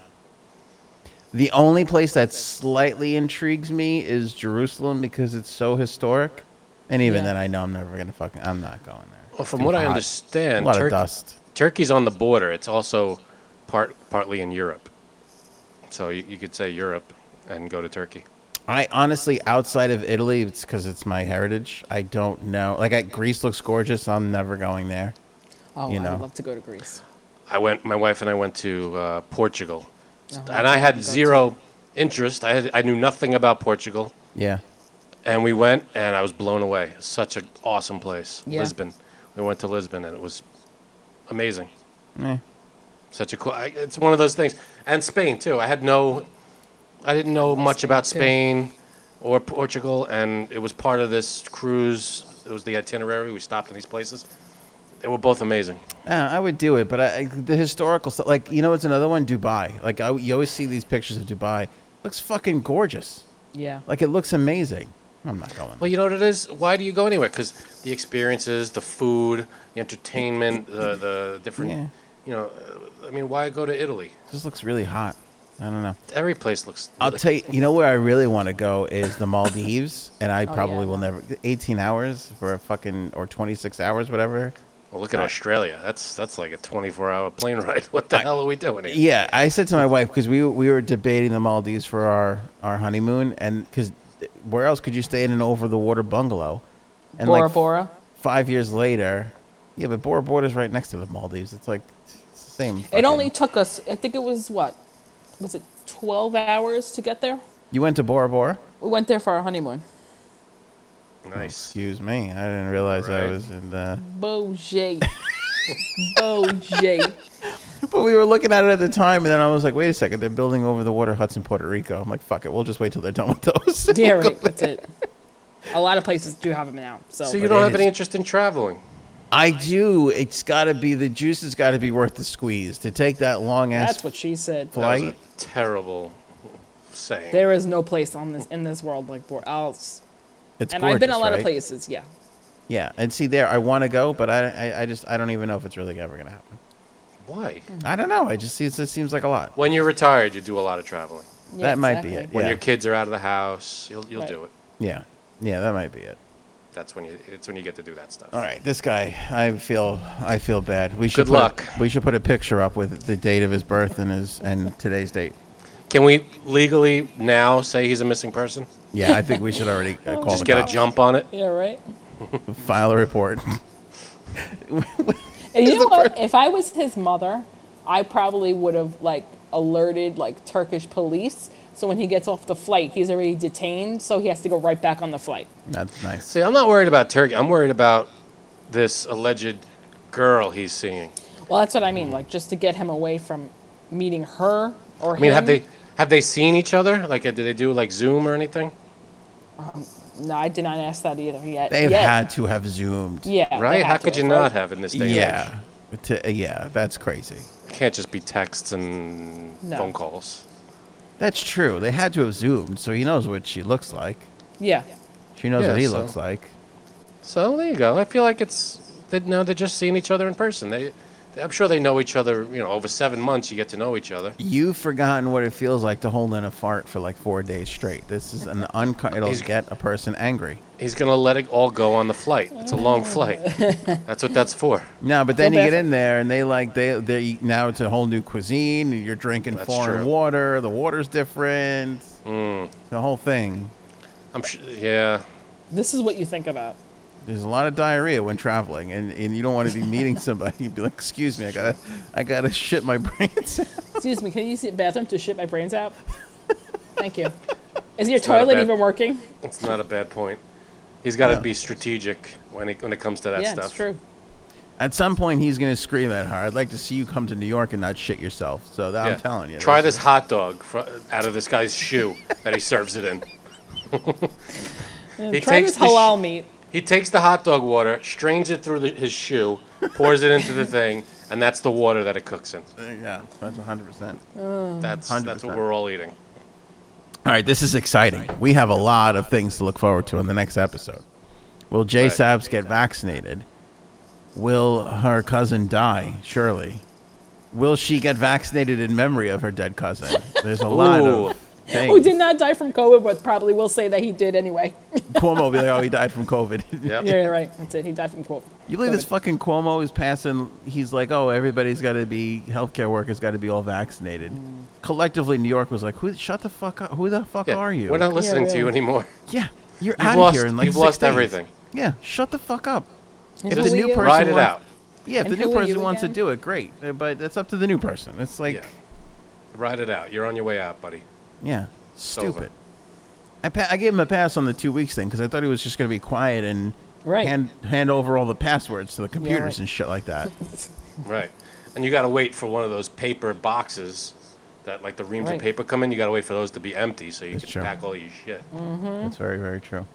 [SPEAKER 1] The only place that slightly intrigues me is Jerusalem because it's so historic. And even
[SPEAKER 3] Yeah.
[SPEAKER 1] then, I know I'm never gonna fucking. I'm not going there.
[SPEAKER 2] Well, from
[SPEAKER 1] Too
[SPEAKER 2] what I
[SPEAKER 1] hot.
[SPEAKER 2] understand,
[SPEAKER 1] a lot
[SPEAKER 2] Turkey-
[SPEAKER 1] of dust.
[SPEAKER 2] Turkey's on the border. It's also part partly in Europe, so you, you could say Europe and go to Turkey.
[SPEAKER 1] I honestly, outside of Italy, it's because it's my heritage. I don't know. Like, I, Greece looks gorgeous. I'm never going there.
[SPEAKER 3] Oh,
[SPEAKER 1] You
[SPEAKER 3] I
[SPEAKER 1] know.
[SPEAKER 3] would love to go to Greece.
[SPEAKER 2] I went. My wife and I went to uh, Portugal,
[SPEAKER 3] Oh,
[SPEAKER 2] and I
[SPEAKER 3] go
[SPEAKER 2] had
[SPEAKER 3] to-
[SPEAKER 2] zero interest. I had, I knew nothing about Portugal,
[SPEAKER 1] Yeah.
[SPEAKER 2] and we went, and I was blown away. Such an awesome place,
[SPEAKER 3] Yeah.
[SPEAKER 2] Lisbon. We went to Lisbon, and it was amazing.
[SPEAKER 1] Eh.
[SPEAKER 2] Such a cool. I, it's one of those things, and Spain too. I had no, I didn't know much about
[SPEAKER 3] too.
[SPEAKER 2] Spain or Portugal, and it was part of this cruise. It was the itinerary. We stopped in these places. They were both amazing.
[SPEAKER 1] Uh, I would do it, but I, I- the historical stuff, like you know, it's another one. Dubai, like I, you always see these pictures of Dubai, looks fucking gorgeous.
[SPEAKER 3] Yeah.
[SPEAKER 1] Like it looks amazing. I'm not going.
[SPEAKER 2] Well, you know what it is. Why do you go anywhere? Because the experiences, the food, the entertainment, the the different.
[SPEAKER 1] Yeah.
[SPEAKER 2] You know, uh, I mean, why go to Italy?
[SPEAKER 1] it just looks really hot. I don't know.
[SPEAKER 2] Every place looks.
[SPEAKER 1] I'll
[SPEAKER 2] really-
[SPEAKER 1] tell you. You know where I really want to go is the Maldives, and I
[SPEAKER 3] yeah,
[SPEAKER 1] probably will
[SPEAKER 3] no.
[SPEAKER 1] never. 18 hours for a fucking or 26 hours, whatever.
[SPEAKER 2] Well, look at Australia. That's that's like a 24-hour plane ride. What the hell are we doing here?
[SPEAKER 1] Yeah, I said to my wife because we we were debating the Maldives for our our honeymoon, and because where else could you stay in an over the water bungalow? And
[SPEAKER 3] Bora
[SPEAKER 1] like,
[SPEAKER 3] Bora.
[SPEAKER 1] five years later, yeah, but Bora Bora's right next to the Maldives. It's like it's the same.
[SPEAKER 3] It
[SPEAKER 1] fucking-
[SPEAKER 3] only took us, I think it was what? Was it 12 hours to get there?
[SPEAKER 1] you went to Bora Bora.
[SPEAKER 3] We went there for our honeymoon.
[SPEAKER 2] Nice.
[SPEAKER 1] Excuse me, I didn't realize I
[SPEAKER 2] Right.
[SPEAKER 1] was in the.
[SPEAKER 3] Bojay. Bojay.
[SPEAKER 1] But we were looking at it at the time, and then I was like, wait a second, they're building over the water huts in Puerto Rico. I'm like, fuck it, we'll just wait till they're done with those.
[SPEAKER 3] Yeah, right. That's it. A lot of places do have them now. So,
[SPEAKER 2] So you
[SPEAKER 1] But
[SPEAKER 2] don't
[SPEAKER 1] it
[SPEAKER 2] have any
[SPEAKER 1] is-
[SPEAKER 2] interest in traveling.
[SPEAKER 1] I do. It's got to be the juice has got to be worth the squeeze to take that long ass
[SPEAKER 3] that's what she said.
[SPEAKER 2] That was a
[SPEAKER 1] flight.
[SPEAKER 2] terrible saying.
[SPEAKER 3] There is no place on this in this world like Bora. I'll s-
[SPEAKER 1] It's
[SPEAKER 3] and I've been a
[SPEAKER 1] gorgeous,
[SPEAKER 3] lot of
[SPEAKER 1] right?
[SPEAKER 3] places. Yeah.
[SPEAKER 1] Yeah, and see there, I want to go, but I, I, I just, I don't even know if it's really ever gonna happen.
[SPEAKER 2] Why?
[SPEAKER 1] I don't know. I just see it just seems like a lot.
[SPEAKER 2] When you're retired, you do a lot of traveling.
[SPEAKER 3] Yeah,
[SPEAKER 1] That might be
[SPEAKER 3] exactly.
[SPEAKER 2] When
[SPEAKER 1] Yeah.
[SPEAKER 2] your kids are out of the house, you'll you'll
[SPEAKER 3] Right.
[SPEAKER 2] do it.
[SPEAKER 1] Yeah, yeah, that might be it.
[SPEAKER 2] That's when you it's when you get to do that stuff.
[SPEAKER 1] All right, this guy, I feel, I feel bad. We should
[SPEAKER 2] Good
[SPEAKER 1] put a-
[SPEAKER 2] luck.
[SPEAKER 1] we should put a picture up with the date of his birth and his and today's date.
[SPEAKER 2] Can we legally now say he's a missing person?
[SPEAKER 1] Yeah, I think we should already uh, call
[SPEAKER 2] Just
[SPEAKER 1] the
[SPEAKER 2] get a
[SPEAKER 1] cops.
[SPEAKER 2] jump on it.
[SPEAKER 3] Yeah, right.
[SPEAKER 1] file a report.
[SPEAKER 3] And you know what? If I was his mother, I probably would have like alerted like Turkish police. So when he gets off the flight, he's already detained. So he has to go right back on the flight.
[SPEAKER 1] That's nice.
[SPEAKER 2] See, I'm not worried about Turkey. I'm worried about this alleged girl he's seeing.
[SPEAKER 3] Well, that's what I mean. Like just to get him away from meeting her or
[SPEAKER 2] I mean,
[SPEAKER 3] him.
[SPEAKER 2] have they have they seen each other? Like, did they do like Zoom or anything?
[SPEAKER 3] No, I did not ask that either yet.
[SPEAKER 1] They've
[SPEAKER 3] Yet.
[SPEAKER 1] had to have zoomed.
[SPEAKER 3] Yeah. they
[SPEAKER 2] Right?
[SPEAKER 3] had
[SPEAKER 2] How
[SPEAKER 3] to
[SPEAKER 2] could you
[SPEAKER 3] right?
[SPEAKER 2] not have in this day? and age?
[SPEAKER 1] Yeah. To- yeah, that's crazy.
[SPEAKER 2] It can't just be texts and
[SPEAKER 3] No.
[SPEAKER 2] phone calls.
[SPEAKER 1] That's true. They had to have zoomed, so he knows what she looks like.
[SPEAKER 3] Yeah.
[SPEAKER 1] She knows
[SPEAKER 2] Yeah,
[SPEAKER 1] what he
[SPEAKER 2] so-
[SPEAKER 1] looks like.
[SPEAKER 2] So there you go. I feel like it's that now they're just seeing each other in person. They, I'm sure they know each other. You know, over seven months you get to know each other.
[SPEAKER 1] You've forgotten what it feels like to hold in a fart for like four days straight. This is an unco- It'll
[SPEAKER 2] He's-
[SPEAKER 1] get a person angry.
[SPEAKER 2] He's gonna let it all go on the flight. It's a long flight. That's what that's for.
[SPEAKER 1] No, but then
[SPEAKER 3] Feel
[SPEAKER 1] you get
[SPEAKER 3] bad
[SPEAKER 1] in there and they like they they eat- now it's a whole new cuisine. and You're drinking
[SPEAKER 2] That's
[SPEAKER 1] foreign
[SPEAKER 2] true. Mm.
[SPEAKER 1] water. The water's different. The whole thing.
[SPEAKER 2] I'm sure. Yeah.
[SPEAKER 3] This is what you think about.
[SPEAKER 1] There's a lot of diarrhea when traveling, and, and you don't want to be meeting somebody. You'd be like, "Excuse me, I gotta, I gotta shit my brains." out."
[SPEAKER 3] Excuse me, can you use the bathroom to shit my brains out? Thank you. Is your
[SPEAKER 2] not a
[SPEAKER 3] toilet
[SPEAKER 2] bad-
[SPEAKER 3] even working?
[SPEAKER 2] It's not a bad point. He's got to
[SPEAKER 1] Yeah.
[SPEAKER 2] be strategic when it, when it comes to that
[SPEAKER 3] yeah,
[SPEAKER 2] stuff.
[SPEAKER 3] it's true.
[SPEAKER 1] At some point, he's gonna scream at her. I'd like to see you come to New York and not shit yourself. So that,
[SPEAKER 2] Yeah.
[SPEAKER 1] I'm telling you.
[SPEAKER 2] Try this hot dog fr- out of this guy's shoe that he serves it in. he
[SPEAKER 3] Try this
[SPEAKER 2] the sh-
[SPEAKER 3] halal meat.
[SPEAKER 2] he takes the hot dog water, strains it through the, his shoe, pours it into the thing, and that's the water that it cooks in.
[SPEAKER 1] Yeah, that's 100. percent
[SPEAKER 3] Oh.
[SPEAKER 2] That's that's what
[SPEAKER 1] 100%.
[SPEAKER 2] we're all eating.
[SPEAKER 1] All right, this is exciting. We have a lot of things to look forward to in the next episode. Will J
[SPEAKER 2] Right.
[SPEAKER 1] Sabs get vaccinated? Will her cousin die? Surely. Will she get vaccinated in memory of her dead cousin? There's a lot
[SPEAKER 2] Ooh.
[SPEAKER 1] of things.
[SPEAKER 3] Who Oh, did not die from COVID, but probably will say that he did anyway.
[SPEAKER 1] Cuomo will be like, oh, he died from COVID.
[SPEAKER 2] Yep.
[SPEAKER 3] yeah, you're right. That's it. He died from COVID.
[SPEAKER 1] You believe this fucking Cuomo is passing? He's like, oh, everybody's got to be healthcare workers, got to be all vaccinated. Collectively, New York was like, who? Shut the fuck up! Who the fuck
[SPEAKER 2] Mm. Yeah,
[SPEAKER 1] are you?
[SPEAKER 2] We're not listening to you
[SPEAKER 3] really.
[SPEAKER 2] anymore.
[SPEAKER 1] Yeah, you're
[SPEAKER 2] You've
[SPEAKER 1] out
[SPEAKER 2] lost-
[SPEAKER 1] here in like
[SPEAKER 2] you've
[SPEAKER 1] six
[SPEAKER 2] lost
[SPEAKER 1] days.
[SPEAKER 2] everything.
[SPEAKER 1] Yeah, shut the fuck up. If
[SPEAKER 3] who
[SPEAKER 1] the
[SPEAKER 3] are
[SPEAKER 1] new
[SPEAKER 3] you?
[SPEAKER 1] person
[SPEAKER 2] Ride it
[SPEAKER 1] wants,
[SPEAKER 2] out.
[SPEAKER 1] yeah, if
[SPEAKER 3] And
[SPEAKER 1] the new
[SPEAKER 3] who are
[SPEAKER 1] person
[SPEAKER 3] you
[SPEAKER 1] wants to
[SPEAKER 3] again?
[SPEAKER 1] do it, great. Uh, But that's up to the new person. It's like,
[SPEAKER 2] Yeah. Ride it out. You're on your way out, buddy.
[SPEAKER 1] yeah,
[SPEAKER 2] over.
[SPEAKER 1] stupid. I pa- I gave him a pass on the two weeks thing because I thought he was just gonna be quiet and
[SPEAKER 3] Right.
[SPEAKER 1] hand hand over all the passwords to the computers
[SPEAKER 3] right. Mm-hmm.
[SPEAKER 1] and shit like that.
[SPEAKER 2] Right. And you got to wait for one of those paper boxes that, like, the reams
[SPEAKER 3] Right.
[SPEAKER 2] of paper come in. You got to wait for those to be empty so you
[SPEAKER 1] That's
[SPEAKER 2] can
[SPEAKER 1] true.
[SPEAKER 2] pack all your shit.
[SPEAKER 1] That's very, very true.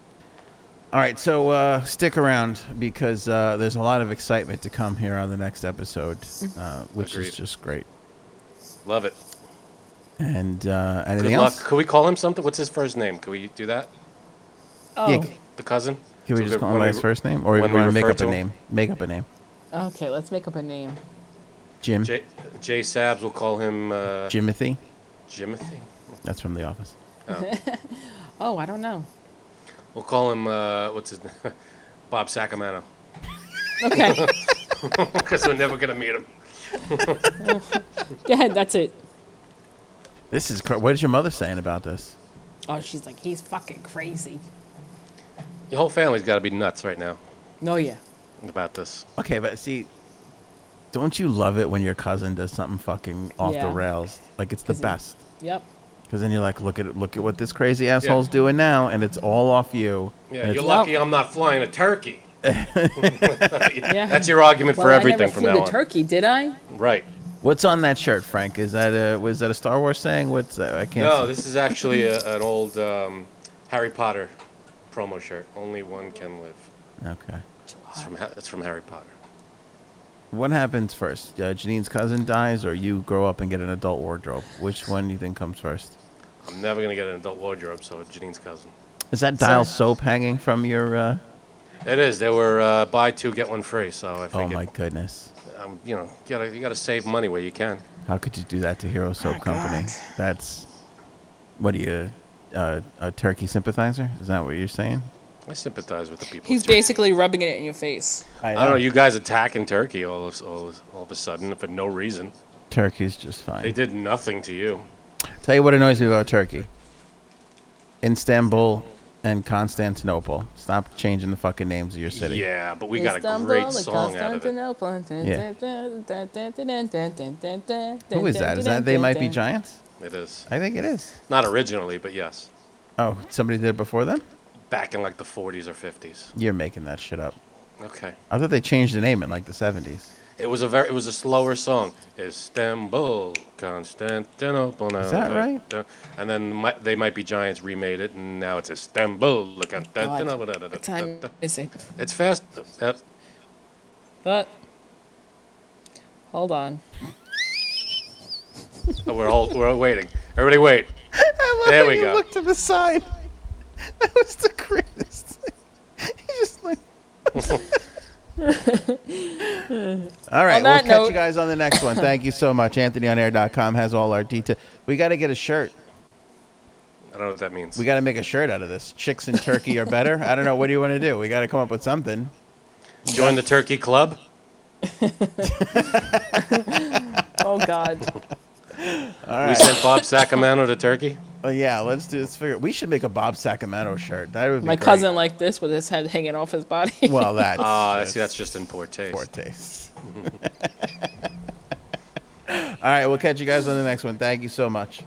[SPEAKER 1] All right, so uh, stick around because uh, there's a lot of excitement to come here on the next episode,
[SPEAKER 3] Mm-hmm.
[SPEAKER 1] uh, which
[SPEAKER 2] Agreed.
[SPEAKER 1] is just great.
[SPEAKER 2] Love it.
[SPEAKER 1] And uh, anything
[SPEAKER 2] Good luck.
[SPEAKER 1] else?
[SPEAKER 2] Could we call him something? What's his first name? Could we do that?
[SPEAKER 3] Oh,
[SPEAKER 1] Yeah,
[SPEAKER 2] The cousin?
[SPEAKER 1] Can we
[SPEAKER 2] So
[SPEAKER 1] just
[SPEAKER 2] that
[SPEAKER 1] call
[SPEAKER 2] when
[SPEAKER 1] him by
[SPEAKER 2] we-
[SPEAKER 1] his first name, or we
[SPEAKER 2] when we
[SPEAKER 1] want to make
[SPEAKER 2] refer
[SPEAKER 1] up a
[SPEAKER 2] to him?
[SPEAKER 1] name? Make up a name.
[SPEAKER 3] okay. Let's make up a name.
[SPEAKER 1] Jim.
[SPEAKER 2] J, J Sabs will call him uh,
[SPEAKER 1] Jimothy.
[SPEAKER 2] Jimothy.
[SPEAKER 1] That's from The Office.
[SPEAKER 3] Oh, I don't know.
[SPEAKER 2] We'll call him, uh, what's his name? Bob Sacramento.
[SPEAKER 3] Okay.
[SPEAKER 2] Because we're never going to meet him.
[SPEAKER 3] Go ahead. That's it.
[SPEAKER 1] This is. cra- What is your mother saying about this?
[SPEAKER 3] Oh, she's like, he's fucking crazy.
[SPEAKER 2] Your whole family's got to be nuts right now
[SPEAKER 3] No, yeah.
[SPEAKER 2] about this.
[SPEAKER 1] Okay, but see, don't you love it when your cousin does something fucking off the
[SPEAKER 3] Yeah.
[SPEAKER 1] rails? Like it's the
[SPEAKER 3] Is it-
[SPEAKER 1] best.
[SPEAKER 3] Yep.
[SPEAKER 1] Because then you're like, look at look at what this crazy asshole's doing now, and it's all off you.
[SPEAKER 2] Yeah,
[SPEAKER 1] and it's-
[SPEAKER 2] you're lucky I'm not flying a turkey.
[SPEAKER 3] Yeah.
[SPEAKER 2] That's your argument
[SPEAKER 3] well,
[SPEAKER 2] for
[SPEAKER 3] I
[SPEAKER 2] everything
[SPEAKER 3] never
[SPEAKER 2] from
[SPEAKER 3] flew
[SPEAKER 2] now
[SPEAKER 3] to
[SPEAKER 2] on.
[SPEAKER 3] Turkey, did I?
[SPEAKER 2] Right.
[SPEAKER 1] What's on that shirt, Frank? Is that a was that a Star Wars saying? What's that? I can't.
[SPEAKER 2] No,
[SPEAKER 1] see.
[SPEAKER 2] this is actually a, an old um, Harry Potter promo shirt. Only one can live.
[SPEAKER 1] Okay.
[SPEAKER 2] It's from, Ha- it's from Harry Potter.
[SPEAKER 1] What happens first? Uh, Janine's cousin dies, or you grow up and get an adult wardrobe? Which one do you think comes first?
[SPEAKER 2] I'm never going to get an adult wardrobe, so it's Janine's cousin.
[SPEAKER 1] Is that dial soap hanging from your? Uh...
[SPEAKER 2] It is. They were uh, buy two get one free. So I
[SPEAKER 1] Oh
[SPEAKER 2] think
[SPEAKER 1] my
[SPEAKER 2] it,
[SPEAKER 1] goodness!
[SPEAKER 2] um, you know, you gotta you gotta save money where you can.
[SPEAKER 1] How could you do that to Hero Soap Company? That's what are you, uh, a turkey sympathizer? Is that what you're saying?
[SPEAKER 2] I sympathize with the people.
[SPEAKER 3] He's
[SPEAKER 2] in Turkey.
[SPEAKER 3] basically rubbing it in your face.
[SPEAKER 2] I don't know. You guys attacking Turkey all of, all, of- all of a sudden for no reason.
[SPEAKER 1] Turkey's just
[SPEAKER 2] They
[SPEAKER 1] fine.
[SPEAKER 2] did nothing to you.
[SPEAKER 1] Tell you what annoys me about Turkey: Istanbul and Constantinople. Stop changing the fucking names of your city.
[SPEAKER 2] Yeah, but we got a great song out of it.
[SPEAKER 1] Who is that? Is that they might be giants?
[SPEAKER 2] It is
[SPEAKER 1] I think it is.
[SPEAKER 2] not originally, but yes,
[SPEAKER 1] Oh, somebody did it before them.
[SPEAKER 2] back in like the 40s or 50s.
[SPEAKER 1] You're making that shit up.
[SPEAKER 2] Okay.
[SPEAKER 1] I thought they changed the name in like the 70s.
[SPEAKER 2] It was a very it was a slower song. Istanbul, Constantinople. Now,
[SPEAKER 1] Is that right?
[SPEAKER 2] da- And then Mi- they might be giants remade it, and now it's Istanbul, Constantinople. da- da- da-
[SPEAKER 3] What time
[SPEAKER 2] da- da.
[SPEAKER 3] is it?
[SPEAKER 2] It's fast. Uh,
[SPEAKER 3] But hold on.
[SPEAKER 2] oh, we're all we're all waiting. Everybody, wait. There we go.
[SPEAKER 1] to the side. That was the greatest. He just like. all right,
[SPEAKER 3] On
[SPEAKER 1] we'll
[SPEAKER 3] that
[SPEAKER 1] catch you
[SPEAKER 3] note-
[SPEAKER 1] guys on the next one. Thank you so much. AnthonyOnAir.com has all our details. We got to get a shirt.
[SPEAKER 2] I don't know what that means.
[SPEAKER 1] We got to make a shirt out of this. Chicks and turkey are better. I don't know. What do you want to do? We got to come up with something.
[SPEAKER 2] Join the Turkey Club.
[SPEAKER 3] Oh God.
[SPEAKER 1] All right.
[SPEAKER 2] We sent Bob Sacramento to Turkey.
[SPEAKER 1] Oh, yeah, let's do this. Figure. We should make a Bob Sacramento shirt. That would be
[SPEAKER 3] My
[SPEAKER 1] great.
[SPEAKER 3] cousin like this with his head hanging off his body.
[SPEAKER 1] Well, that's
[SPEAKER 2] Ah, see, that's just in poor taste.
[SPEAKER 1] poor taste. All right, we'll catch you guys on the next one. Thank you so much.